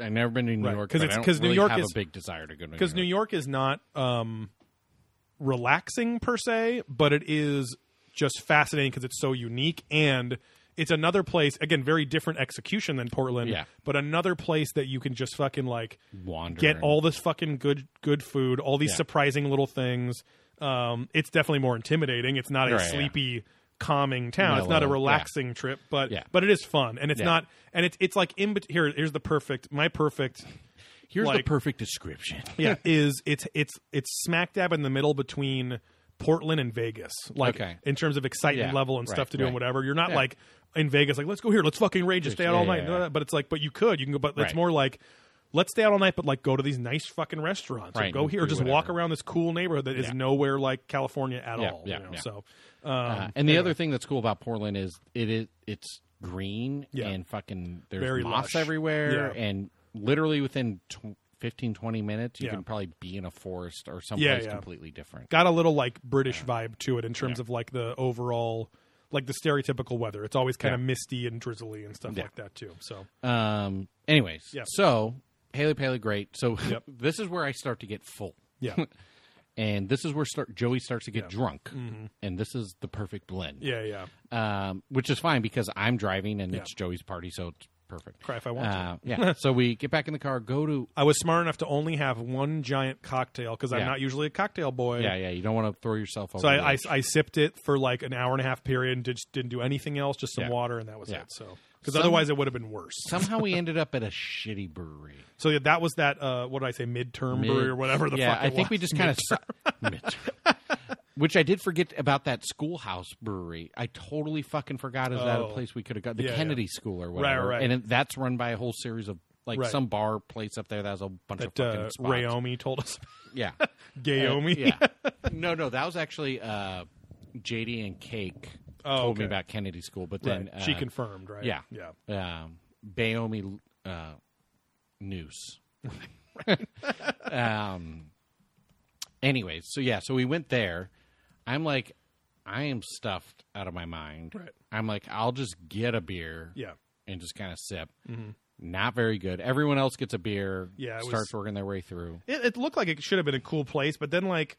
[SPEAKER 2] I've never been to New
[SPEAKER 1] Right,
[SPEAKER 2] York
[SPEAKER 1] 'cause
[SPEAKER 2] but
[SPEAKER 1] it's-
[SPEAKER 2] I don't
[SPEAKER 1] 'cause New
[SPEAKER 2] really
[SPEAKER 1] York
[SPEAKER 2] have
[SPEAKER 1] is-
[SPEAKER 2] a big desire to go to
[SPEAKER 1] Because
[SPEAKER 2] New
[SPEAKER 1] New York is not um, relaxing per se, but it is just fascinating because it's so unique and. It's another place again, very different execution than Portland,
[SPEAKER 2] Yeah.
[SPEAKER 1] but another place that you can just fucking like
[SPEAKER 2] Wander
[SPEAKER 1] get
[SPEAKER 2] and-
[SPEAKER 1] all this fucking good good food, all these
[SPEAKER 2] Yeah.
[SPEAKER 1] surprising little things. Um, it's definitely more intimidating. It's not a
[SPEAKER 2] Right, yeah.
[SPEAKER 1] sleepy, calming town. it's not a
[SPEAKER 2] Mellow, yeah.
[SPEAKER 1] relaxing trip, but
[SPEAKER 2] Yeah.
[SPEAKER 1] but it is fun, and it's
[SPEAKER 2] Yeah.
[SPEAKER 1] not. And it's it's like in bet- here. Here's the perfect. My perfect.
[SPEAKER 2] Here's
[SPEAKER 1] like-
[SPEAKER 2] the perfect description.
[SPEAKER 1] Yeah, *laughs* is it's it's it's smack dab in the middle between Portland and Vegas. Like
[SPEAKER 2] Okay.
[SPEAKER 1] in terms of excitement
[SPEAKER 2] Yeah,
[SPEAKER 1] level and
[SPEAKER 2] right,
[SPEAKER 1] stuff to do and
[SPEAKER 2] right.
[SPEAKER 1] whatever. You're not
[SPEAKER 2] Yeah.
[SPEAKER 1] like in Vegas, like let's go here, let's fucking rage and stay out
[SPEAKER 2] Yeah,
[SPEAKER 1] all
[SPEAKER 2] yeah,
[SPEAKER 1] night.
[SPEAKER 2] yeah.
[SPEAKER 1] But it's like, but you could, you can go. But it's
[SPEAKER 2] Right.
[SPEAKER 1] more like. Let's stay out all night, but like go to these nice fucking restaurants or
[SPEAKER 2] Right,
[SPEAKER 1] go
[SPEAKER 2] and
[SPEAKER 1] here, or
[SPEAKER 2] do
[SPEAKER 1] just walk
[SPEAKER 2] whatever.
[SPEAKER 1] around this cool neighborhood that is
[SPEAKER 2] Yeah.
[SPEAKER 1] nowhere like California at
[SPEAKER 2] Yeah,
[SPEAKER 1] all.
[SPEAKER 2] yeah,
[SPEAKER 1] you know?
[SPEAKER 2] yeah.
[SPEAKER 1] So, um,
[SPEAKER 2] Uh, and the other thing that's cool about Portland is it is it's green
[SPEAKER 1] Yeah.
[SPEAKER 2] and fucking there's
[SPEAKER 1] Very lush.
[SPEAKER 2] moss everywhere
[SPEAKER 1] Yeah.
[SPEAKER 2] and literally within tw 15 20 minutes you
[SPEAKER 1] Yeah.
[SPEAKER 2] can probably be in a forest or someplace
[SPEAKER 1] Yeah, yeah.
[SPEAKER 2] completely different.
[SPEAKER 1] got a little like British vibe to it in terms of like the overall, like the stereotypical weather. It's always kind of misty and drizzly and stuff like that too. So,
[SPEAKER 2] Um anyways,
[SPEAKER 1] Yeah.
[SPEAKER 2] so Haley Paley great. So *laughs*
[SPEAKER 1] Yep.
[SPEAKER 2] this is where I start to get full. *laughs*
[SPEAKER 1] yeah,
[SPEAKER 2] And this is where start, Joey starts to get drunk. And this is the perfect blend.
[SPEAKER 1] Mm-hmm. yeah, yeah.
[SPEAKER 2] um, which is fine because I'm driving and
[SPEAKER 1] Yeah.
[SPEAKER 2] it's Joey's party, so it's perfect.
[SPEAKER 1] Cry if I want
[SPEAKER 2] Uh,
[SPEAKER 1] *laughs*
[SPEAKER 2] yeah. so we get back in the car, go to
[SPEAKER 1] I was smart enough to only have one giant cocktail because I'm
[SPEAKER 2] Yeah.
[SPEAKER 1] not usually a cocktail boy.
[SPEAKER 2] yeah, yeah. You don't want to throw yourself over.
[SPEAKER 1] So
[SPEAKER 2] the
[SPEAKER 1] I, I,
[SPEAKER 2] edge.
[SPEAKER 1] I sipped it for like an hour and a half period and did, didn't do anything else, just some
[SPEAKER 2] Yeah.
[SPEAKER 1] water, and that was
[SPEAKER 2] Yeah.
[SPEAKER 1] it. So because otherwise it would have been worse.
[SPEAKER 2] *laughs* Somehow we ended up at a shitty brewery.
[SPEAKER 1] So yeah, that was that. Uh, what did I say? Midterm
[SPEAKER 2] Mid-
[SPEAKER 1] brewery or whatever the
[SPEAKER 2] yeah,
[SPEAKER 1] fuck.
[SPEAKER 2] I
[SPEAKER 1] it
[SPEAKER 2] think we
[SPEAKER 1] was.
[SPEAKER 2] just kind of.
[SPEAKER 1] *laughs*
[SPEAKER 2] Which I did forget about that schoolhouse brewery. I totally fucking forgot is that a
[SPEAKER 1] Oh.
[SPEAKER 2] place we could have got the
[SPEAKER 1] Yeah, yeah.
[SPEAKER 2] Kennedy School or whatever.
[SPEAKER 1] right.
[SPEAKER 2] And it, that's run by a whole series of like
[SPEAKER 1] Right.
[SPEAKER 2] some bar place up there that has a bunch of
[SPEAKER 1] that
[SPEAKER 2] fucking
[SPEAKER 1] uh,
[SPEAKER 2] spots.
[SPEAKER 1] Rayomi told us. *laughs*
[SPEAKER 2] Yeah,
[SPEAKER 1] Gayomi.
[SPEAKER 2] yeah. No, no, that was actually uh, JD and Cake
[SPEAKER 1] Oh,
[SPEAKER 2] told me
[SPEAKER 1] okay.
[SPEAKER 2] about Kennedy School, but then
[SPEAKER 1] Right. she
[SPEAKER 2] uh,
[SPEAKER 1] confirmed, right?
[SPEAKER 2] yeah.
[SPEAKER 1] yeah.
[SPEAKER 2] um, Bayomi uh,
[SPEAKER 1] *laughs*
[SPEAKER 2] Noose. um, anyways, so yeah, so we went there. I'm like, I am stuffed out of my mind.
[SPEAKER 1] Right.
[SPEAKER 2] I'm like, I'll just get a beer
[SPEAKER 1] Yeah. Mm-hmm.
[SPEAKER 2] and just kind of sip. Not very good. Everyone else gets a beer,
[SPEAKER 1] Yeah, it
[SPEAKER 2] starts
[SPEAKER 1] was-
[SPEAKER 2] working their way through.
[SPEAKER 1] It, it looked like it should have been a cool place, but then like,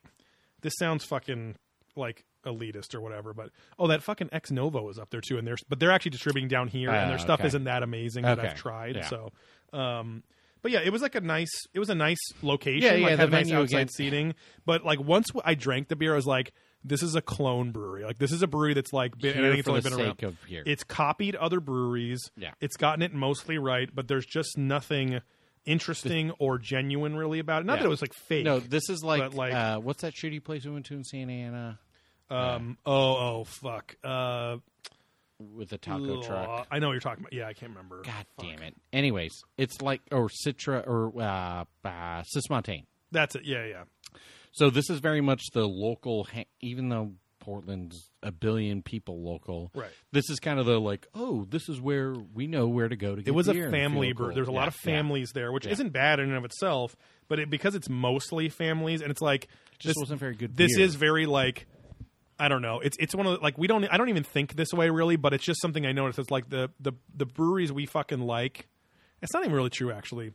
[SPEAKER 1] this sounds fucking like elitist or whatever. But oh, that fucking Ex Novo is up there too, and they're but they're actually distributing down here,
[SPEAKER 2] Ah,
[SPEAKER 1] and their stuff
[SPEAKER 2] okay.
[SPEAKER 1] isn't that amazing that
[SPEAKER 2] Okay.
[SPEAKER 1] I've tried.
[SPEAKER 2] Yeah.
[SPEAKER 1] So, um, but yeah, it was like a nice. It was a nice location.
[SPEAKER 2] Yeah, yeah,
[SPEAKER 1] Like,
[SPEAKER 2] the
[SPEAKER 1] had nice
[SPEAKER 2] venue
[SPEAKER 1] outside
[SPEAKER 2] again.
[SPEAKER 1] seating. But like once I drank the beer, I was like. This is a clone brewery. Like this is a brewery that's like been, and I
[SPEAKER 2] Here
[SPEAKER 1] think it's
[SPEAKER 2] for
[SPEAKER 1] only
[SPEAKER 2] the
[SPEAKER 1] been around.
[SPEAKER 2] sake of here.
[SPEAKER 1] It's copied other breweries.
[SPEAKER 2] Yeah.
[SPEAKER 1] It's gotten it mostly right, but there's just nothing interesting or genuine really about it. Not that
[SPEAKER 2] Yeah.
[SPEAKER 1] it was like fake.
[SPEAKER 2] No, this is like,
[SPEAKER 1] But, like-
[SPEAKER 2] uh, what's that shitty place we went to in Santa Ana
[SPEAKER 1] um oh oh fuck. Uh
[SPEAKER 2] with the taco
[SPEAKER 1] ugh,
[SPEAKER 2] truck?
[SPEAKER 1] I know what you're talking about. Yeah, I can't remember.
[SPEAKER 2] God damn it. Anyways, it's like or Citra or uh, uh Sismontane.
[SPEAKER 1] That's it. Yeah, yeah.
[SPEAKER 2] So this is very much the local ha- even though Portland's a billion people local.
[SPEAKER 1] Right.
[SPEAKER 2] This is kind of the like, oh, this is where we know where to go to get
[SPEAKER 1] It was a
[SPEAKER 2] beer and feel
[SPEAKER 1] family
[SPEAKER 2] cool.
[SPEAKER 1] brew. There's a
[SPEAKER 2] Yeah,
[SPEAKER 1] lot of
[SPEAKER 2] yeah.
[SPEAKER 1] families there, which
[SPEAKER 2] Yeah.
[SPEAKER 1] isn't bad in and of itself, but it, because it's mostly families and it's like
[SPEAKER 2] Just
[SPEAKER 1] this,
[SPEAKER 2] wasn't very good
[SPEAKER 1] this
[SPEAKER 2] beer.
[SPEAKER 1] is very like I don't know. It's it's one of the, like we don't I don't even think this way really, but it's just something I noticed. It's like the the the breweries we fucking like. It's not even really true actually.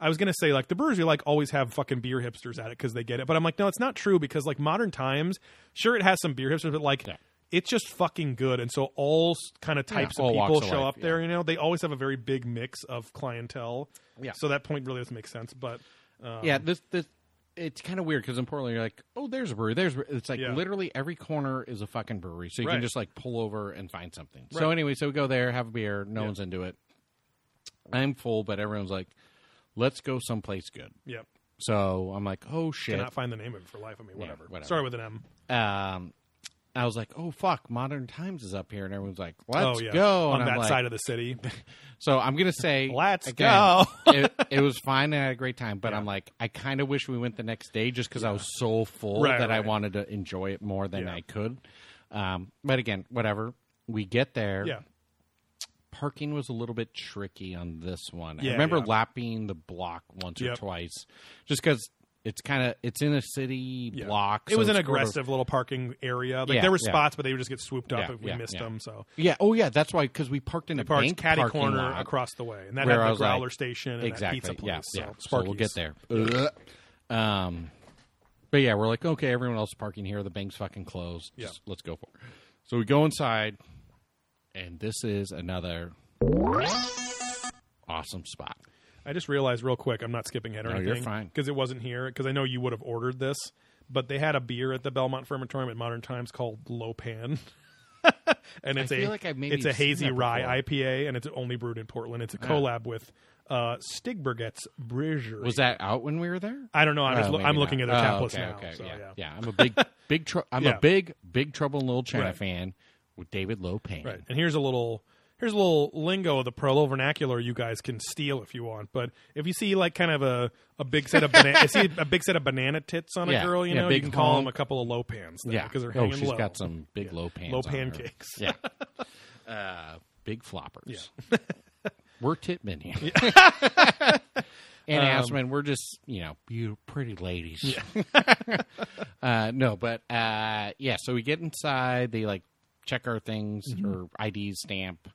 [SPEAKER 1] I was gonna say like the breweries we like always have fucking beer hipsters at it because they get it, but I'm like no, it's not true because like modern times, sure it has some beer hipsters, but like. It's just fucking good, and so all kind of types
[SPEAKER 2] all
[SPEAKER 1] of
[SPEAKER 2] walks
[SPEAKER 1] people
[SPEAKER 2] of
[SPEAKER 1] show
[SPEAKER 2] life,
[SPEAKER 1] up there. You know, they always have a very big mix of clientele.
[SPEAKER 2] Yeah.
[SPEAKER 1] So that point really doesn't make sense, but
[SPEAKER 2] yeah, this this it's kind of weird cuz in Portland you're like, oh, there's a brewery. There's a brewery." it's like
[SPEAKER 1] Yeah.
[SPEAKER 2] literally every corner is a fucking brewery. So you
[SPEAKER 1] Right.
[SPEAKER 2] can just like pull over and find something. So
[SPEAKER 1] Right.
[SPEAKER 2] anyway, so we go there, have a beer, no one's into it. I'm full, but everyone's like, let's go someplace good.
[SPEAKER 1] yeah.
[SPEAKER 2] So I'm like, oh shit.
[SPEAKER 1] Cannot find the name of it for life. I mean, whatever.
[SPEAKER 2] whatever.
[SPEAKER 1] Sorry with an M.
[SPEAKER 2] Um, I was like, oh fuck, Modern Times is up here, and everyone's like, let's
[SPEAKER 1] oh yeah.
[SPEAKER 2] go.
[SPEAKER 1] on
[SPEAKER 2] and
[SPEAKER 1] that
[SPEAKER 2] I'm like,
[SPEAKER 1] side of the
[SPEAKER 2] *laughs*
[SPEAKER 1] city.
[SPEAKER 2] So I'm gonna say,
[SPEAKER 1] *laughs* Let's
[SPEAKER 2] again,
[SPEAKER 1] go.
[SPEAKER 2] it, it was fine. and I had a great time, but I'm like, I kind of wish we went the next day just because I was so full
[SPEAKER 1] Right,
[SPEAKER 2] that I
[SPEAKER 1] right.
[SPEAKER 2] wanted to enjoy it more than
[SPEAKER 1] Yeah.
[SPEAKER 2] I could. Um, but again, whatever. We get there.
[SPEAKER 1] yeah.
[SPEAKER 2] Parking was a little bit tricky on this one. I
[SPEAKER 1] Yeah,
[SPEAKER 2] remember
[SPEAKER 1] yeah.
[SPEAKER 2] lapping the block once or
[SPEAKER 1] Yep.
[SPEAKER 2] twice, just because it's kind of it's in a city
[SPEAKER 1] Yeah.
[SPEAKER 2] block.
[SPEAKER 1] it
[SPEAKER 2] so
[SPEAKER 1] was an
[SPEAKER 2] it's sort of-
[SPEAKER 1] aggressive little parking area. Like
[SPEAKER 2] Yeah,
[SPEAKER 1] there were
[SPEAKER 2] yeah.
[SPEAKER 1] spots, but they would just get swooped up
[SPEAKER 2] Yeah,
[SPEAKER 1] if we
[SPEAKER 2] yeah,
[SPEAKER 1] missed
[SPEAKER 2] yeah.
[SPEAKER 1] them. So
[SPEAKER 2] Yeah. Oh, yeah. That's why because we parked in a
[SPEAKER 1] parked
[SPEAKER 2] bank
[SPEAKER 1] catty
[SPEAKER 2] parking
[SPEAKER 1] corner
[SPEAKER 2] lot.
[SPEAKER 1] across the way, and that
[SPEAKER 2] where I
[SPEAKER 1] had the
[SPEAKER 2] was like-
[SPEAKER 1] growler station and that
[SPEAKER 2] exactly.
[SPEAKER 1] pizza place.
[SPEAKER 2] yeah.
[SPEAKER 1] so
[SPEAKER 2] yeah. So we'll
[SPEAKER 1] Sparky's.
[SPEAKER 2] get there. um, but yeah, we're like, okay, everyone else is parking here. The bank's fucking closed.
[SPEAKER 1] Yeah.
[SPEAKER 2] Just, let's go for it. So we go inside, and this is another awesome spot.
[SPEAKER 1] I just realized real quick, I'm not skipping ahead or
[SPEAKER 2] No, you're
[SPEAKER 1] anything.
[SPEAKER 2] fine.
[SPEAKER 1] Because it wasn't here, because I know you would have ordered this, but they had a beer at the Belmont Fermentorium at Modern Times called Lopan. *laughs* and it's
[SPEAKER 2] I
[SPEAKER 1] a
[SPEAKER 2] feel like I've maybe
[SPEAKER 1] it's a
[SPEAKER 2] seen
[SPEAKER 1] hazy
[SPEAKER 2] that
[SPEAKER 1] rye
[SPEAKER 2] before.
[SPEAKER 1] IPA and it's only brewed in Portland. It's a collab with uh Stigberget's Brewery.
[SPEAKER 2] Was that out when we were there?
[SPEAKER 1] I don't know. I'm, just
[SPEAKER 2] Oh,
[SPEAKER 1] loo-
[SPEAKER 2] maybe
[SPEAKER 1] I'm
[SPEAKER 2] not.
[SPEAKER 1] looking at their
[SPEAKER 2] Oh,
[SPEAKER 1] tap list
[SPEAKER 2] okay,
[SPEAKER 1] now.
[SPEAKER 2] Okay,
[SPEAKER 1] so,
[SPEAKER 2] yeah,
[SPEAKER 1] yeah.
[SPEAKER 2] yeah. I'm
[SPEAKER 1] *laughs*
[SPEAKER 2] a big, big. Tr- I'm
[SPEAKER 1] Yeah.
[SPEAKER 2] a big, big Trouble in Little China
[SPEAKER 1] Right.
[SPEAKER 2] fan with David Lowe Payne.
[SPEAKER 1] Right. And here's a little here's a little lingo of the pro little vernacular you guys can steal if you want. But if you see like kind of a, a big set of
[SPEAKER 2] *laughs*
[SPEAKER 1] banana see a big set of banana tits on
[SPEAKER 2] Yeah.
[SPEAKER 1] a girl, you
[SPEAKER 2] Yeah,
[SPEAKER 1] know, you
[SPEAKER 2] big
[SPEAKER 1] can call them
[SPEAKER 2] honk.
[SPEAKER 1] a couple of low pans. There,
[SPEAKER 2] Yeah,
[SPEAKER 1] because they're
[SPEAKER 2] oh,
[SPEAKER 1] hanging
[SPEAKER 2] she's
[SPEAKER 1] low.
[SPEAKER 2] got some big low pans.
[SPEAKER 1] low
[SPEAKER 2] on her.
[SPEAKER 1] pancakes.
[SPEAKER 2] Yeah, *laughs* uh, big floppers. *laughs* we're Titman here, *laughs* and
[SPEAKER 1] Um,
[SPEAKER 2] Asman. We're just you know you pretty ladies. *laughs* uh, no, but uh, yeah. So we get inside. They like check our things
[SPEAKER 1] Mm-hmm.
[SPEAKER 2] or IDs stamp,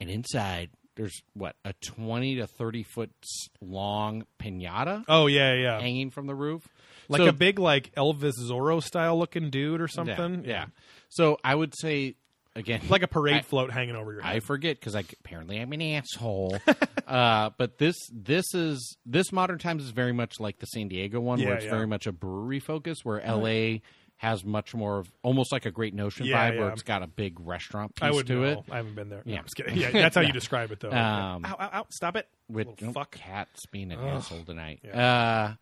[SPEAKER 2] and inside there's what a twenty to thirty foot s- long pinata
[SPEAKER 1] Oh yeah, yeah.
[SPEAKER 2] hanging from the roof,
[SPEAKER 1] Like
[SPEAKER 2] So-
[SPEAKER 1] a big like Elvis Zorro style looking dude or
[SPEAKER 2] yeah,
[SPEAKER 1] something.
[SPEAKER 2] yeah. So I would say again,
[SPEAKER 1] Like a parade
[SPEAKER 2] I-
[SPEAKER 1] float hanging over your head.
[SPEAKER 2] I forget because I apparently I'm an asshole. *laughs* uh, but this this is this modern times is very much like the San Diego one,
[SPEAKER 1] Yeah,
[SPEAKER 2] where it's
[SPEAKER 1] yeah.
[SPEAKER 2] very much a brewery focus. Where L.A. has much more of almost like a Great Notion
[SPEAKER 1] Yeah,
[SPEAKER 2] vibe, where
[SPEAKER 1] yeah.
[SPEAKER 2] it's got a big restaurant piece
[SPEAKER 1] I would
[SPEAKER 2] to
[SPEAKER 1] know.
[SPEAKER 2] it.
[SPEAKER 1] I haven't been there. No,
[SPEAKER 2] Yeah.
[SPEAKER 1] I'm just
[SPEAKER 2] *laughs*
[SPEAKER 1] kidding. Yeah, that's how you describe it, though.
[SPEAKER 2] Um,
[SPEAKER 1] ow, ow, ow, stop it.
[SPEAKER 2] with
[SPEAKER 1] Little
[SPEAKER 2] nope,
[SPEAKER 1] fuck.
[SPEAKER 2] cats being an asshole tonight. Uh,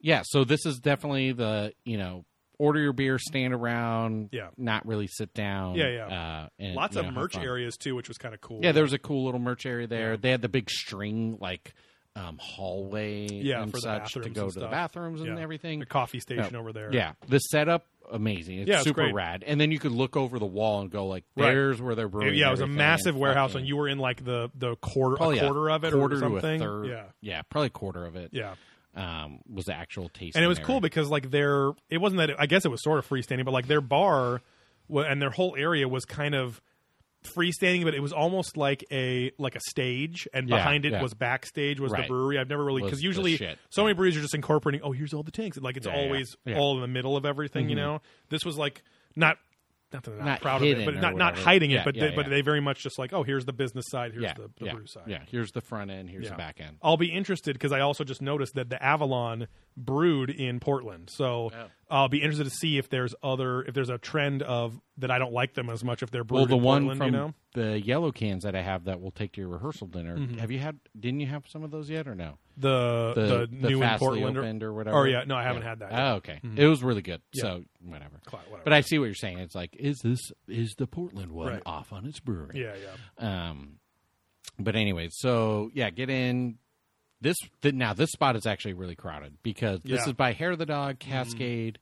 [SPEAKER 2] yeah, so this is definitely the you know order your beer, stand around,
[SPEAKER 1] Yeah.
[SPEAKER 2] not really sit down.
[SPEAKER 1] Yeah, yeah.
[SPEAKER 2] Uh, and,
[SPEAKER 1] Lots
[SPEAKER 2] you know,
[SPEAKER 1] of
[SPEAKER 2] have
[SPEAKER 1] merch
[SPEAKER 2] fun.
[SPEAKER 1] areas too, which was kind of cool.
[SPEAKER 2] Yeah, there was a cool little merch area there.
[SPEAKER 1] Yeah.
[SPEAKER 2] They had the big string like um, hallway
[SPEAKER 1] Yeah,
[SPEAKER 2] and
[SPEAKER 1] for the
[SPEAKER 2] such to
[SPEAKER 1] bathrooms
[SPEAKER 2] go
[SPEAKER 1] and
[SPEAKER 2] to the
[SPEAKER 1] stuff.
[SPEAKER 2] bathrooms and
[SPEAKER 1] Yeah.
[SPEAKER 2] everything.
[SPEAKER 1] the coffee station over there.
[SPEAKER 2] Yeah, the setup amazing. It's
[SPEAKER 1] Yeah, it's
[SPEAKER 2] super
[SPEAKER 1] great.
[SPEAKER 2] rad. And then you could look over the wall and go like,
[SPEAKER 1] Right.
[SPEAKER 2] "There's where they're brewing."
[SPEAKER 1] yeah, it was a
[SPEAKER 2] everything
[SPEAKER 1] massive warehouse,
[SPEAKER 2] fucking-
[SPEAKER 1] and you were in like the the quarter,
[SPEAKER 2] probably
[SPEAKER 1] a quarter of it,
[SPEAKER 2] quarter
[SPEAKER 1] or something.
[SPEAKER 2] To a third,
[SPEAKER 1] Yeah,
[SPEAKER 2] yeah, probably a quarter of it.
[SPEAKER 1] yeah.
[SPEAKER 2] um, was the actual taste.
[SPEAKER 1] and it was cool because like their it wasn't that it, I guess it was sort of freestanding, but like their bar wa- and their whole area was kind of freestanding, but it was almost like a like a stage, and
[SPEAKER 2] Yeah,
[SPEAKER 1] behind it
[SPEAKER 2] yeah.
[SPEAKER 1] was backstage was
[SPEAKER 2] Right.
[SPEAKER 1] the brewery. I've never really
[SPEAKER 2] Was
[SPEAKER 1] because
[SPEAKER 2] the
[SPEAKER 1] usually
[SPEAKER 2] shit,
[SPEAKER 1] so many breweries are just incorporating. Oh, here's all the tanks, and like it's
[SPEAKER 2] Yeah, yeah,
[SPEAKER 1] always
[SPEAKER 2] yeah. Mm-hmm.
[SPEAKER 1] all in the middle of everything. You know, this was like not. Not that they're not,
[SPEAKER 2] Not
[SPEAKER 1] proud of it,
[SPEAKER 2] hidden
[SPEAKER 1] but
[SPEAKER 2] or
[SPEAKER 1] not, not
[SPEAKER 2] whatever.
[SPEAKER 1] hiding
[SPEAKER 2] Yeah,
[SPEAKER 1] it, but
[SPEAKER 2] yeah,
[SPEAKER 1] they, but
[SPEAKER 2] yeah.
[SPEAKER 1] they very much just like, oh, here's the business side, here's
[SPEAKER 2] yeah,
[SPEAKER 1] the, the
[SPEAKER 2] yeah,
[SPEAKER 1] brew side.
[SPEAKER 2] yeah. Here's the front end. Here's
[SPEAKER 1] Yeah.
[SPEAKER 2] the back end.
[SPEAKER 1] I'll be interested because I also just noticed that the Avalon brewed in Portland. So I'll be interested to see if there's other if there's a trend of that I don't like them as much if they're brewed
[SPEAKER 2] Well, the
[SPEAKER 1] in
[SPEAKER 2] one
[SPEAKER 1] Portland,
[SPEAKER 2] from
[SPEAKER 1] you know.
[SPEAKER 2] the yellow cans that I have that we'll take to your rehearsal dinner.
[SPEAKER 1] Mm-hmm.
[SPEAKER 2] Have you had? Didn't you have some of those yet, or no?
[SPEAKER 1] The the, new in
[SPEAKER 2] fastly
[SPEAKER 1] Portland
[SPEAKER 2] opened or whatever.
[SPEAKER 1] Oh yeah, no, I haven't had that. Mm-hmm.
[SPEAKER 2] Oh, okay. It was really good.
[SPEAKER 1] Yeah.
[SPEAKER 2] So whatever.
[SPEAKER 1] Cla- whatever.
[SPEAKER 2] But I see what you're saying. It's like, is this is the Portland one
[SPEAKER 1] Right.
[SPEAKER 2] off on its brewery?
[SPEAKER 1] yeah, yeah.
[SPEAKER 2] Um, but anyway, so yeah, get in. This th- now this spot is actually really crowded because this
[SPEAKER 1] Yeah. Mm-hmm.
[SPEAKER 2] is by Hair of the Dog, Cascade,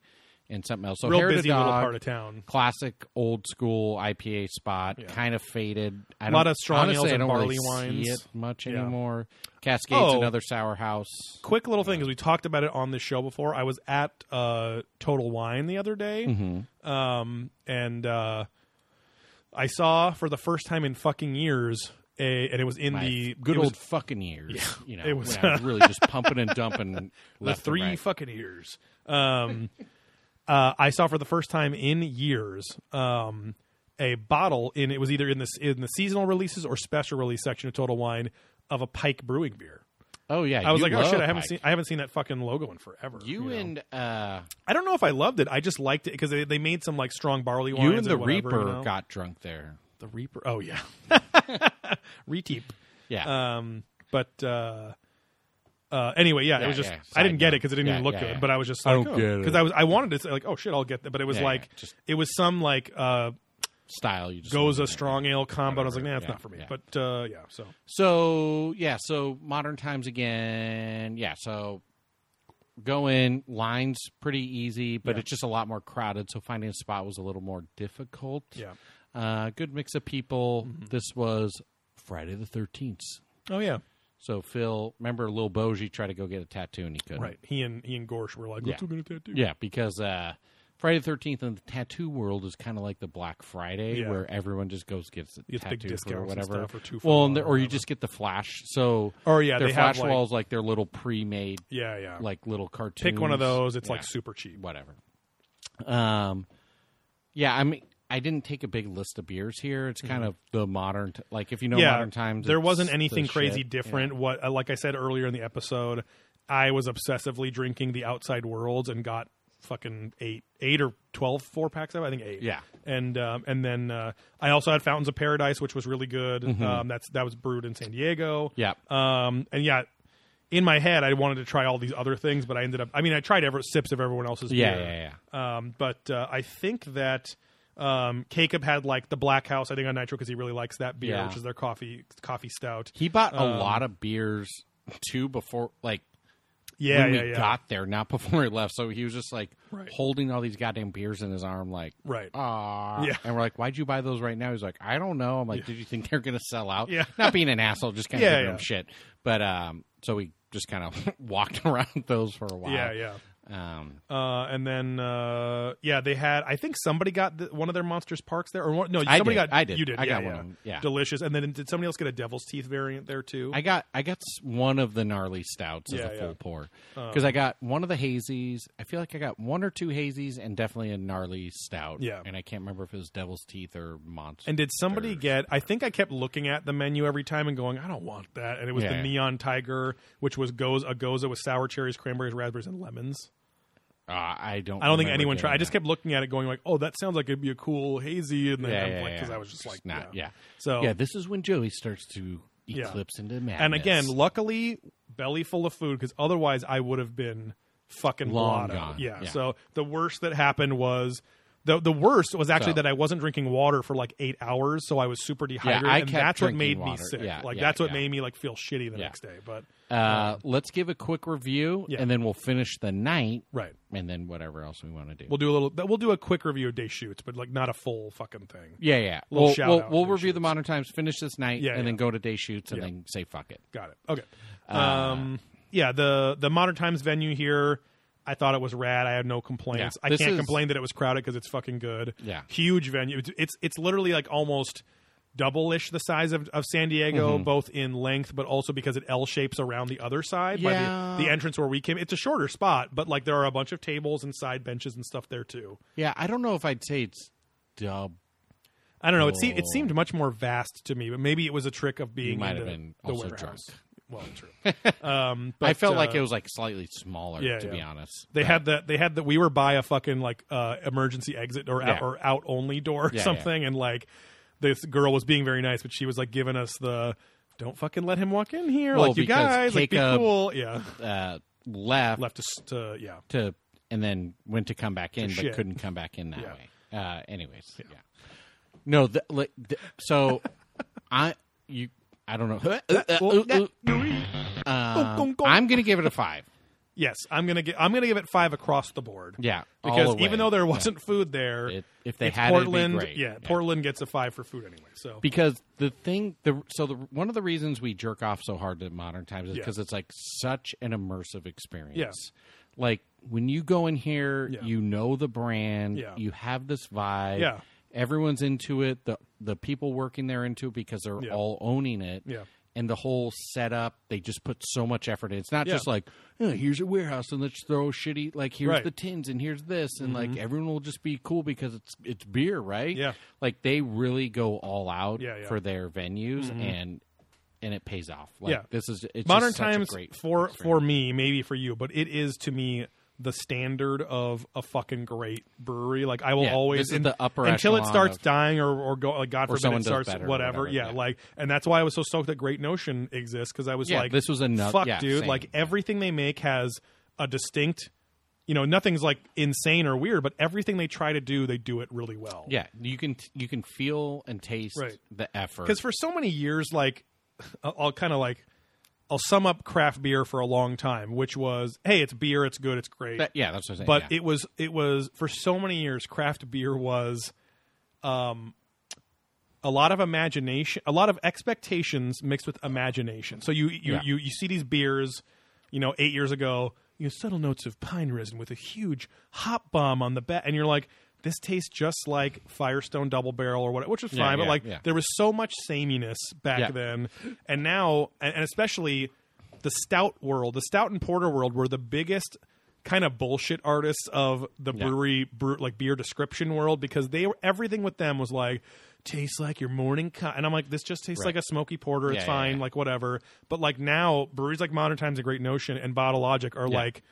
[SPEAKER 2] and something else. So
[SPEAKER 1] Real
[SPEAKER 2] Hair
[SPEAKER 1] busy
[SPEAKER 2] of the
[SPEAKER 1] little
[SPEAKER 2] Dog,
[SPEAKER 1] part of town.
[SPEAKER 2] classic old school IPA spot,
[SPEAKER 1] Yeah.
[SPEAKER 2] kind of faded. I
[SPEAKER 1] A lot
[SPEAKER 2] don't-
[SPEAKER 1] of strong
[SPEAKER 2] honestly,
[SPEAKER 1] ales
[SPEAKER 2] I
[SPEAKER 1] and
[SPEAKER 2] don't really
[SPEAKER 1] barley wines.
[SPEAKER 2] See it much
[SPEAKER 1] Yeah.
[SPEAKER 2] anymore. Cascade's
[SPEAKER 1] Oh.
[SPEAKER 2] another sour house.
[SPEAKER 1] Quick little thing, because we talked about it on this show before. I was at uh, Total Wine the other day, um, and uh, I saw for the first time in fucking years, a, and it was in
[SPEAKER 2] My
[SPEAKER 1] the
[SPEAKER 2] good
[SPEAKER 1] it was
[SPEAKER 2] old fucking years, you know,
[SPEAKER 1] it was- *laughs*
[SPEAKER 2] when I was really just pumping and dumping.
[SPEAKER 1] the
[SPEAKER 2] left and
[SPEAKER 1] three
[SPEAKER 2] right.
[SPEAKER 1] fucking ears. Um, *laughs* uh, I saw for the first time in years um, a bottle in it was either in this in the seasonal releases or special release section of Total Wine of a Pike Brewing beer.
[SPEAKER 2] Oh yeah,
[SPEAKER 1] I was
[SPEAKER 2] you
[SPEAKER 1] like, oh shit,
[SPEAKER 2] love
[SPEAKER 1] I haven't
[SPEAKER 2] Pike.
[SPEAKER 1] seen I haven't seen that fucking logo in forever.
[SPEAKER 2] you,
[SPEAKER 1] know?
[SPEAKER 2] and uh,
[SPEAKER 1] I don't know if I loved it. I just liked it because they, they made some like strong barley wines.
[SPEAKER 2] you and the
[SPEAKER 1] whatever,
[SPEAKER 2] Reaper
[SPEAKER 1] you know?
[SPEAKER 2] got drunk there.
[SPEAKER 1] the Reaper. Oh
[SPEAKER 2] *laughs*
[SPEAKER 1] yeah, Reteep.
[SPEAKER 2] Yeah,
[SPEAKER 1] Um, but uh, uh, anyway, yeah,
[SPEAKER 2] Yeah,
[SPEAKER 1] it was just
[SPEAKER 2] yeah,
[SPEAKER 1] I didn't
[SPEAKER 2] side
[SPEAKER 1] get
[SPEAKER 2] note.
[SPEAKER 1] it because it didn't
[SPEAKER 2] Yeah,
[SPEAKER 1] even look
[SPEAKER 2] yeah,
[SPEAKER 1] good.
[SPEAKER 2] yeah.
[SPEAKER 1] But I was just
[SPEAKER 2] I
[SPEAKER 1] like,
[SPEAKER 2] don't get it.
[SPEAKER 1] because I was I wanted to say like, oh shit, I'll get that. But it was
[SPEAKER 2] Yeah,
[SPEAKER 1] like
[SPEAKER 2] yeah, just-
[SPEAKER 1] it was some like uh,
[SPEAKER 2] style you just
[SPEAKER 1] goes a
[SPEAKER 2] wasn't there.
[SPEAKER 1] strong ale combo. and I was like, nah, it's
[SPEAKER 2] Yeah,
[SPEAKER 1] not for me.
[SPEAKER 2] yeah.
[SPEAKER 1] But uh, yeah, so
[SPEAKER 2] So yeah, so modern times again. Yeah, so go in lines pretty easy, but
[SPEAKER 1] Yeah.
[SPEAKER 2] it's just a lot more crowded. So finding a spot was a little more difficult.
[SPEAKER 1] yeah. Mm-hmm.
[SPEAKER 2] uh, good mix of people. This was Friday the thirteenth.
[SPEAKER 1] Oh yeah,
[SPEAKER 2] So Phil, remember Lil Boji tried to go get a tattoo and he couldn't.
[SPEAKER 1] right. He and he and Gorsh were like, let's
[SPEAKER 2] Yeah.
[SPEAKER 1] go get a tattoo.
[SPEAKER 2] Yeah, because uh, Friday the Thirteenth in the tattoo world is kind of like the Black Friday,
[SPEAKER 1] Yeah.
[SPEAKER 2] where everyone just goes gets a
[SPEAKER 1] gets big
[SPEAKER 2] tattoo for
[SPEAKER 1] discounts and
[SPEAKER 2] whatever.
[SPEAKER 1] stuff, or two for
[SPEAKER 2] well,
[SPEAKER 1] one
[SPEAKER 2] and the-
[SPEAKER 1] or
[SPEAKER 2] or you
[SPEAKER 1] whatever.
[SPEAKER 2] just get the flash. So
[SPEAKER 1] Or, yeah,
[SPEAKER 2] their
[SPEAKER 1] they have,
[SPEAKER 2] flash
[SPEAKER 1] like-
[SPEAKER 2] walls like their little pre-made
[SPEAKER 1] yeah, yeah.
[SPEAKER 2] like little cartoons.
[SPEAKER 1] Pick one of those. It's like
[SPEAKER 2] Yeah.
[SPEAKER 1] super cheap.
[SPEAKER 2] whatever. Um, yeah, I mean, I didn't take a big list of beers here. It's kind of the modern, t- like if you know modern times,
[SPEAKER 1] Mm-hmm. There
[SPEAKER 2] it's
[SPEAKER 1] wasn't
[SPEAKER 2] the
[SPEAKER 1] anything
[SPEAKER 2] shit.
[SPEAKER 1] crazy
[SPEAKER 2] Yeah.
[SPEAKER 1] different. What, uh, like I said earlier in the episode, I was obsessively drinking the Outside Worlds and got fucking eight, eight or 12 four packs of. it. I think eight.
[SPEAKER 2] Yeah.
[SPEAKER 1] And um, and then uh, I also had Fountains of Paradise, which was really good. Um, that's that was brewed in San Diego.
[SPEAKER 2] Mm-hmm. Yeah.
[SPEAKER 1] Um, and yeah. In my head, I wanted to try all these other things, but I ended up. I mean, I tried ever sips of everyone else's.
[SPEAKER 2] Yeah,
[SPEAKER 1] beer.
[SPEAKER 2] yeah, yeah.
[SPEAKER 1] Um, but uh, I think that um, Jacob had like the Black House, I think on Nitro because he really likes that beer,
[SPEAKER 2] Yeah.
[SPEAKER 1] which is their coffee coffee stout.
[SPEAKER 2] He bought a
[SPEAKER 1] Um,
[SPEAKER 2] lot of beers too before, like
[SPEAKER 1] Yeah,
[SPEAKER 2] when
[SPEAKER 1] yeah,
[SPEAKER 2] we
[SPEAKER 1] yeah.
[SPEAKER 2] got there, not *laughs* before he left. So he was just like
[SPEAKER 1] Right.
[SPEAKER 2] holding all these goddamn beers in his arm, like
[SPEAKER 1] right.
[SPEAKER 2] ah.
[SPEAKER 1] Yeah.
[SPEAKER 2] And we're like, why'd you buy those right now? He's like, I don't know. I'm like, did you think they're gonna sell out?
[SPEAKER 1] Yeah.
[SPEAKER 2] Not being an asshole, just kind of
[SPEAKER 1] Yeah,
[SPEAKER 2] giving
[SPEAKER 1] yeah.
[SPEAKER 2] him shit. But um, so we just kind of *laughs* walked around those for a while.
[SPEAKER 1] Yeah, yeah.
[SPEAKER 2] Um,
[SPEAKER 1] Uh, and then uh, yeah, they had. I think somebody got the, one of their monsters parks there, or one, no,
[SPEAKER 2] I
[SPEAKER 1] somebody
[SPEAKER 2] did.
[SPEAKER 1] got.
[SPEAKER 2] I did.
[SPEAKER 1] You did.
[SPEAKER 2] I
[SPEAKER 1] yeah,
[SPEAKER 2] got
[SPEAKER 1] yeah.
[SPEAKER 2] one of them. Yeah.
[SPEAKER 1] delicious. And then did somebody else get a Devil's Teeth variant there too?
[SPEAKER 2] I got I got s- one of the gnarly stouts as
[SPEAKER 1] Yeah,
[SPEAKER 2] a full
[SPEAKER 1] yeah. Uh-huh.
[SPEAKER 2] pour because I got one of the hazies. I feel like I got one or two hazies and definitely a gnarly stout.
[SPEAKER 1] Yeah.
[SPEAKER 2] and I can't remember if it was Devil's Teeth or Monster.
[SPEAKER 1] and did somebody
[SPEAKER 2] Sure.
[SPEAKER 1] get? I think I kept looking at the menu every time and going, "I don't want that." And it was
[SPEAKER 2] Yeah.
[SPEAKER 1] the Neon Tiger, which was goes a goza with sour cherries, cranberries, raspberries, and lemons.
[SPEAKER 2] Uh, I don't.
[SPEAKER 1] I don't think
[SPEAKER 2] remember
[SPEAKER 1] anyone
[SPEAKER 2] doing
[SPEAKER 1] tried. I just
[SPEAKER 2] that.
[SPEAKER 1] kept looking at it, going like, "Oh, that sounds like it'd be a cool hazy," and then
[SPEAKER 2] Yeah,
[SPEAKER 1] I'm
[SPEAKER 2] yeah,
[SPEAKER 1] like, because
[SPEAKER 2] yeah.
[SPEAKER 1] I was just like,
[SPEAKER 2] not. Yeah.
[SPEAKER 1] So
[SPEAKER 2] yeah, this is when Joey starts to
[SPEAKER 1] Yeah.
[SPEAKER 2] eclipse into madness.
[SPEAKER 1] and again, luckily, belly full of food because otherwise I would have been fucking
[SPEAKER 2] Long
[SPEAKER 1] blotto.
[SPEAKER 2] gone,
[SPEAKER 1] Yeah,
[SPEAKER 2] yeah.
[SPEAKER 1] So the worst that happened was. The, the worst was actually
[SPEAKER 2] So-
[SPEAKER 1] that I wasn't drinking water for like eight hours, so I was super dehydrated,
[SPEAKER 2] I
[SPEAKER 1] and
[SPEAKER 2] kept
[SPEAKER 1] that's what
[SPEAKER 2] drinking
[SPEAKER 1] made me
[SPEAKER 2] water.
[SPEAKER 1] sick.
[SPEAKER 2] Yeah,
[SPEAKER 1] like
[SPEAKER 2] yeah,
[SPEAKER 1] that's what
[SPEAKER 2] yeah.
[SPEAKER 1] made me like feel shitty the
[SPEAKER 2] Yeah.
[SPEAKER 1] next day. But
[SPEAKER 2] uh, let's give a quick review,
[SPEAKER 1] Yeah.
[SPEAKER 2] and then we'll finish the night,
[SPEAKER 1] right,
[SPEAKER 2] and then whatever else we want to do.
[SPEAKER 1] we'll do a little. We'll do a quick review of day shoots, but like not a full fucking thing.
[SPEAKER 2] yeah, yeah.
[SPEAKER 1] Little
[SPEAKER 2] We'll
[SPEAKER 1] shout
[SPEAKER 2] we'll,
[SPEAKER 1] out
[SPEAKER 2] we'll
[SPEAKER 1] to the
[SPEAKER 2] review the
[SPEAKER 1] shoots.
[SPEAKER 2] modern times, finish this night,
[SPEAKER 1] Yeah,
[SPEAKER 2] and then
[SPEAKER 1] yeah.
[SPEAKER 2] go to day shoots, and
[SPEAKER 1] Yeah.
[SPEAKER 2] then say fuck it.
[SPEAKER 1] Got it. Okay. um, yeah the the modern times venue here. I thought it was rad. I have no complaints.
[SPEAKER 2] Yeah.
[SPEAKER 1] I
[SPEAKER 2] This
[SPEAKER 1] can't
[SPEAKER 2] is-
[SPEAKER 1] complain that it was crowded because it's fucking good.
[SPEAKER 2] Yeah.
[SPEAKER 1] huge venue. It's it's, it's literally like almost double ish the size of, of San Diego,
[SPEAKER 2] Mm-hmm.
[SPEAKER 1] both in length, but also because it L shapes around the other side
[SPEAKER 2] Yeah.
[SPEAKER 1] by the, the entrance where we came. It's a shorter spot, but like there are a bunch of tables and side benches and stuff there too.
[SPEAKER 2] Yeah, I don't know if I'd say it's dub.
[SPEAKER 1] I don't know. It seemed it
[SPEAKER 2] Oh.
[SPEAKER 1] seemed much more vast to me, but maybe it was a trick of being
[SPEAKER 2] might have
[SPEAKER 1] into
[SPEAKER 2] been
[SPEAKER 1] the
[SPEAKER 2] also
[SPEAKER 1] warehouse. Well, true.
[SPEAKER 2] *laughs*
[SPEAKER 1] um, but,
[SPEAKER 2] I felt like
[SPEAKER 1] uh,
[SPEAKER 2] it was like slightly smaller,
[SPEAKER 1] yeah,
[SPEAKER 2] to
[SPEAKER 1] yeah.
[SPEAKER 2] be honest.
[SPEAKER 1] They
[SPEAKER 2] But-
[SPEAKER 1] had the they had the we were by a fucking like uh emergency exit or out,
[SPEAKER 2] Yeah.
[SPEAKER 1] or out only door or
[SPEAKER 2] Yeah,
[SPEAKER 1] something, and like this girl was being very nice, but she was like giving us the don't fucking let him walk in here,
[SPEAKER 2] Well,
[SPEAKER 1] like you
[SPEAKER 2] because
[SPEAKER 1] guys, like be
[SPEAKER 2] Jacob-
[SPEAKER 1] cool, yeah.
[SPEAKER 2] uh, left,
[SPEAKER 1] Left us to yeah,
[SPEAKER 2] to and then went to come back in, but
[SPEAKER 1] shit.
[SPEAKER 2] couldn't come back in that
[SPEAKER 1] Yeah.
[SPEAKER 2] way. Uh, anyways, yeah. No, the, like, the, so *laughs* I you I don't
[SPEAKER 1] *laughs*
[SPEAKER 2] know. Um, I'm gonna give it a five.
[SPEAKER 1] yes. I'm gonna get I'm gonna give it five across the board.
[SPEAKER 2] Yeah, all
[SPEAKER 1] because
[SPEAKER 2] the way.
[SPEAKER 1] even though there wasn't food there,
[SPEAKER 2] It- if they
[SPEAKER 1] it's
[SPEAKER 2] had it, it'd be
[SPEAKER 1] Portland,
[SPEAKER 2] great.
[SPEAKER 1] yeah,
[SPEAKER 2] Yeah.
[SPEAKER 1] Portland gets a five for food anyway. So
[SPEAKER 2] because the thing the so the one of the reasons we jerk off so hard to modern times is
[SPEAKER 1] Yeah.
[SPEAKER 2] because it's like such an immersive experience like when you go in here
[SPEAKER 1] Yeah.
[SPEAKER 2] you know the brand
[SPEAKER 1] Yeah.
[SPEAKER 2] you have this vibe
[SPEAKER 1] Yeah.
[SPEAKER 2] everyone's into it the the people working there into it because they're
[SPEAKER 1] Yeah.
[SPEAKER 2] all owning it
[SPEAKER 1] Yeah.
[SPEAKER 2] and the whole setup they just put so much effort in it's not
[SPEAKER 1] Yeah.
[SPEAKER 2] just like "Oh, here's a warehouse and let's throw shitty like here's
[SPEAKER 1] Right. Mm-hmm.
[SPEAKER 2] the tins and here's this and like everyone will just be cool because it's it's beer right
[SPEAKER 1] Yeah.
[SPEAKER 2] like they really go all out
[SPEAKER 1] Yeah, yeah.
[SPEAKER 2] for their venues and and it pays off like
[SPEAKER 1] Yeah.
[SPEAKER 2] this is it's
[SPEAKER 1] modern
[SPEAKER 2] just such a
[SPEAKER 1] times
[SPEAKER 2] great
[SPEAKER 1] for
[SPEAKER 2] experience.
[SPEAKER 1] for me maybe for you but it is to me the standard of a fucking great brewery like i will
[SPEAKER 2] Yeah,
[SPEAKER 1] always
[SPEAKER 2] this is the upper
[SPEAKER 1] until it
[SPEAKER 2] echelon
[SPEAKER 1] starts
[SPEAKER 2] of-
[SPEAKER 1] dying or or go like god
[SPEAKER 2] Or
[SPEAKER 1] forbid
[SPEAKER 2] someone
[SPEAKER 1] it
[SPEAKER 2] does
[SPEAKER 1] starts
[SPEAKER 2] better or
[SPEAKER 1] whatever,
[SPEAKER 2] whatever,
[SPEAKER 1] yeah,
[SPEAKER 2] yeah.
[SPEAKER 1] like and that's why i was so stoked that great notion exists because i was
[SPEAKER 2] Yeah,
[SPEAKER 1] like
[SPEAKER 2] this was ano-
[SPEAKER 1] fuck
[SPEAKER 2] yeah,
[SPEAKER 1] dude
[SPEAKER 2] same,
[SPEAKER 1] like
[SPEAKER 2] yeah.
[SPEAKER 1] everything they make has a distinct you know nothing's like insane or weird but everything they try to do they do it really well
[SPEAKER 2] yeah you can you can feel and taste
[SPEAKER 1] Right.
[SPEAKER 2] the effort
[SPEAKER 1] because for so many years like *sighs* I'll- i'll kind of like i'll sum up craft beer for a long time which was hey it's beer it's good it's great
[SPEAKER 2] That- yeah that's what i'm saying
[SPEAKER 1] but
[SPEAKER 2] yeah.
[SPEAKER 1] it was it was for so many years craft beer was um a lot of imagination a lot of expectations mixed with imagination so you you
[SPEAKER 2] Yeah.
[SPEAKER 1] you, you see these beers you know 8 years ago you know subtle notes of pine resin with a huge hop bomb on the back and you're like this tastes just like Firestone Double Barrel or whatever, which is fine,
[SPEAKER 2] Yeah,
[SPEAKER 1] but
[SPEAKER 2] yeah,
[SPEAKER 1] like
[SPEAKER 2] yeah.
[SPEAKER 1] there was so much sameness back
[SPEAKER 2] Yeah.
[SPEAKER 1] then, and now, and, and especially the stout world, the stout and porter world were the biggest kind of bullshit artists of the brewery, brew, like beer description world, because they were everything with them was like tastes like your morning, co-. and I'm like, this just tastes like a smoky porter. It's
[SPEAKER 2] Yeah, yeah,
[SPEAKER 1] fine,
[SPEAKER 2] yeah.
[SPEAKER 1] like whatever. But like now, breweries like Modern Times, A Great Notion, and Bottle Logic are like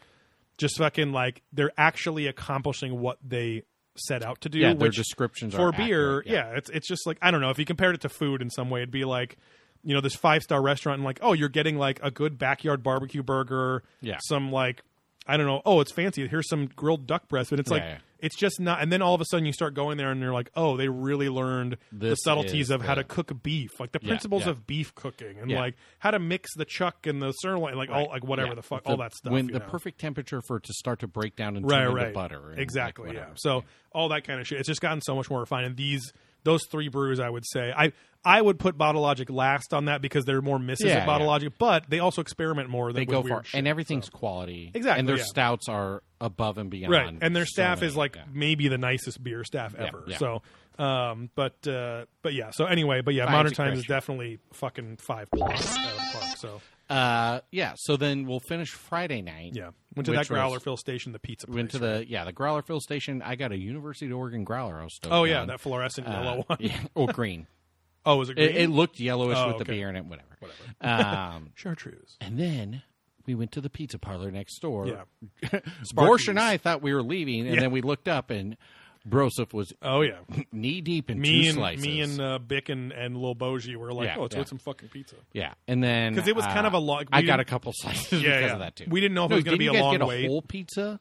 [SPEAKER 1] just fucking like they're actually accomplishing what they set out to do.
[SPEAKER 2] yeah their
[SPEAKER 1] which
[SPEAKER 2] descriptions
[SPEAKER 1] for
[SPEAKER 2] are
[SPEAKER 1] beer,
[SPEAKER 2] accurate,
[SPEAKER 1] yeah. it's it's just like I don't know if you compared it to food in some way, it'd be like you know this five star restaurant and like oh you're getting like a good backyard barbecue burger,
[SPEAKER 2] Yeah.
[SPEAKER 1] some like I don't know oh it's fancy here's some grilled duck breast, but it's like.
[SPEAKER 2] Yeah, yeah.
[SPEAKER 1] It's just not, and then all of a sudden you start going there, and you're like, "Oh, they really learned the
[SPEAKER 2] This
[SPEAKER 1] subtleties
[SPEAKER 2] is
[SPEAKER 1] of how to
[SPEAKER 2] the-
[SPEAKER 1] cook beef, like the principles
[SPEAKER 2] yeah.
[SPEAKER 1] of beef cooking, and
[SPEAKER 2] Yeah.
[SPEAKER 1] like how to mix the chuck and the sirloin, like all like whatever
[SPEAKER 2] Yeah.
[SPEAKER 1] the fuck,
[SPEAKER 2] The-
[SPEAKER 1] all that stuff."
[SPEAKER 2] when
[SPEAKER 1] you
[SPEAKER 2] the
[SPEAKER 1] know?
[SPEAKER 2] perfect temperature for it to start to break down and
[SPEAKER 1] right,
[SPEAKER 2] turn
[SPEAKER 1] right.
[SPEAKER 2] into butter and, like,
[SPEAKER 1] exactly yeah
[SPEAKER 2] whatever.
[SPEAKER 1] so all that kind of shit it's just gotten so much more refined and these those three brews i would say i i would put bottle logic last on that because there are more misses
[SPEAKER 2] Yeah,
[SPEAKER 1] at bottle
[SPEAKER 2] yeah.
[SPEAKER 1] logic but they also experiment more than
[SPEAKER 2] they go for
[SPEAKER 1] shit.
[SPEAKER 2] and everything's quality
[SPEAKER 1] Exactly,
[SPEAKER 2] and their
[SPEAKER 1] yeah.
[SPEAKER 2] stouts are above and beyond
[SPEAKER 1] right and their
[SPEAKER 2] so
[SPEAKER 1] staff
[SPEAKER 2] many,
[SPEAKER 1] is like
[SPEAKER 2] yeah.
[SPEAKER 1] maybe the nicest beer staff ever
[SPEAKER 2] yeah.
[SPEAKER 1] so um but uh but yeah so anyway but yeah
[SPEAKER 2] Five's
[SPEAKER 1] modern
[SPEAKER 2] a
[SPEAKER 1] times
[SPEAKER 2] crush.
[SPEAKER 1] is definitely fucking five plus out of the park, so
[SPEAKER 2] Uh, yeah. So then we'll finish Friday night.
[SPEAKER 1] yeah went to that
[SPEAKER 2] Which was-
[SPEAKER 1] growler fill station the pizza place,
[SPEAKER 2] Went to the yeah the growler fill station. I got a University of Oregon growler. I was stoked
[SPEAKER 1] oh yeah
[SPEAKER 2] on.
[SPEAKER 1] that fluorescent
[SPEAKER 2] Uh,
[SPEAKER 1] yellow *laughs* one.
[SPEAKER 2] yeah, or
[SPEAKER 1] *laughs*
[SPEAKER 2] green.
[SPEAKER 1] Oh, was it green
[SPEAKER 2] It, it looked yellowish
[SPEAKER 1] Oh,
[SPEAKER 2] with the
[SPEAKER 1] okay.
[SPEAKER 2] beer in it. Whatever. Whatever. *laughs* Um,
[SPEAKER 1] chartreuse
[SPEAKER 2] and then we went to the pizza parlor next door. *laughs*
[SPEAKER 1] Yeah.
[SPEAKER 2] Borsch and I thought we were leaving, and then we looked up, and Broseph was
[SPEAKER 1] Oh yeah,
[SPEAKER 2] *laughs* knee deep in
[SPEAKER 1] me
[SPEAKER 2] two
[SPEAKER 1] and
[SPEAKER 2] slices.
[SPEAKER 1] me and uh, Bick and and Lil Boji were like,
[SPEAKER 2] Yeah,
[SPEAKER 1] oh, let's
[SPEAKER 2] yeah.
[SPEAKER 1] get some fucking pizza.
[SPEAKER 2] yeah, and then uh,
[SPEAKER 1] 'Cause it was kind of a lo- we
[SPEAKER 2] I got
[SPEAKER 1] didn't-
[SPEAKER 2] a couple slices
[SPEAKER 1] Yeah,
[SPEAKER 2] because
[SPEAKER 1] yeah.
[SPEAKER 2] of that too.
[SPEAKER 1] We didn't know if it
[SPEAKER 2] No,
[SPEAKER 1] was gonna
[SPEAKER 2] didn't
[SPEAKER 1] be
[SPEAKER 2] you
[SPEAKER 1] a
[SPEAKER 2] guys
[SPEAKER 1] long
[SPEAKER 2] get a
[SPEAKER 1] wait.
[SPEAKER 2] whole pizza.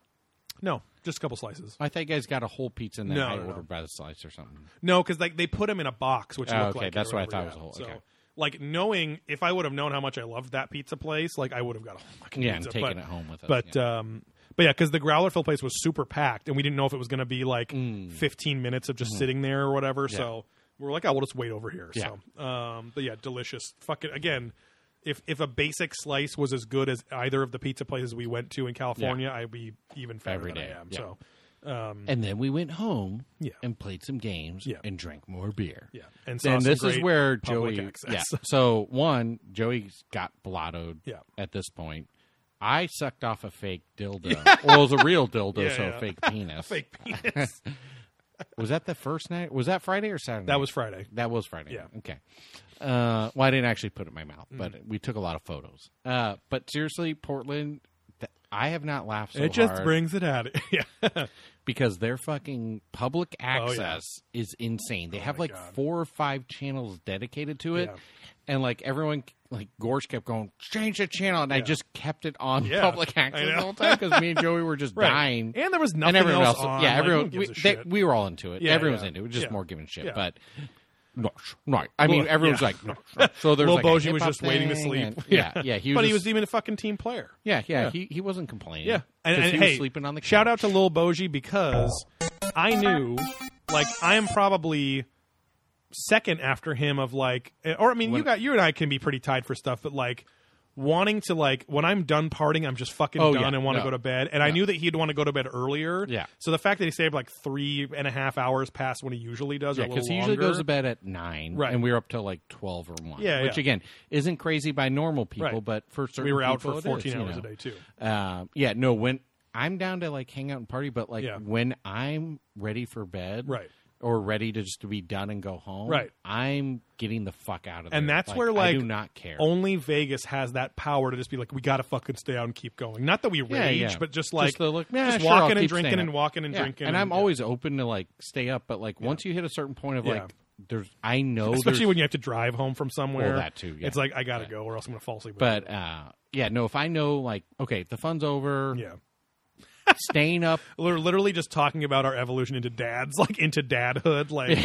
[SPEAKER 1] No, just a couple slices.
[SPEAKER 2] I thought you guys got a whole pizza and then
[SPEAKER 1] No,
[SPEAKER 2] I
[SPEAKER 1] no, no.
[SPEAKER 2] ordered by the slice or something.
[SPEAKER 1] No, because like they put them in a box, which
[SPEAKER 2] Oh,
[SPEAKER 1] looked
[SPEAKER 2] okay,
[SPEAKER 1] like it
[SPEAKER 2] that's
[SPEAKER 1] or
[SPEAKER 2] what I
[SPEAKER 1] whatever,
[SPEAKER 2] thought it
[SPEAKER 1] yeah.
[SPEAKER 2] was a whole-
[SPEAKER 1] So,
[SPEAKER 2] okay.
[SPEAKER 1] like knowing if I would have known how much I loved that pizza place, like I would have got a whole fucking
[SPEAKER 2] Yeah, and
[SPEAKER 1] pizza.
[SPEAKER 2] taking
[SPEAKER 1] but,
[SPEAKER 2] it home with us.
[SPEAKER 1] But
[SPEAKER 2] yeah.
[SPEAKER 1] um, but yeah, because the Growlerville place was super packed, and we didn't know if it was going to be like
[SPEAKER 2] Mm.
[SPEAKER 1] 15 minutes of just sitting there or whatever. So we we're like, oh, we'll just wait over here.
[SPEAKER 2] Mm-hmm. Yeah.
[SPEAKER 1] So, um, but yeah, delicious. Fucking again. If, if a basic slice was as good as either of the pizza places we went to in California, I'd be even fatter
[SPEAKER 2] Every
[SPEAKER 1] than
[SPEAKER 2] day,
[SPEAKER 1] I am.
[SPEAKER 2] yeah.
[SPEAKER 1] So
[SPEAKER 2] and then we went home
[SPEAKER 1] Yeah.
[SPEAKER 2] and played some games
[SPEAKER 1] Yeah.
[SPEAKER 2] and drank more beer.
[SPEAKER 1] yeah, and saw
[SPEAKER 2] Then
[SPEAKER 1] some
[SPEAKER 2] this is
[SPEAKER 1] great
[SPEAKER 2] where
[SPEAKER 1] public
[SPEAKER 2] Joey. Yeah.
[SPEAKER 1] *laughs* access.
[SPEAKER 2] So one, Joey got blottoed.
[SPEAKER 1] Yeah.
[SPEAKER 2] At this point, I sucked off a fake dildo. Well, it was a real
[SPEAKER 1] *laughs*
[SPEAKER 2] dildo,
[SPEAKER 1] Yeah,
[SPEAKER 2] so
[SPEAKER 1] yeah.
[SPEAKER 2] a fake penis. *laughs*
[SPEAKER 1] fake penis.
[SPEAKER 2] Was that the first night? Was that Friday or Saturday?
[SPEAKER 1] that was Friday.
[SPEAKER 2] That was Friday.
[SPEAKER 1] Yeah.
[SPEAKER 2] Okay. Uh, well, I didn't actually put it in my mouth, but
[SPEAKER 1] Mm-hmm.
[SPEAKER 2] we took a lot of photos. Uh, but seriously, Portland, th- I have not laughed so
[SPEAKER 1] it just
[SPEAKER 2] hard
[SPEAKER 1] brings it *laughs* out. yeah.
[SPEAKER 2] because their fucking public access is insane. They have
[SPEAKER 1] Oh, my
[SPEAKER 2] like
[SPEAKER 1] God.
[SPEAKER 2] four or five channels dedicated to it.
[SPEAKER 1] Yeah.
[SPEAKER 2] And like everyone, like Gorge kept going, change the channel. And I just kept it on
[SPEAKER 1] Yeah.
[SPEAKER 2] public
[SPEAKER 1] I
[SPEAKER 2] access
[SPEAKER 1] know.
[SPEAKER 2] the whole time because me and Joey were just
[SPEAKER 1] *laughs* Right.
[SPEAKER 2] dying.
[SPEAKER 1] And there was nothing
[SPEAKER 2] and everyone
[SPEAKER 1] else,
[SPEAKER 2] else,
[SPEAKER 1] on.
[SPEAKER 2] yeah,
[SPEAKER 1] like,
[SPEAKER 2] everyone.
[SPEAKER 1] who
[SPEAKER 2] we,
[SPEAKER 1] gives a
[SPEAKER 2] they-
[SPEAKER 1] shit?
[SPEAKER 2] we were all into it.
[SPEAKER 1] Yeah,
[SPEAKER 2] everyone was
[SPEAKER 1] yeah.
[SPEAKER 2] into it. It was Just
[SPEAKER 1] Yeah.
[SPEAKER 2] more giving a shit,
[SPEAKER 1] Yeah.
[SPEAKER 2] but. No, sh- no. I mean,
[SPEAKER 1] Well,
[SPEAKER 2] everyone's
[SPEAKER 1] yeah.
[SPEAKER 2] like, no, sh-
[SPEAKER 1] *laughs*
[SPEAKER 2] so there's
[SPEAKER 1] Lil
[SPEAKER 2] like a
[SPEAKER 1] Boji was
[SPEAKER 2] hip-hop
[SPEAKER 1] just waiting to
[SPEAKER 2] thing
[SPEAKER 1] sleep. *laughs*
[SPEAKER 2] and- yeah, yeah. He was,
[SPEAKER 1] but he
[SPEAKER 2] just-
[SPEAKER 1] was even a fucking team player.
[SPEAKER 2] yeah, yeah, He he wasn't complaining.
[SPEAKER 1] Yeah, and,
[SPEAKER 2] 'Cause
[SPEAKER 1] and
[SPEAKER 2] he
[SPEAKER 1] hey,
[SPEAKER 2] was sleeping on the couch.
[SPEAKER 1] shout out to Lil Boji because I knew, like, I am probably second after him of like, eh, or I mean, you
[SPEAKER 2] When-
[SPEAKER 1] got you and I can be pretty tied for stuff, but like. Wanting to like when I'm done partying, I'm just fucking
[SPEAKER 2] Oh,
[SPEAKER 1] done
[SPEAKER 2] yeah.
[SPEAKER 1] and want to
[SPEAKER 2] No.
[SPEAKER 1] go to bed. And I knew that he'd want to go to bed earlier.
[SPEAKER 2] Yeah.
[SPEAKER 1] So the fact that he saved like three and a half hours past when he usually does,
[SPEAKER 2] Yeah,
[SPEAKER 1] because
[SPEAKER 2] he usually goes to bed at nine,
[SPEAKER 1] Right.
[SPEAKER 2] and we were up till like twelve or one.
[SPEAKER 1] Yeah,
[SPEAKER 2] which
[SPEAKER 1] yeah.
[SPEAKER 2] again isn't crazy by normal people,
[SPEAKER 1] Right.
[SPEAKER 2] but for certain
[SPEAKER 1] We were out
[SPEAKER 2] people
[SPEAKER 1] for
[SPEAKER 2] it is,
[SPEAKER 1] 14
[SPEAKER 2] you
[SPEAKER 1] hours
[SPEAKER 2] know.
[SPEAKER 1] a day too.
[SPEAKER 2] Um, yeah, no, when I'm down to like hang out and party, but like
[SPEAKER 1] Yeah.
[SPEAKER 2] when I'm ready for bed,
[SPEAKER 1] Right.
[SPEAKER 2] or ready to just to be done and go home,
[SPEAKER 1] Right.
[SPEAKER 2] I'm getting the fuck out of there,
[SPEAKER 1] And that's where, like,
[SPEAKER 2] I do not care.
[SPEAKER 1] Only Vegas has that power to just be like, we got to fucking stay out and keep going. Not that we rage,
[SPEAKER 2] Yeah, yeah.
[SPEAKER 1] but just like
[SPEAKER 2] the look, "Nah,
[SPEAKER 1] just
[SPEAKER 2] sure, I'll
[SPEAKER 1] walking and
[SPEAKER 2] keep
[SPEAKER 1] drinking
[SPEAKER 2] staying
[SPEAKER 1] and
[SPEAKER 2] up."
[SPEAKER 1] walking and
[SPEAKER 2] Yeah,
[SPEAKER 1] drinking.
[SPEAKER 2] and I'm
[SPEAKER 1] yeah.
[SPEAKER 2] always open to like stay up, but like once you hit a certain point of
[SPEAKER 1] Yeah.
[SPEAKER 2] like there's, I know there's
[SPEAKER 1] especially when you have to drive home from somewhere.
[SPEAKER 2] Well, that too, yeah.
[SPEAKER 1] It's like I gotta go or else I'm gonna fall asleep.
[SPEAKER 2] But uh, yeah, no. If I know, like, okay, the fun's over.
[SPEAKER 1] yeah,
[SPEAKER 2] *laughs* Staying up,
[SPEAKER 1] we're literally just talking about our evolution into dads, *laughs* like into dadhood. Like, *laughs*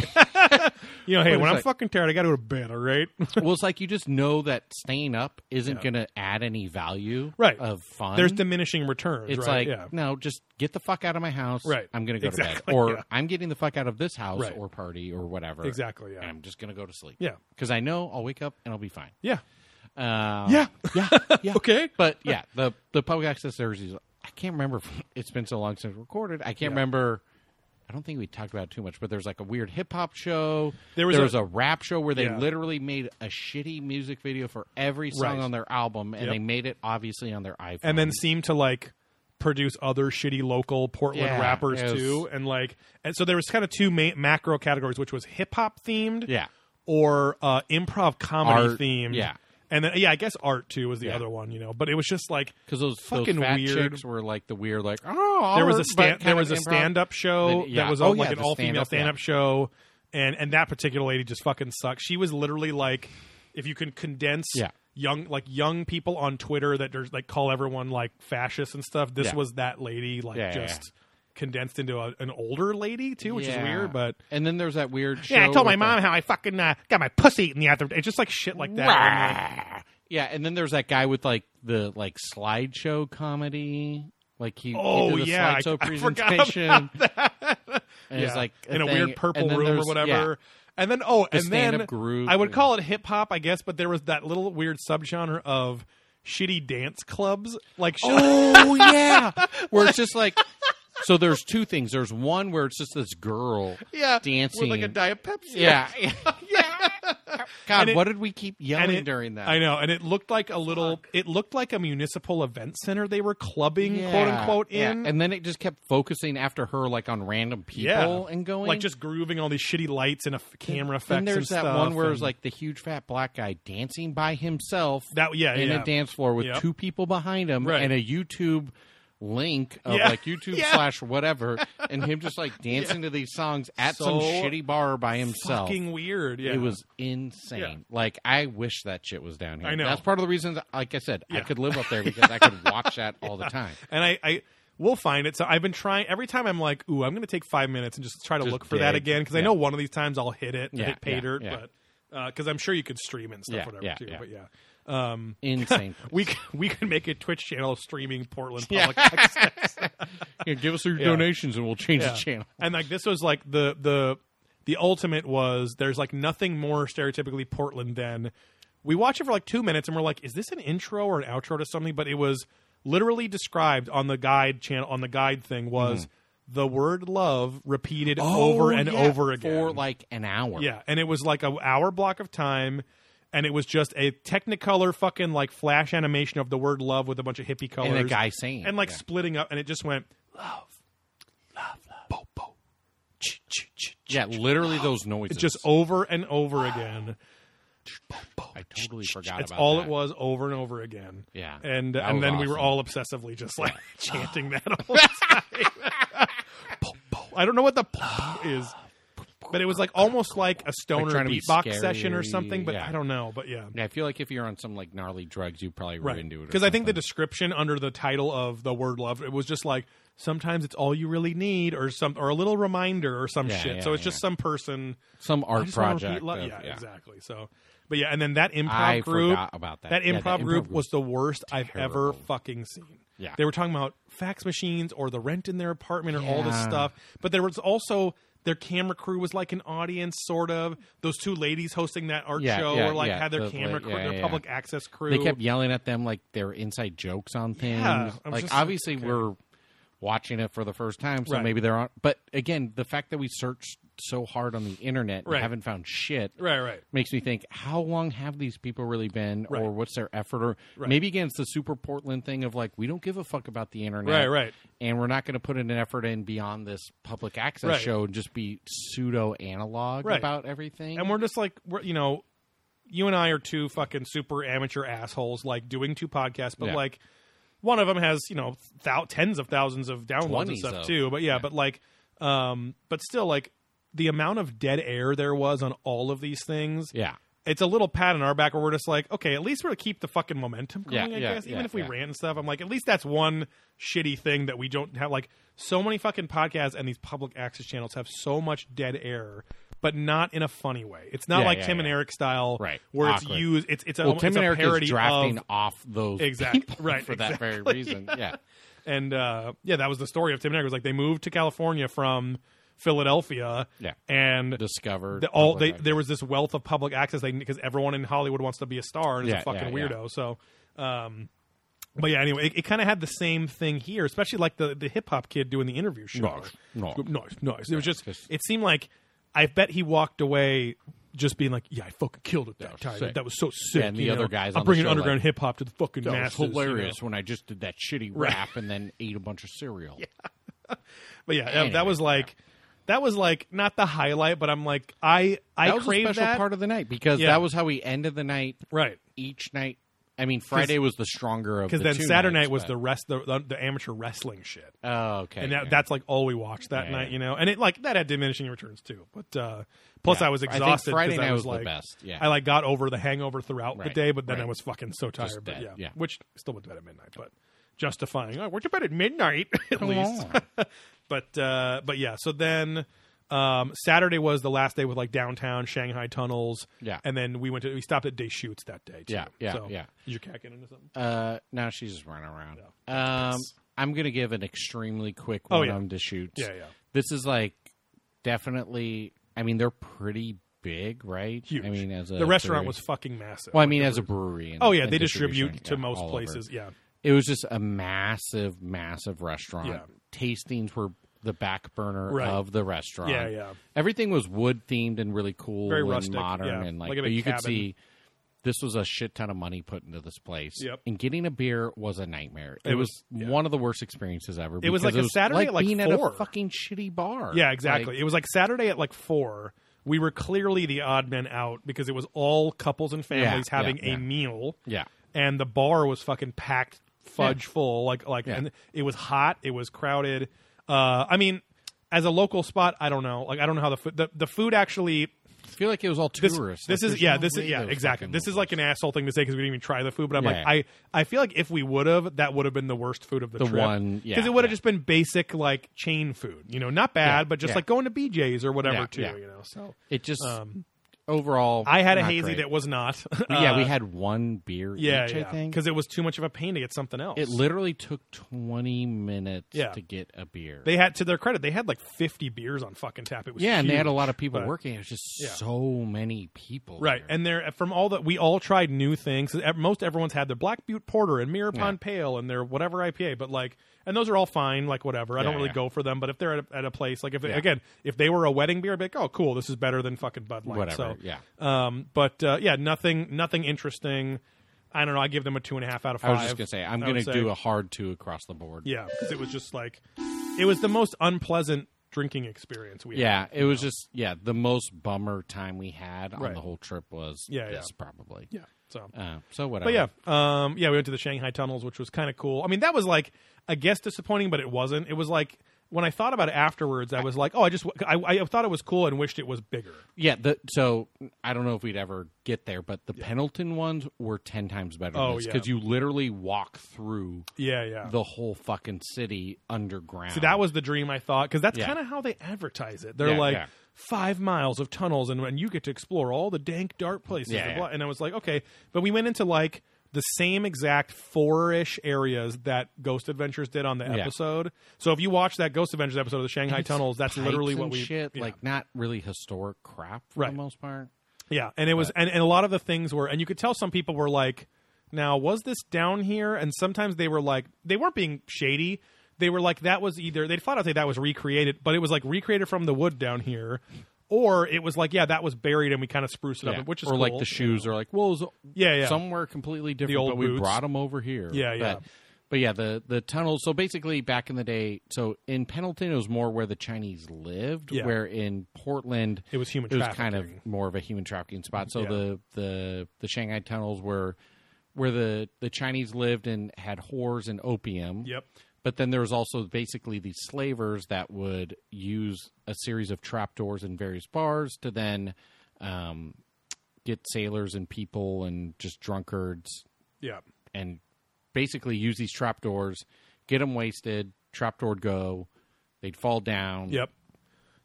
[SPEAKER 1] you know, hey, when
[SPEAKER 2] But it's
[SPEAKER 1] I'm
[SPEAKER 2] like-
[SPEAKER 1] fucking tired, I gotta go to bed. All right,
[SPEAKER 2] well, it's like you just know that staying up isn't going to add any value,
[SPEAKER 1] Right.
[SPEAKER 2] Of fun.
[SPEAKER 1] there's diminishing returns.
[SPEAKER 2] It's
[SPEAKER 1] right?
[SPEAKER 2] like
[SPEAKER 1] yeah,
[SPEAKER 2] no, just get the fuck out of my house.
[SPEAKER 1] Right.
[SPEAKER 2] I'm going to go to
[SPEAKER 1] Exactly,
[SPEAKER 2] bed, or
[SPEAKER 1] yeah.
[SPEAKER 2] I'm getting the fuck out of this house
[SPEAKER 1] Right.
[SPEAKER 2] or party or whatever.
[SPEAKER 1] exactly.
[SPEAKER 2] And
[SPEAKER 1] Yeah,
[SPEAKER 2] I'm just going to go to sleep.
[SPEAKER 1] yeah,
[SPEAKER 2] Because I know I'll wake up and I'll be fine.
[SPEAKER 1] yeah,
[SPEAKER 2] Uh,
[SPEAKER 1] yeah. *laughs*
[SPEAKER 2] Yeah. Yeah.
[SPEAKER 1] Okay.
[SPEAKER 2] But yeah, the the public access service is. I can't remember. if- *laughs* It's been so long since we recorded. I can't remember. I don't think we talked about it too much, but there's like a weird hip hop show.
[SPEAKER 1] There was a-
[SPEAKER 2] a, rap show where they
[SPEAKER 1] Yeah.
[SPEAKER 2] literally made a shitty music video for every song
[SPEAKER 1] Right.
[SPEAKER 2] on their album, and
[SPEAKER 1] Yep.
[SPEAKER 2] they made it obviously on their iPhone.
[SPEAKER 1] and then seem to like produce other shitty local Portland
[SPEAKER 2] Yeah,
[SPEAKER 1] rappers
[SPEAKER 2] it was-
[SPEAKER 1] too, and like and so there was kind of two ma- macro categories, which was hip hop themed,
[SPEAKER 2] yeah,
[SPEAKER 1] or uh, improv comedy
[SPEAKER 2] Art,
[SPEAKER 1] themed,
[SPEAKER 2] yeah.
[SPEAKER 1] and then yeah, I guess art too was the
[SPEAKER 2] Yeah.
[SPEAKER 1] other one, you know, but it was just like
[SPEAKER 2] because those
[SPEAKER 1] Fucking
[SPEAKER 2] those fat
[SPEAKER 1] weird.
[SPEAKER 2] chicks were like the weird, like oh,
[SPEAKER 1] there was a
[SPEAKER 2] art,"
[SPEAKER 1] stand,
[SPEAKER 2] but kind
[SPEAKER 1] there
[SPEAKER 2] of
[SPEAKER 1] was a
[SPEAKER 2] improv.
[SPEAKER 1] stand up show
[SPEAKER 2] Then- yeah.
[SPEAKER 1] that was
[SPEAKER 2] Oh,
[SPEAKER 1] all
[SPEAKER 2] yeah,
[SPEAKER 1] like an
[SPEAKER 2] the
[SPEAKER 1] all female
[SPEAKER 2] stand-up, yeah.
[SPEAKER 1] stand up show, and and that particular lady just fucking sucked. She was literally like, if you can condense.
[SPEAKER 2] Yeah.
[SPEAKER 1] Young like young people on Twitter that there's like call everyone like fascist and stuff. This
[SPEAKER 2] Yeah.
[SPEAKER 1] was that lady like
[SPEAKER 2] Yeah, yeah,
[SPEAKER 1] just condensed into a, an older lady too, which
[SPEAKER 2] Yeah.
[SPEAKER 1] is weird. But
[SPEAKER 2] and then there's that weird. Show
[SPEAKER 1] yeah, I told my
[SPEAKER 2] with the-
[SPEAKER 1] mom how I fucking uh, got my pussy eaten the other day. It's just like shit like that. I'm like,
[SPEAKER 2] Yeah, and then there's that guy with like the like slideshow comedy. Like he, he
[SPEAKER 1] Oh,
[SPEAKER 2] did the
[SPEAKER 1] yeah, I-
[SPEAKER 2] slideshow
[SPEAKER 1] I forgot
[SPEAKER 2] presentation. And it's
[SPEAKER 1] Yeah.
[SPEAKER 2] like
[SPEAKER 1] in a
[SPEAKER 2] thing,
[SPEAKER 1] weird purple
[SPEAKER 2] and then
[SPEAKER 1] room or
[SPEAKER 2] there's-
[SPEAKER 1] whatever. And then oh, and then
[SPEAKER 2] stand-up group
[SPEAKER 1] I would
[SPEAKER 2] and-
[SPEAKER 1] call it hip hop, I guess, but there was that little weird subgenre of shitty *laughs* dance clubs, like
[SPEAKER 2] Oh, yeah. Oh yeah, where it's just like So there's two things. There's one where it's just this girl
[SPEAKER 1] yeah,
[SPEAKER 2] dancing.
[SPEAKER 1] with like a diet Pepsi.
[SPEAKER 2] yeah.
[SPEAKER 1] *laughs*
[SPEAKER 2] yeah. God,
[SPEAKER 1] And it-
[SPEAKER 2] what did we keep yelling
[SPEAKER 1] and it-
[SPEAKER 2] during that?
[SPEAKER 1] I know, and it looked like a little. It looked like a municipal event center they were clubbing,
[SPEAKER 2] Yeah,
[SPEAKER 1] quote unquote,
[SPEAKER 2] yeah.
[SPEAKER 1] in,
[SPEAKER 2] And then it just kept focusing after her like on random people
[SPEAKER 1] Yeah.
[SPEAKER 2] and going
[SPEAKER 1] like just grooving all these shitty lights and a f- camera effects.
[SPEAKER 2] And there's that
[SPEAKER 1] stuff,
[SPEAKER 2] one where it's
[SPEAKER 1] and
[SPEAKER 2] like the huge fat black guy dancing by himself
[SPEAKER 1] that. Yeah,
[SPEAKER 2] in
[SPEAKER 1] yeah.
[SPEAKER 2] a dance floor with
[SPEAKER 1] Yep.
[SPEAKER 2] two people behind him
[SPEAKER 1] Right.
[SPEAKER 2] and a YouTube link of
[SPEAKER 1] Yeah.
[SPEAKER 2] like YouTube
[SPEAKER 1] *laughs* Yeah.
[SPEAKER 2] slash whatever and him just like dancing to these songs at some
[SPEAKER 1] So
[SPEAKER 2] shitty bar by himself.
[SPEAKER 1] fucking weird. Yeah,
[SPEAKER 2] It was insane.
[SPEAKER 1] Yeah.
[SPEAKER 2] Like I wish that shit was down here.
[SPEAKER 1] I know.
[SPEAKER 2] That's part of the reason. that- Like I said, I
[SPEAKER 1] Yeah.
[SPEAKER 2] could live
[SPEAKER 1] *laughs*
[SPEAKER 2] up there because I could watch that all the time.
[SPEAKER 1] and I, I we'll find it. So I've been trying every time. I'm like, ooh, I'm going to take five minutes and just try to
[SPEAKER 2] Just
[SPEAKER 1] look for that
[SPEAKER 2] dig.
[SPEAKER 1] again because I
[SPEAKER 2] Yeah.
[SPEAKER 1] know one of these times I'll hit it,
[SPEAKER 2] Yeah,
[SPEAKER 1] hit pay
[SPEAKER 2] yeah,
[SPEAKER 1] dirt,
[SPEAKER 2] yeah.
[SPEAKER 1] but because I'm sure you could stream and stuff,
[SPEAKER 2] Yeah,
[SPEAKER 1] whatever
[SPEAKER 2] yeah,
[SPEAKER 1] too.
[SPEAKER 2] yeah.
[SPEAKER 1] But yeah. Um, *laughs*
[SPEAKER 2] Insane.
[SPEAKER 1] we c- we could make a Twitch channel streaming Portland
[SPEAKER 2] Yeah.
[SPEAKER 1] public access.
[SPEAKER 2] Here, give us your
[SPEAKER 1] Yeah.
[SPEAKER 2] donations and we'll change
[SPEAKER 1] Yeah.
[SPEAKER 2] the channel.
[SPEAKER 1] And like this was like the the the ultimate was there's like nothing more stereotypically Portland than we watch it for like two minutes and we're like, is this an intro or an outro to something? But it was literally described on the guide channel on the guide thing was the word love repeated over and
[SPEAKER 2] Mm-hmm. Oh, yeah.
[SPEAKER 1] over again
[SPEAKER 2] for like an hour.
[SPEAKER 1] yeah, and it was like an hour block of time, and it was just a Technicolor fucking like flash animation of the word love with a bunch of hippie colors
[SPEAKER 2] and a guy saying
[SPEAKER 1] and like
[SPEAKER 2] yeah.
[SPEAKER 1] splitting up, and it just went
[SPEAKER 2] Yeah, literally those noises.
[SPEAKER 1] just over and
[SPEAKER 2] *sighs*
[SPEAKER 1] over again.
[SPEAKER 2] I totally forgot
[SPEAKER 1] It's
[SPEAKER 2] about
[SPEAKER 1] all
[SPEAKER 2] that.
[SPEAKER 1] it was over and over again.
[SPEAKER 2] Yeah.
[SPEAKER 1] and
[SPEAKER 2] That
[SPEAKER 1] and
[SPEAKER 2] was
[SPEAKER 1] then we were
[SPEAKER 2] awesome.
[SPEAKER 1] all obsessively just
[SPEAKER 2] *laughs*
[SPEAKER 1] like chanting that. All the time. *laughs* Pow, pow. I don't know what the *laughs* pow is. But it was like almost like a stoner
[SPEAKER 2] trying to be
[SPEAKER 1] beatbox session or
[SPEAKER 2] scary,
[SPEAKER 1] something, but
[SPEAKER 2] yeah.
[SPEAKER 1] I don't know. But yeah,
[SPEAKER 2] Yeah, I feel like if you're on some like gnarly drugs, you probably were into it. or
[SPEAKER 1] Because I think the
[SPEAKER 2] something.
[SPEAKER 1] description under the title of the word love, it was just like sometimes it's all you really need, or some, or a little reminder, or some
[SPEAKER 2] Yeah,
[SPEAKER 1] shit.
[SPEAKER 2] yeah,
[SPEAKER 1] so it's
[SPEAKER 2] yeah.
[SPEAKER 1] just some person
[SPEAKER 2] some
[SPEAKER 1] "I
[SPEAKER 2] art
[SPEAKER 1] just wanna repeat
[SPEAKER 2] project.
[SPEAKER 1] love."
[SPEAKER 2] of-
[SPEAKER 1] yeah, exactly. So, but yeah, and then that improv
[SPEAKER 2] I
[SPEAKER 1] group,
[SPEAKER 2] forgot about that.
[SPEAKER 1] that improv,
[SPEAKER 2] Yeah, that improv
[SPEAKER 1] group
[SPEAKER 2] group
[SPEAKER 1] was the worst I've ever
[SPEAKER 2] terrible.
[SPEAKER 1] fucking seen.
[SPEAKER 2] Yeah.
[SPEAKER 1] they were talking about fax machines or the rent in their apartment or all this
[SPEAKER 2] Yeah.
[SPEAKER 1] stuff. But there was also. Their camera crew was like an audience, sort of. Those two ladies hosting that art
[SPEAKER 2] Yeah,
[SPEAKER 1] show
[SPEAKER 2] yeah,
[SPEAKER 1] were like
[SPEAKER 2] yeah,
[SPEAKER 1] had their
[SPEAKER 2] the-
[SPEAKER 1] camera
[SPEAKER 2] like,
[SPEAKER 1] crew,
[SPEAKER 2] yeah,
[SPEAKER 1] their
[SPEAKER 2] yeah, yeah.
[SPEAKER 1] public access crew.
[SPEAKER 2] They kept yelling at them like they were inside jokes on things.
[SPEAKER 1] Yeah, I was
[SPEAKER 2] like
[SPEAKER 1] just like,
[SPEAKER 2] obviously
[SPEAKER 1] okay.
[SPEAKER 2] we're watching it for the first time, so
[SPEAKER 1] Right.
[SPEAKER 2] maybe they're on. But again, the fact that we searched so hard on the internet and
[SPEAKER 1] Right.
[SPEAKER 2] haven't found shit
[SPEAKER 1] right, right.
[SPEAKER 2] makes me think: How long have these people really been,
[SPEAKER 1] Right.
[SPEAKER 2] or what's their effort? Or
[SPEAKER 1] Right.
[SPEAKER 2] maybe again, it's the super Portland thing of like we don't give a fuck about the internet,
[SPEAKER 1] Right, right.
[SPEAKER 2] And we're not going to put in an effort in beyond this public access
[SPEAKER 1] Right.
[SPEAKER 2] show and just be pseudo analog
[SPEAKER 1] Right.
[SPEAKER 2] about everything.
[SPEAKER 1] and we're just like we're, you know you and i are two fucking super amateur assholes like doing two podcasts but
[SPEAKER 2] Yeah.
[SPEAKER 1] like one of them has you know thou- tens of thousands of downloads and
[SPEAKER 2] Twenties
[SPEAKER 1] stuff
[SPEAKER 2] of-
[SPEAKER 1] too but yeah, but like um but still like the amount of dead air there was on all of these things
[SPEAKER 2] yeah,
[SPEAKER 1] it's a little pat on our back where we're just like okay at least we're gonna keep the fucking momentum
[SPEAKER 2] Yeah,
[SPEAKER 1] going i
[SPEAKER 2] yeah,
[SPEAKER 1] guess
[SPEAKER 2] yeah,
[SPEAKER 1] even if we
[SPEAKER 2] yeah.
[SPEAKER 1] rant and stuff i'm like at least that's one shitty thing that we don't have like so many fucking podcasts and these public access channels have so much dead air but not in a funny way it's not
[SPEAKER 2] Yeah,
[SPEAKER 1] like
[SPEAKER 2] yeah,
[SPEAKER 1] tim and
[SPEAKER 2] yeah.
[SPEAKER 1] eric style
[SPEAKER 2] Right.
[SPEAKER 1] where it's
[SPEAKER 2] Awkward.
[SPEAKER 1] used it's it's a,
[SPEAKER 2] well,
[SPEAKER 1] Um, it's
[SPEAKER 2] Tim
[SPEAKER 1] a
[SPEAKER 2] and Eric
[SPEAKER 1] parody
[SPEAKER 2] is drafting
[SPEAKER 1] of,
[SPEAKER 2] off those
[SPEAKER 1] Exact-
[SPEAKER 2] people
[SPEAKER 1] right,
[SPEAKER 2] for that very reason.
[SPEAKER 1] *laughs*
[SPEAKER 2] Yeah,
[SPEAKER 1] and uh yeah that was the story of tim and eric it was like they moved to california from philadelphia
[SPEAKER 2] Yeah.
[SPEAKER 1] and
[SPEAKER 2] discovered
[SPEAKER 1] the, all they
[SPEAKER 2] public
[SPEAKER 1] there was this wealth of public access they because everyone in Hollywood wants to be a star and is a
[SPEAKER 2] Yeah,
[SPEAKER 1] fucking
[SPEAKER 2] yeah, yeah.
[SPEAKER 1] weirdo. So, um, but yeah, anyway, it, it kind of had the same thing here, especially like the the hip hop kid doing the interview show.
[SPEAKER 2] Nice, nice.
[SPEAKER 1] nice, nice. It was just
[SPEAKER 2] just-
[SPEAKER 1] it seemed like I bet he walked away. Just being like, yeah, I fucking killed it that time.
[SPEAKER 2] sick.
[SPEAKER 1] That was so sick.
[SPEAKER 2] Yeah, and the
[SPEAKER 1] you
[SPEAKER 2] other
[SPEAKER 1] know?
[SPEAKER 2] guys
[SPEAKER 1] I'm
[SPEAKER 2] on the
[SPEAKER 1] bringing
[SPEAKER 2] show,
[SPEAKER 1] underground
[SPEAKER 2] like,
[SPEAKER 1] hip hop to the fucking
[SPEAKER 2] That
[SPEAKER 1] masses. you
[SPEAKER 2] was
[SPEAKER 1] know?
[SPEAKER 2] hilarious when I just did that shitty
[SPEAKER 1] Right.
[SPEAKER 2] rap and then ate a bunch of
[SPEAKER 1] *laughs*
[SPEAKER 2] cereal.
[SPEAKER 1] But yeah, that- that
[SPEAKER 2] Anyway,
[SPEAKER 1] was like, that was like not the highlight, but I'm like, I I
[SPEAKER 2] That was a
[SPEAKER 1] crave
[SPEAKER 2] special
[SPEAKER 1] that.
[SPEAKER 2] part of the night because
[SPEAKER 1] Yeah.
[SPEAKER 2] that was how we ended the night
[SPEAKER 1] right.
[SPEAKER 2] each night. I mean, Friday was the stronger of
[SPEAKER 1] because
[SPEAKER 2] because
[SPEAKER 1] then Saturday
[SPEAKER 2] nights,
[SPEAKER 1] night was
[SPEAKER 2] but-
[SPEAKER 1] the rest the, the, the amateur wrestling shit,
[SPEAKER 2] oh okay,
[SPEAKER 1] and that,
[SPEAKER 2] yeah.
[SPEAKER 1] that's like all we watched that
[SPEAKER 2] Yeah,
[SPEAKER 1] night,
[SPEAKER 2] yeah.
[SPEAKER 1] you know. And it like that had diminishing returns too, but uh, plus
[SPEAKER 2] Yeah.
[SPEAKER 1] I was
[SPEAKER 2] I think
[SPEAKER 1] exhausted. 'cause
[SPEAKER 2] Friday
[SPEAKER 1] I
[SPEAKER 2] night
[SPEAKER 1] was
[SPEAKER 2] was the
[SPEAKER 1] like,
[SPEAKER 2] best, yeah.
[SPEAKER 1] I like got over the hangover throughout the
[SPEAKER 2] Right,
[SPEAKER 1] day, but then I
[SPEAKER 2] right.
[SPEAKER 1] was fucking so tired. but
[SPEAKER 2] dead,
[SPEAKER 1] yeah,
[SPEAKER 2] yeah.
[SPEAKER 1] which I still went to bed at midnight, but justifying. Oh, I went to bed at midnight *laughs* at least. *laughs* but uh, but yeah, so then. Um, Saturday was the last day with like downtown Shanghai tunnels.
[SPEAKER 2] Yeah.
[SPEAKER 1] And then we went to, we stopped at Deschutes that day too.
[SPEAKER 2] Yeah, yeah,
[SPEAKER 1] So,
[SPEAKER 2] yeah.
[SPEAKER 1] Did your cat get into something?
[SPEAKER 2] Uh, now she's just running around. Um, I'm gonna give an extremely quick
[SPEAKER 1] Oh,
[SPEAKER 2] one
[SPEAKER 1] yeah.
[SPEAKER 2] on the shoots.
[SPEAKER 1] Yeah, yeah.
[SPEAKER 2] This is like definitely. I mean, they're pretty big, right?
[SPEAKER 1] Huge.
[SPEAKER 2] I mean, as a
[SPEAKER 1] the restaurant
[SPEAKER 2] brewery-
[SPEAKER 1] was fucking massive.
[SPEAKER 2] Well, I mean, as a brewery. And,
[SPEAKER 1] oh yeah,
[SPEAKER 2] and
[SPEAKER 1] they distribute
[SPEAKER 2] distribution,
[SPEAKER 1] to
[SPEAKER 2] yeah,
[SPEAKER 1] most
[SPEAKER 2] all over.
[SPEAKER 1] places. Yeah,
[SPEAKER 2] It was just a massive, massive restaurant.
[SPEAKER 1] Yeah.
[SPEAKER 2] tastings were the back burner
[SPEAKER 1] Right.
[SPEAKER 2] of the restaurant.
[SPEAKER 1] Yeah, yeah.
[SPEAKER 2] Everything was wood themed and really cool
[SPEAKER 1] Very
[SPEAKER 2] and
[SPEAKER 1] rustic,
[SPEAKER 2] modern
[SPEAKER 1] yeah,
[SPEAKER 2] and like,
[SPEAKER 1] like in a
[SPEAKER 2] but you
[SPEAKER 1] cabin.
[SPEAKER 2] could see this was a shit ton of money put into this place.
[SPEAKER 1] Yep.
[SPEAKER 2] And getting a beer was a nightmare. It,
[SPEAKER 1] It
[SPEAKER 2] was,
[SPEAKER 1] was- yeah.
[SPEAKER 2] one of the worst experiences ever.
[SPEAKER 1] It was
[SPEAKER 2] because
[SPEAKER 1] like a Saturday
[SPEAKER 2] like
[SPEAKER 1] at, like,
[SPEAKER 2] being
[SPEAKER 1] four.
[SPEAKER 2] at a fucking shitty bar.
[SPEAKER 1] Yeah,
[SPEAKER 2] Like,
[SPEAKER 1] exactly. it was like Saturday at like four. We were clearly the odd men out because it was all couples and families
[SPEAKER 2] Yeah,
[SPEAKER 1] having
[SPEAKER 2] yeah,
[SPEAKER 1] a
[SPEAKER 2] yeah.
[SPEAKER 1] meal,
[SPEAKER 2] yeah.
[SPEAKER 1] and the bar was fucking packed, fudge full. Like like,
[SPEAKER 2] Yeah.
[SPEAKER 1] and it was hot. It was crowded. Uh, I mean, as a local spot, I don't know. Like I don't know how the food the, the food actually
[SPEAKER 2] I feel like it was all
[SPEAKER 1] this,
[SPEAKER 2] tourists.
[SPEAKER 1] This
[SPEAKER 2] Like,
[SPEAKER 1] is
[SPEAKER 2] there's
[SPEAKER 1] yeah.
[SPEAKER 2] no
[SPEAKER 1] This
[SPEAKER 2] way
[SPEAKER 1] is yeah.
[SPEAKER 2] those
[SPEAKER 1] Exactly.
[SPEAKER 2] fucking
[SPEAKER 1] This is like an asshole thing to say because we didn't even try the food. But I'm
[SPEAKER 2] Yeah.
[SPEAKER 1] like I I feel like if we would have, that would have been the worst food of the,
[SPEAKER 2] The
[SPEAKER 1] trip.
[SPEAKER 2] one- yeah,
[SPEAKER 1] because it would have
[SPEAKER 2] yeah.
[SPEAKER 1] just been basic like chain food. You know, not bad,
[SPEAKER 2] Yeah,
[SPEAKER 1] but just
[SPEAKER 2] yeah.
[SPEAKER 1] like going to BJ's or whatever
[SPEAKER 2] Yeah,
[SPEAKER 1] too.
[SPEAKER 2] yeah.
[SPEAKER 1] You know, so
[SPEAKER 2] It just
[SPEAKER 1] Um,
[SPEAKER 2] overall.
[SPEAKER 1] I had a
[SPEAKER 2] not
[SPEAKER 1] hazy
[SPEAKER 2] great.
[SPEAKER 1] that was not.
[SPEAKER 2] *laughs* yeah, we
[SPEAKER 1] Uh,
[SPEAKER 2] had one beer
[SPEAKER 1] yeah,
[SPEAKER 2] each. I
[SPEAKER 1] yeah,
[SPEAKER 2] think
[SPEAKER 1] because it was too much of a pain to get something else.
[SPEAKER 2] it literally took twenty minutes
[SPEAKER 1] Yeah.
[SPEAKER 2] to get a beer.
[SPEAKER 1] they had to their credit, they had like 50 beers on fucking tap. It was
[SPEAKER 2] yeah, and they had a
[SPEAKER 1] huge,
[SPEAKER 2] lot of people
[SPEAKER 1] but-
[SPEAKER 2] working. It was just
[SPEAKER 1] Yeah.
[SPEAKER 2] so many people.
[SPEAKER 1] Right,
[SPEAKER 2] there.
[SPEAKER 1] and they're from all that we all tried new things. Ev- Most everyone's had their Black Butte Porter and Mirror Pond Pale and their whatever IPA, but like, and those are all fine, like whatever. I don't
[SPEAKER 2] Yeah,
[SPEAKER 1] really
[SPEAKER 2] yeah.
[SPEAKER 1] go for them, but if they're at a, at a place like if they,
[SPEAKER 2] Yeah.
[SPEAKER 1] again, if they were a wedding beer, I'd be like, oh, cool, this is better than fucking Bud Light.
[SPEAKER 2] whatever.
[SPEAKER 1] So,
[SPEAKER 2] yeah,
[SPEAKER 1] um, but uh, yeah, nothing, nothing interesting. I don't know. I give them a two and a half out of
[SPEAKER 2] I
[SPEAKER 1] five.
[SPEAKER 2] was just gonna say I'm
[SPEAKER 1] I
[SPEAKER 2] gonna
[SPEAKER 1] would say-
[SPEAKER 2] do a hard two across the board.
[SPEAKER 1] yeah, because it was just like, it was the most unpleasant drinking experience we had.
[SPEAKER 2] Yeah, it was just yeah the most bummer time we had
[SPEAKER 1] Right.
[SPEAKER 2] on the whole trip was
[SPEAKER 1] Yeah, yeah.
[SPEAKER 2] this probably.
[SPEAKER 1] Yeah. So
[SPEAKER 2] Uh, so whatever.
[SPEAKER 1] But yeah, um, yeah, we went to the Shanghai tunnels, which was kind of cool. I mean, that was like, I guess disappointing, but it wasn't. It was like when I thought about it afterwards, I was like, oh, I just, I, I thought it was cool and wished it was bigger.
[SPEAKER 2] Yeah, the, so I don't know if we'd ever get there, but the Pendleton ones were ten times better
[SPEAKER 1] Oh, yeah.
[SPEAKER 2] because you literally walk through
[SPEAKER 1] Yeah, yeah.
[SPEAKER 2] the whole fucking city underground.
[SPEAKER 1] See, that was the dream I thought because that's
[SPEAKER 2] Yeah.
[SPEAKER 1] kind of how they advertise it. They're
[SPEAKER 2] Yeah,
[SPEAKER 1] like
[SPEAKER 2] yeah.
[SPEAKER 1] five miles of tunnels, and, and you get to explore all the dank, dark places.
[SPEAKER 2] Yeah,
[SPEAKER 1] and,
[SPEAKER 2] yeah.
[SPEAKER 1] blah- and I was like, okay, but we went into like the same exact four-ish areas that Ghost Adventures did on the
[SPEAKER 2] Yeah.
[SPEAKER 1] episode. So if you watch that Ghost Adventures episode of the Shanghai
[SPEAKER 2] It's
[SPEAKER 1] tunnels, that's
[SPEAKER 2] pipes
[SPEAKER 1] literally what
[SPEAKER 2] and
[SPEAKER 1] we
[SPEAKER 2] shit
[SPEAKER 1] yeah.
[SPEAKER 2] like not really historic crap for
[SPEAKER 1] Right.
[SPEAKER 2] the most part.
[SPEAKER 1] Yeah, and it was, and, and a lot of the things were, and you could tell some people were like, "Now was this down here?" And sometimes they were like, they weren't being shady. They were like, "That was either they'd flat out say that was recreated, but it was like recreated from the wood down here." Or it was like, yeah, that was buried, and we kind of spruced it
[SPEAKER 2] Yeah.
[SPEAKER 1] up, which is
[SPEAKER 2] or like
[SPEAKER 1] cool.
[SPEAKER 2] the shoes are like well, it was
[SPEAKER 1] Yeah, yeah.
[SPEAKER 2] somewhere completely different,
[SPEAKER 1] old
[SPEAKER 2] but we
[SPEAKER 1] boots.
[SPEAKER 2] brought them over here.
[SPEAKER 1] Yeah, yeah.
[SPEAKER 2] But, but yeah, the the tunnels. So basically, back in the day, so in Pendleton it was more where the Chinese lived,
[SPEAKER 1] Yeah.
[SPEAKER 2] where in Portland
[SPEAKER 1] It was human
[SPEAKER 2] It was kind of
[SPEAKER 1] trafficking.
[SPEAKER 2] more of a human trafficking spot. So
[SPEAKER 1] Yeah.
[SPEAKER 2] the the the Shanghai tunnels were where the the Chinese lived and had whores and opium.
[SPEAKER 1] Yep.
[SPEAKER 2] But then there was also basically these slavers that would use a series of trapdoors in various bars to then um, get sailors and people and just drunkards
[SPEAKER 1] Yeah,
[SPEAKER 2] and basically use these trapdoors, get them wasted, trapdoor go, they'd fall down,
[SPEAKER 1] yep.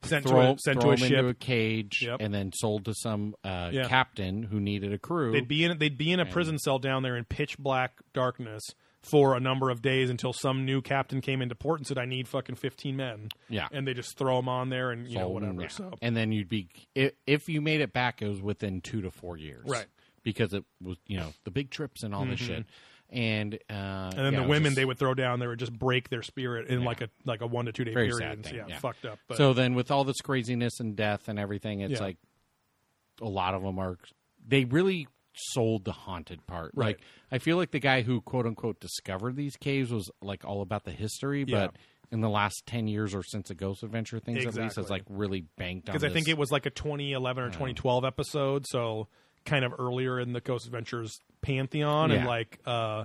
[SPEAKER 1] Sent to
[SPEAKER 2] throw,
[SPEAKER 1] a, sent to
[SPEAKER 2] throw
[SPEAKER 1] a
[SPEAKER 2] 'em
[SPEAKER 1] ship.
[SPEAKER 2] into a cage,
[SPEAKER 1] Yep.
[SPEAKER 2] and then sold to some uh,
[SPEAKER 1] Yeah.
[SPEAKER 2] captain who needed a crew.
[SPEAKER 1] They'd be in they'd be in a prison cell down there in pitch black darkness for a number of days until some new captain came into port and said, "I need fucking fifteen men."
[SPEAKER 2] Yeah.
[SPEAKER 1] and they just throw them on there and you know
[SPEAKER 2] Sold and-
[SPEAKER 1] whatever.
[SPEAKER 2] yeah.
[SPEAKER 1] So
[SPEAKER 2] and then you'd be if, if you made it back, it was within two to four years,
[SPEAKER 1] Right. Mm-hmm.
[SPEAKER 2] Because it was you know the big trips and all this shit, and uh,
[SPEAKER 1] and then the women they would throw down there would just break their spirit in like a like a one to two day
[SPEAKER 2] Very
[SPEAKER 1] period.
[SPEAKER 2] sad
[SPEAKER 1] It's,
[SPEAKER 2] thing,
[SPEAKER 1] yeah,
[SPEAKER 2] yeah.
[SPEAKER 1] fucked up. But
[SPEAKER 2] so then with all this craziness and death and everything, it's
[SPEAKER 1] Yeah.
[SPEAKER 2] like a lot of them are they really sold the haunted part.
[SPEAKER 1] Right.
[SPEAKER 2] Like I feel like the guy who quote unquote discovered these caves was like all about the history,
[SPEAKER 1] Yeah.
[SPEAKER 2] but in the last ten years or since the Ghost Adventure things at least
[SPEAKER 1] Exactly.
[SPEAKER 2] has like really banked on.
[SPEAKER 1] because I think
[SPEAKER 2] this.
[SPEAKER 1] it was like a 2011 or 2012 episode, so kind of earlier in the Ghost Adventures pantheon, and
[SPEAKER 2] Yeah.
[SPEAKER 1] like, uh,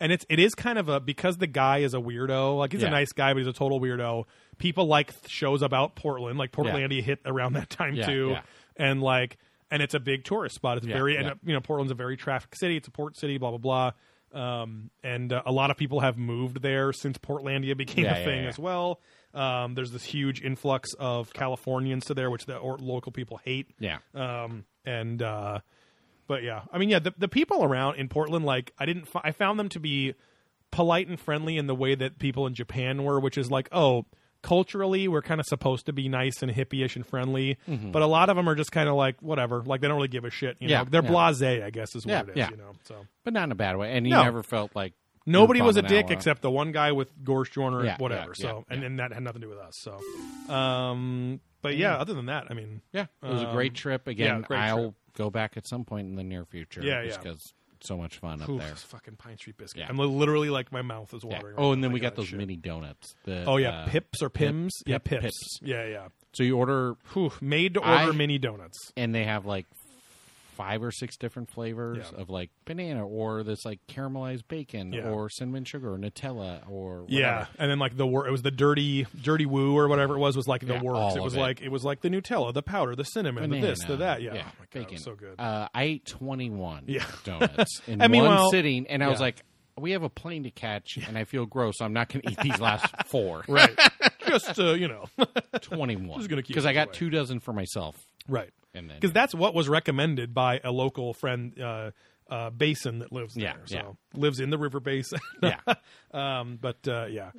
[SPEAKER 1] and it's it is kind of a because the guy is a weirdo. Like he's a
[SPEAKER 2] Yeah.
[SPEAKER 1] nice guy, but he's a total weirdo. People like th- shows about Portland, like Portlandia hit around that time
[SPEAKER 2] Yeah,
[SPEAKER 1] too,
[SPEAKER 2] yeah.
[SPEAKER 1] and like, and it's a big tourist spot. It's
[SPEAKER 2] Yeah,
[SPEAKER 1] very, and
[SPEAKER 2] yeah.
[SPEAKER 1] uh, you know, Portland's a very traffic city. It's a port city, blah blah blah. Um, and uh, a lot of people have moved there since Portlandia became
[SPEAKER 2] Yeah,
[SPEAKER 1] a
[SPEAKER 2] yeah,
[SPEAKER 1] thing
[SPEAKER 2] yeah.
[SPEAKER 1] as well. Um, there's this huge influx of Californians to there, which the or, local people hate.
[SPEAKER 2] yeah.
[SPEAKER 1] Um, and uh, but yeah, I mean, yeah, the, the people around in Portland, like I didn't, fi- I found them to be polite and friendly in the way that people in Japan were, which is like, oh, culturally we're kind of supposed to be nice and hippie-ish and friendly, but a lot of them are just kind of like whatever, like they don't really give a shit. You
[SPEAKER 2] Mm-hmm. Yeah,
[SPEAKER 1] know, they're
[SPEAKER 2] yeah.
[SPEAKER 1] blasé, I guess, is what
[SPEAKER 2] Yeah,
[SPEAKER 1] it is.
[SPEAKER 2] yeah.
[SPEAKER 1] You know, so
[SPEAKER 2] but not in a bad way. And he
[SPEAKER 1] No.
[SPEAKER 2] never felt like
[SPEAKER 1] Nobody
[SPEAKER 2] group
[SPEAKER 1] was a
[SPEAKER 2] on an
[SPEAKER 1] dick
[SPEAKER 2] hour.
[SPEAKER 1] except the one guy with Gorsh Joyner,
[SPEAKER 2] Yeah,
[SPEAKER 1] whatever.
[SPEAKER 2] yeah,
[SPEAKER 1] so,
[SPEAKER 2] yeah,
[SPEAKER 1] and,
[SPEAKER 2] yeah.
[SPEAKER 1] and that had nothing to do with us. So, um, but yeah, other than that, I mean,
[SPEAKER 2] Yeah, it was a great trip. Again,
[SPEAKER 1] Um, great
[SPEAKER 2] I'll go back at some point in the near future.
[SPEAKER 1] Yeah,
[SPEAKER 2] just
[SPEAKER 1] yeah.
[SPEAKER 2] because so much fun up
[SPEAKER 1] Ooh,
[SPEAKER 2] there.
[SPEAKER 1] this fucking Pine Street biscuit.
[SPEAKER 2] Yeah.
[SPEAKER 1] I'm li- literally like my mouth is
[SPEAKER 2] Yeah.
[SPEAKER 1] watering. right
[SPEAKER 2] Oh, and
[SPEAKER 1] now.
[SPEAKER 2] then
[SPEAKER 1] I
[SPEAKER 2] we
[SPEAKER 1] got
[SPEAKER 2] got
[SPEAKER 1] that
[SPEAKER 2] those
[SPEAKER 1] shit.
[SPEAKER 2] mini donuts. The,
[SPEAKER 1] Oh yeah,
[SPEAKER 2] uh,
[SPEAKER 1] pips or pims? yeah, pips.
[SPEAKER 2] pips.
[SPEAKER 1] Yeah, yeah.
[SPEAKER 2] So you order,
[SPEAKER 1] Whew, made to
[SPEAKER 2] I-
[SPEAKER 1] order mini donuts.
[SPEAKER 2] and they have like five or six different flavors
[SPEAKER 1] Yeah.
[SPEAKER 2] of like banana or this like caramelized bacon
[SPEAKER 1] Yeah.
[SPEAKER 2] or cinnamon sugar or Nutella or whatever.
[SPEAKER 1] Yeah, and then like the wor- it was the dirty, dirty woo or whatever it was was like the
[SPEAKER 2] Yeah,
[SPEAKER 1] works.
[SPEAKER 2] all
[SPEAKER 1] It was
[SPEAKER 2] of it.
[SPEAKER 1] like it was like the Nutella, the powder, the cinnamon, the this,
[SPEAKER 2] Banana.
[SPEAKER 1] the that. Yeah, oh my God, it was
[SPEAKER 2] bacon.
[SPEAKER 1] so good.
[SPEAKER 2] Uh, I ate twenty one
[SPEAKER 1] Yeah. *laughs*
[SPEAKER 2] donuts in
[SPEAKER 1] I mean,
[SPEAKER 2] one
[SPEAKER 1] well-
[SPEAKER 2] sitting, and I was
[SPEAKER 1] yeah.
[SPEAKER 2] like, "We have a plane to catch, and I feel gross. so I'm not going to eat
[SPEAKER 1] *laughs*
[SPEAKER 2] these last four. *laughs*
[SPEAKER 1] right, just uh, you know,
[SPEAKER 2] Twenty one
[SPEAKER 1] Just gonna keep
[SPEAKER 2] because I
[SPEAKER 1] it
[SPEAKER 2] got
[SPEAKER 1] away.
[SPEAKER 2] two dozen for myself,
[SPEAKER 1] *laughs* right.
[SPEAKER 2] and then
[SPEAKER 1] because that's what was recommended by a local friend, uh, uh, Basin that lives
[SPEAKER 2] Yeah,
[SPEAKER 1] there. So
[SPEAKER 2] yeah.
[SPEAKER 1] lives in the river basin. *laughs*
[SPEAKER 2] yeah,
[SPEAKER 1] um, but uh, yeah,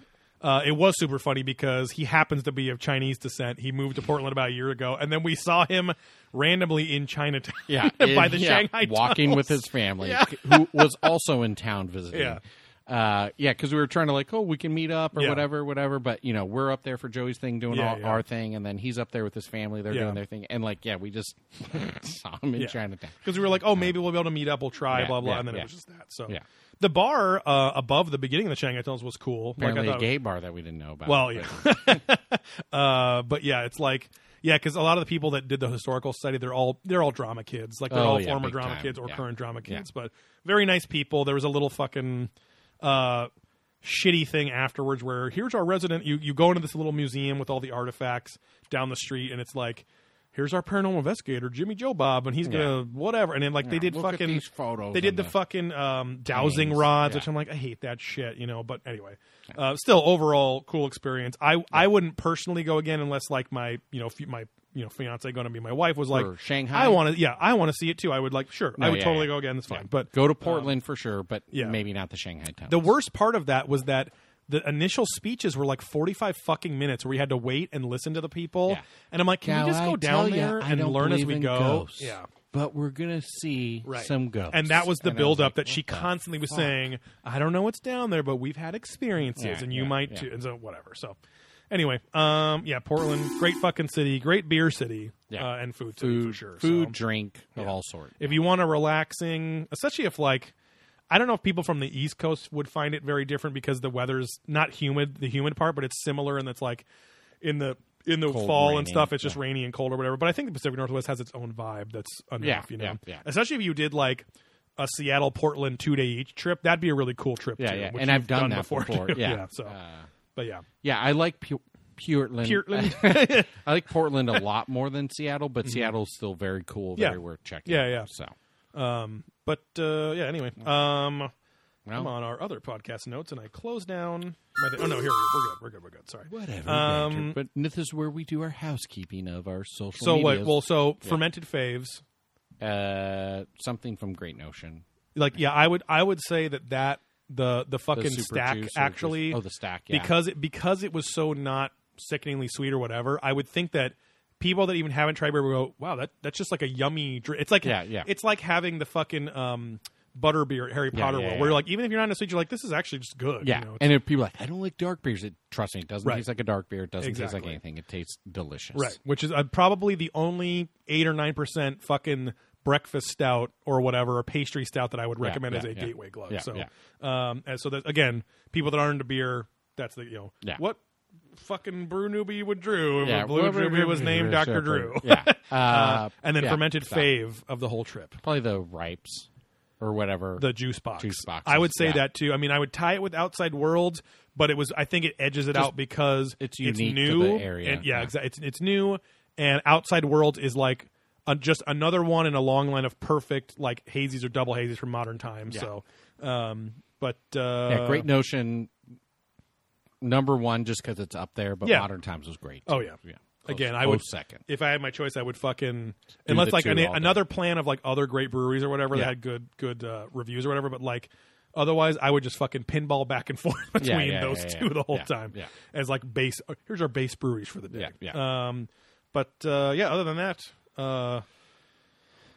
[SPEAKER 1] uh, it was super funny because he happens to be of Chinese descent. He moved to Portland about a year ago, and then we saw him randomly in Chinatown.
[SPEAKER 2] yeah,
[SPEAKER 1] *laughs* by
[SPEAKER 2] And,
[SPEAKER 1] the
[SPEAKER 2] yeah,
[SPEAKER 1] Shanghai
[SPEAKER 2] *laughs* walking
[SPEAKER 1] tunnels.
[SPEAKER 2] with his family, who was also in town visiting.
[SPEAKER 1] Yeah.
[SPEAKER 2] Uh, yeah, because we were trying to like, oh, we can meet up or
[SPEAKER 1] Yeah.
[SPEAKER 2] whatever, whatever. But you know, we're up there for Joey's thing, doing
[SPEAKER 1] Yeah,
[SPEAKER 2] all,
[SPEAKER 1] yeah.
[SPEAKER 2] our thing, and then he's up there with his family. They're
[SPEAKER 1] Yeah.
[SPEAKER 2] doing their thing, and like, yeah, we just *laughs* saw him in
[SPEAKER 1] Yeah.
[SPEAKER 2] Chinatown.
[SPEAKER 1] Because we were like, oh, maybe we'll be able to meet up. We'll try,
[SPEAKER 2] Yeah,
[SPEAKER 1] blah blah,
[SPEAKER 2] yeah,
[SPEAKER 1] and then
[SPEAKER 2] yeah.
[SPEAKER 1] it was just that. So
[SPEAKER 2] Yeah.
[SPEAKER 1] the bar uh, above the beginning of the Shanghai tunnels was cool. Like, I
[SPEAKER 2] apparently
[SPEAKER 1] thought
[SPEAKER 2] a
[SPEAKER 1] it was-
[SPEAKER 2] gay bar that we didn't know about.
[SPEAKER 1] Well, yeah. *laughs* uh, but yeah, it's like yeah, because a lot of the people that did the historical study, they're all they're all drama kids. Like they're
[SPEAKER 2] Oh,
[SPEAKER 1] all
[SPEAKER 2] yeah,
[SPEAKER 1] former
[SPEAKER 2] big
[SPEAKER 1] drama
[SPEAKER 2] time.
[SPEAKER 1] kids or
[SPEAKER 2] Yeah.
[SPEAKER 1] current drama kids. But very nice people. There was a little fucking uh, shitty thing afterwards where here's our resident. You you go into this little museum with all the artifacts down the street, and it's like. Here's our paranormal investigator, Jimmy Joe Bob, and he's gonna whatever. And then like they did
[SPEAKER 2] look at
[SPEAKER 1] fucking
[SPEAKER 2] these photos
[SPEAKER 1] They did
[SPEAKER 2] and
[SPEAKER 1] the,
[SPEAKER 2] Oh, the-
[SPEAKER 1] fucking um, dowsing
[SPEAKER 2] Names.
[SPEAKER 1] rods,
[SPEAKER 2] Yeah.
[SPEAKER 1] which I'm like, I hate that shit, you know. But anyway, uh, still overall cool experience. I I wouldn't personally go again unless like my you know f- my you know fiance going to be my wife was like
[SPEAKER 2] For Shanghai?
[SPEAKER 1] I want to yeah I want to see it too. I would like sure I
[SPEAKER 2] No,
[SPEAKER 1] would
[SPEAKER 2] yeah,
[SPEAKER 1] totally
[SPEAKER 2] yeah.
[SPEAKER 1] go again. That's fine. But
[SPEAKER 2] go to Portland for sure, but
[SPEAKER 1] Um, yeah.
[SPEAKER 2] maybe not the Shanghai town.
[SPEAKER 1] the worst part of that was that the initial speeches were like 45 fucking minutes where we had to wait and listen to the people.
[SPEAKER 2] Yeah.
[SPEAKER 1] And I'm like, can
[SPEAKER 2] Now,
[SPEAKER 1] we just
[SPEAKER 2] I
[SPEAKER 1] go down
[SPEAKER 2] tell ya,
[SPEAKER 1] there
[SPEAKER 2] I
[SPEAKER 1] and
[SPEAKER 2] don't
[SPEAKER 1] learn as
[SPEAKER 2] believe
[SPEAKER 1] we
[SPEAKER 2] in
[SPEAKER 1] go?
[SPEAKER 2] ghosts,
[SPEAKER 1] Yeah.
[SPEAKER 2] but we're gonna see
[SPEAKER 1] Right.
[SPEAKER 2] some ghosts,
[SPEAKER 1] And that was the
[SPEAKER 2] I was
[SPEAKER 1] buildup
[SPEAKER 2] like,
[SPEAKER 1] that she
[SPEAKER 2] what the
[SPEAKER 1] constantly was
[SPEAKER 2] fuck?
[SPEAKER 1] saying, I don't know what's down there, but we've had experiences
[SPEAKER 2] Yeah,
[SPEAKER 1] and you
[SPEAKER 2] yeah,
[SPEAKER 1] might
[SPEAKER 2] yeah.
[SPEAKER 1] too. And so, whatever. So, anyway, um, yeah, Portland, great fucking city, great beer city,
[SPEAKER 2] Yeah.
[SPEAKER 1] uh, and food city for
[SPEAKER 2] food,
[SPEAKER 1] sure.
[SPEAKER 2] food,
[SPEAKER 1] So,
[SPEAKER 2] drink of all sorts.
[SPEAKER 1] if you want a relaxing, especially if like, I don't know if people from the East Coast would find it very different because the weather's not humid, the humid part, but it's similar and it's like in the in the
[SPEAKER 2] Cold,
[SPEAKER 1] fall and
[SPEAKER 2] rainy,
[SPEAKER 1] stuff, it's just rainy and cold or whatever. But I think the Pacific Northwest has its own vibe that's enough,
[SPEAKER 2] Yeah,
[SPEAKER 1] you know.
[SPEAKER 2] yeah, yeah.
[SPEAKER 1] Especially if you did like a Seattle Portland two day each trip, that'd be a really cool trip.
[SPEAKER 2] yeah,
[SPEAKER 1] too,
[SPEAKER 2] yeah,
[SPEAKER 1] which
[SPEAKER 2] and I've
[SPEAKER 1] you've
[SPEAKER 2] done, that before.
[SPEAKER 1] too. *laughs*
[SPEAKER 2] Yeah.
[SPEAKER 1] so,
[SPEAKER 2] Uh,
[SPEAKER 1] but yeah,
[SPEAKER 2] yeah, I like Pu- Portland.
[SPEAKER 1] Portland.
[SPEAKER 2] *laughs* I like
[SPEAKER 1] *laughs*
[SPEAKER 2] Portland a lot more than Seattle, but Seattle's still very cool,
[SPEAKER 1] Mm-hmm. Yeah.
[SPEAKER 2] very worth checking.
[SPEAKER 1] Yeah,
[SPEAKER 2] out,
[SPEAKER 1] yeah.
[SPEAKER 2] So,
[SPEAKER 1] but uh, yeah. Anyway, um,
[SPEAKER 2] well,
[SPEAKER 1] I'm on our other podcast notes, and I close down. My thing. Oh no, here we go. we're good. We're good. We're good. Sorry.
[SPEAKER 2] whatever.
[SPEAKER 1] Um,
[SPEAKER 2] Andrew, but this is where we do our housekeeping of our social.
[SPEAKER 1] So
[SPEAKER 2] medias.
[SPEAKER 1] wait, well, so fermented faves.
[SPEAKER 2] uh, something from Great Notion.
[SPEAKER 1] Like yeah, I would I would say that that the the
[SPEAKER 2] The
[SPEAKER 1] fucking
[SPEAKER 2] super
[SPEAKER 1] stack
[SPEAKER 2] juice or just-
[SPEAKER 1] actually
[SPEAKER 2] oh, the stack. Yeah.
[SPEAKER 1] because it because it was so not sickeningly sweet or whatever. I would think that people that even haven't tried beer would go, "Wow, that that's just like a yummy drink." It's like
[SPEAKER 2] Yeah, yeah.
[SPEAKER 1] it's like having the fucking um butter beer at Harry
[SPEAKER 2] Yeah,
[SPEAKER 1] Potter
[SPEAKER 2] yeah,
[SPEAKER 1] World,
[SPEAKER 2] yeah.
[SPEAKER 1] where like even if you're not in a sweet, you're like, "This is actually just good."
[SPEAKER 2] Yeah,
[SPEAKER 1] you know?
[SPEAKER 2] and if people are like, I don't like dark beers. It trust me, it doesn't
[SPEAKER 1] Right.
[SPEAKER 2] taste like a dark beer. It doesn't taste
[SPEAKER 1] Exactly.
[SPEAKER 2] like anything. It tastes delicious.
[SPEAKER 1] Right, which is uh, probably the only eight or nine percent fucking breakfast stout or whatever a pastry stout that I would recommend
[SPEAKER 2] yeah,
[SPEAKER 1] as a
[SPEAKER 2] yeah.
[SPEAKER 1] gateway glove.
[SPEAKER 2] Yeah,
[SPEAKER 1] so,
[SPEAKER 2] yeah.
[SPEAKER 1] um, and so that again, people that aren't into beer, that's the you know
[SPEAKER 2] Yeah.
[SPEAKER 1] what fucking brew newbie would Drew if
[SPEAKER 2] Yeah,
[SPEAKER 1] a blue
[SPEAKER 2] whatever
[SPEAKER 1] newbie was named
[SPEAKER 2] your
[SPEAKER 1] Doctor Drew.
[SPEAKER 2] shepherd.
[SPEAKER 1] *laughs*
[SPEAKER 2] Yeah, uh,
[SPEAKER 1] Uh, and then
[SPEAKER 2] yeah,
[SPEAKER 1] fermented
[SPEAKER 2] stop.
[SPEAKER 1] fave of the whole trip.
[SPEAKER 2] Probably the ripes or whatever.
[SPEAKER 1] The juice box.
[SPEAKER 2] Juice boxes,
[SPEAKER 1] I would say
[SPEAKER 2] yeah.
[SPEAKER 1] that too. I mean, I would tie it with Outside Worlds, but it was. I think it edges it out because
[SPEAKER 2] it's unique to
[SPEAKER 1] new
[SPEAKER 2] the area.
[SPEAKER 1] and- yeah,
[SPEAKER 2] Yeah.
[SPEAKER 1] exactly. It's it's new, and Outside Worlds is like uh, just another one in a long line of perfect like hazies or double hazies from modern times. So, um, but uh,
[SPEAKER 2] yeah, Great Notion. Number one, just because it's up there, but
[SPEAKER 1] Yeah.
[SPEAKER 2] Modern Times was great.
[SPEAKER 1] Oh yeah,
[SPEAKER 2] yeah.
[SPEAKER 1] Again,
[SPEAKER 2] Close-
[SPEAKER 1] I
[SPEAKER 2] close
[SPEAKER 1] would
[SPEAKER 2] second.
[SPEAKER 1] if I had my choice. I would fucking unless
[SPEAKER 2] the
[SPEAKER 1] like
[SPEAKER 2] two
[SPEAKER 1] an,
[SPEAKER 2] all day.
[SPEAKER 1] another plan of like other great breweries or whatever that had good good uh, reviews or whatever. But like otherwise, I would just fucking pinball back and *laughs* forth between
[SPEAKER 2] yeah,
[SPEAKER 1] those
[SPEAKER 2] yeah,
[SPEAKER 1] two
[SPEAKER 2] yeah.
[SPEAKER 1] the whole
[SPEAKER 2] Yeah,
[SPEAKER 1] time
[SPEAKER 2] yeah.
[SPEAKER 1] as like base. uh, Here's our base Uh, breweries for the day.
[SPEAKER 2] Yeah, yeah.
[SPEAKER 1] Um, but uh, yeah, other than that, uh,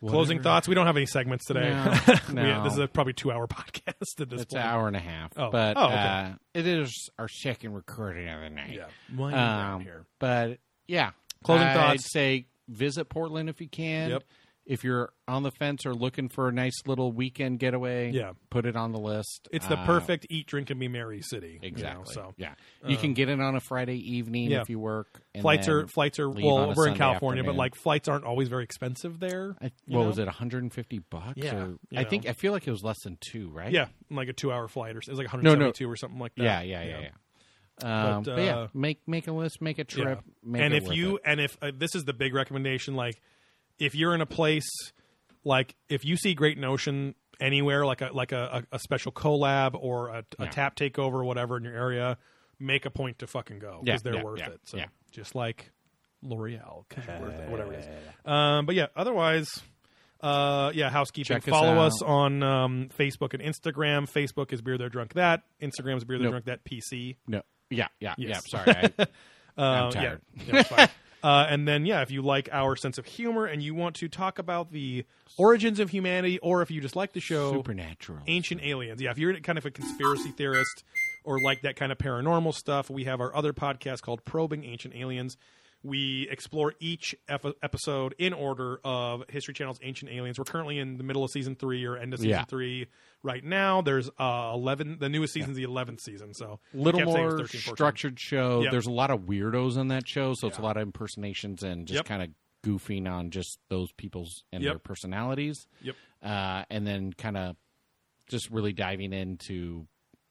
[SPEAKER 1] Closing thoughts. We don't have any segments today.
[SPEAKER 2] No,
[SPEAKER 1] *laughs* We-
[SPEAKER 2] no.
[SPEAKER 1] this is a probably two hour *laughs* podcast at this
[SPEAKER 2] It's an
[SPEAKER 1] point.
[SPEAKER 2] hour and a half,
[SPEAKER 1] Oh.
[SPEAKER 2] but
[SPEAKER 1] Oh, okay.
[SPEAKER 2] uh, it is our second recording of the night.
[SPEAKER 1] Yeah. Why are you down
[SPEAKER 2] Um,
[SPEAKER 1] here?
[SPEAKER 2] but yeah,
[SPEAKER 1] Closing
[SPEAKER 2] I'd
[SPEAKER 1] thoughts.
[SPEAKER 2] say visit Portland if you can.
[SPEAKER 1] Yep.
[SPEAKER 2] If you're on the fence or looking for a nice little weekend getaway,
[SPEAKER 1] Yeah.
[SPEAKER 2] put it on the list.
[SPEAKER 1] It's the
[SPEAKER 2] Uh,
[SPEAKER 1] perfect eat, drink, and be merry city. you know,
[SPEAKER 2] exactly.
[SPEAKER 1] so uh,
[SPEAKER 2] yeah, you can get it on a Friday evening
[SPEAKER 1] yeah.
[SPEAKER 2] if you work. and
[SPEAKER 1] flights
[SPEAKER 2] then
[SPEAKER 1] are flights are
[SPEAKER 2] leave
[SPEAKER 1] well,
[SPEAKER 2] on a
[SPEAKER 1] we're in
[SPEAKER 2] Sunday
[SPEAKER 1] California,
[SPEAKER 2] afternoon.
[SPEAKER 1] but like flights aren't always very expensive there.
[SPEAKER 2] I,
[SPEAKER 1] you
[SPEAKER 2] what
[SPEAKER 1] know?
[SPEAKER 2] was it? 150 bucks?
[SPEAKER 1] Yeah,
[SPEAKER 2] or,
[SPEAKER 1] you
[SPEAKER 2] I
[SPEAKER 1] know.
[SPEAKER 2] think I feel like it was less than two, right?
[SPEAKER 1] Yeah, like a two hour flight or it was like
[SPEAKER 2] no.
[SPEAKER 1] 172 or something like that.
[SPEAKER 2] yeah, yeah, yeah. yeah. Um,
[SPEAKER 1] But,
[SPEAKER 2] but yeah,
[SPEAKER 1] uh,
[SPEAKER 2] make make a list, make a trip, make
[SPEAKER 1] and
[SPEAKER 2] it
[SPEAKER 1] if
[SPEAKER 2] worth
[SPEAKER 1] you
[SPEAKER 2] it.
[SPEAKER 1] and if uh, this is the big recommendation, like if you're in a place like if you see Great Notion anywhere, like a like a, a, a special collab or a, a
[SPEAKER 2] Yeah.
[SPEAKER 1] tap takeover or whatever in your area, make a point to fucking go
[SPEAKER 2] Yeah,
[SPEAKER 1] because they're
[SPEAKER 2] yeah,
[SPEAKER 1] worth
[SPEAKER 2] yeah,
[SPEAKER 1] it. So
[SPEAKER 2] yeah.
[SPEAKER 1] just like L'Oreal, 'cause you're worth it, whatever it is. Um, but yeah, otherwise. Uh, yeah, housekeeping.
[SPEAKER 2] Check us
[SPEAKER 1] Follow
[SPEAKER 2] out.
[SPEAKER 1] us on um, Facebook and Instagram. Facebook is Beer There Drunk That. Instagram is Beer There Drunk
[SPEAKER 2] Nope.
[SPEAKER 1] That PC.
[SPEAKER 2] no, yeah, yeah,
[SPEAKER 1] Yes. *laughs*
[SPEAKER 2] yeah. Sorry, I,
[SPEAKER 1] Uh,
[SPEAKER 2] I'm tired.
[SPEAKER 1] Yeah, yeah, it's fine. *laughs* uh, and then, yeah, if you like our sense of humor and you want to talk about the origins of humanity, or if you just like the show
[SPEAKER 2] supernatural.
[SPEAKER 1] Ancient Aliens, yeah, if you're kind of a conspiracy theorist or like that kind of paranormal stuff, we have our other podcast called Probing Ancient Aliens. We explore each ep- episode in order of History Channel's Ancient Aliens. We're currently in the middle of season three or end of season
[SPEAKER 2] Yeah.
[SPEAKER 1] three right now. There's uh, eleven. The newest season's the eleventh season, so I
[SPEAKER 2] little
[SPEAKER 1] kept saying it's
[SPEAKER 2] more
[SPEAKER 1] 13, 14.
[SPEAKER 2] structured show.
[SPEAKER 1] Yep.
[SPEAKER 2] There's a lot of weirdos on that show, so it's a
[SPEAKER 1] Yeah.
[SPEAKER 2] lot of impersonations and just
[SPEAKER 1] Yep.
[SPEAKER 2] kind of goofing on just those people's and
[SPEAKER 1] Yep.
[SPEAKER 2] their personalities.
[SPEAKER 1] Yep.
[SPEAKER 2] Uh, and then kind of just really diving into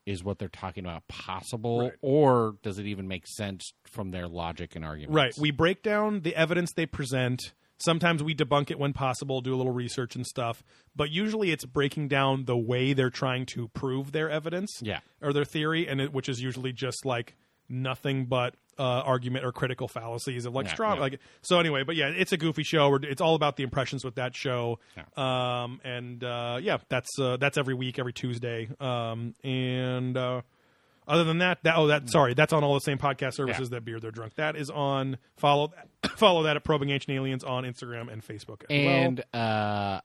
[SPEAKER 2] is what they're talking about possible
[SPEAKER 1] Right.
[SPEAKER 2] or does it even make sense from their logic and arguments?
[SPEAKER 1] Right. We break down the evidence they present. Sometimes we debunk it when possible, do a little research and stuff, but usually it's breaking down the way they're trying to prove their evidence
[SPEAKER 2] Yeah.
[SPEAKER 1] or their theory, and it, which is usually just like nothing but uh, argument or critical fallacies of like
[SPEAKER 2] Yeah,
[SPEAKER 1] strong
[SPEAKER 2] yeah.
[SPEAKER 1] like so anyway but yeah it's a goofy show We're, it's all about the impressions with that show um and uh yeah that's uh that's every week every tuesday um and uh other than that, that oh
[SPEAKER 2] Hmm.
[SPEAKER 1] that sorry, that's on all the same podcast services that Beer They're Drunk. That is on follow *coughs* follow that at Probing Ancient Aliens on Instagram and Facebook. As well.
[SPEAKER 2] and uh,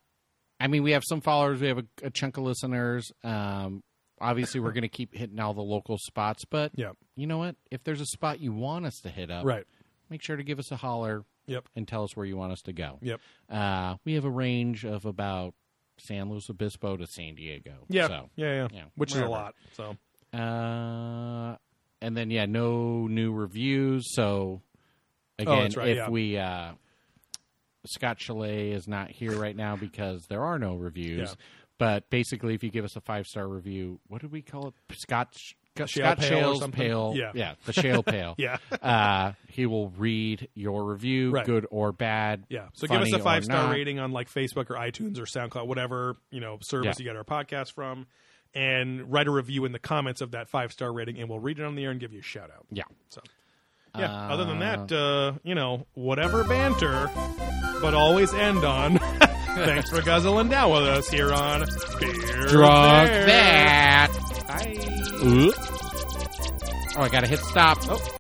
[SPEAKER 2] I mean, we have some followers, we have a, a chunk of listeners. Um, obviously, we're going to keep hitting all the local spots, but
[SPEAKER 1] *laughs* Yeah.
[SPEAKER 2] you know what? If there's a spot you want us to hit up,
[SPEAKER 1] Right.
[SPEAKER 2] make sure to give us a holler
[SPEAKER 1] Yep.
[SPEAKER 2] and tell us where you want us to go.
[SPEAKER 1] Yep.
[SPEAKER 2] Uh, we have a range of about San Luis Obispo to San Diego.
[SPEAKER 1] Yeah.
[SPEAKER 2] So,
[SPEAKER 1] yeah. Yeah.
[SPEAKER 2] yeah,
[SPEAKER 1] Which is a
[SPEAKER 2] wherever.
[SPEAKER 1] lot. So
[SPEAKER 2] uh, and then yeah, no new reviews. So again,
[SPEAKER 1] Oh, that's right,
[SPEAKER 2] if
[SPEAKER 1] yeah.
[SPEAKER 2] we uh, Scott Chalet is not here right now because there are no reviews.
[SPEAKER 1] Yeah.
[SPEAKER 2] But basically, if you give us a five star review, what did we call it? Scotch.
[SPEAKER 1] Shale
[SPEAKER 2] Scott
[SPEAKER 1] Pale or
[SPEAKER 2] Shale's
[SPEAKER 1] something?
[SPEAKER 2] pale,
[SPEAKER 1] Yeah.
[SPEAKER 2] the Shale Pale. *laughs*
[SPEAKER 1] Yeah.
[SPEAKER 2] uh, he will read your review,
[SPEAKER 1] Right.
[SPEAKER 2] good or bad.
[SPEAKER 1] yeah. So
[SPEAKER 2] funny
[SPEAKER 1] give us
[SPEAKER 2] or
[SPEAKER 1] a five star
[SPEAKER 2] not.
[SPEAKER 1] rating on like Facebook or iTunes or SoundCloud, whatever, you know, service
[SPEAKER 2] Yeah.
[SPEAKER 1] you get our podcast from. And write a review in the comments of that five star rating and we'll read it on the air and give you a shout out.
[SPEAKER 2] Yeah,
[SPEAKER 1] So yeah, other than that, uh, you know, whatever banter, but always end on. *laughs* Thanks for guzzling down with us here on Beer
[SPEAKER 2] drunk
[SPEAKER 1] There.
[SPEAKER 2] that.
[SPEAKER 1] Bye.
[SPEAKER 2] Oop. Oh, I gotta hit stop.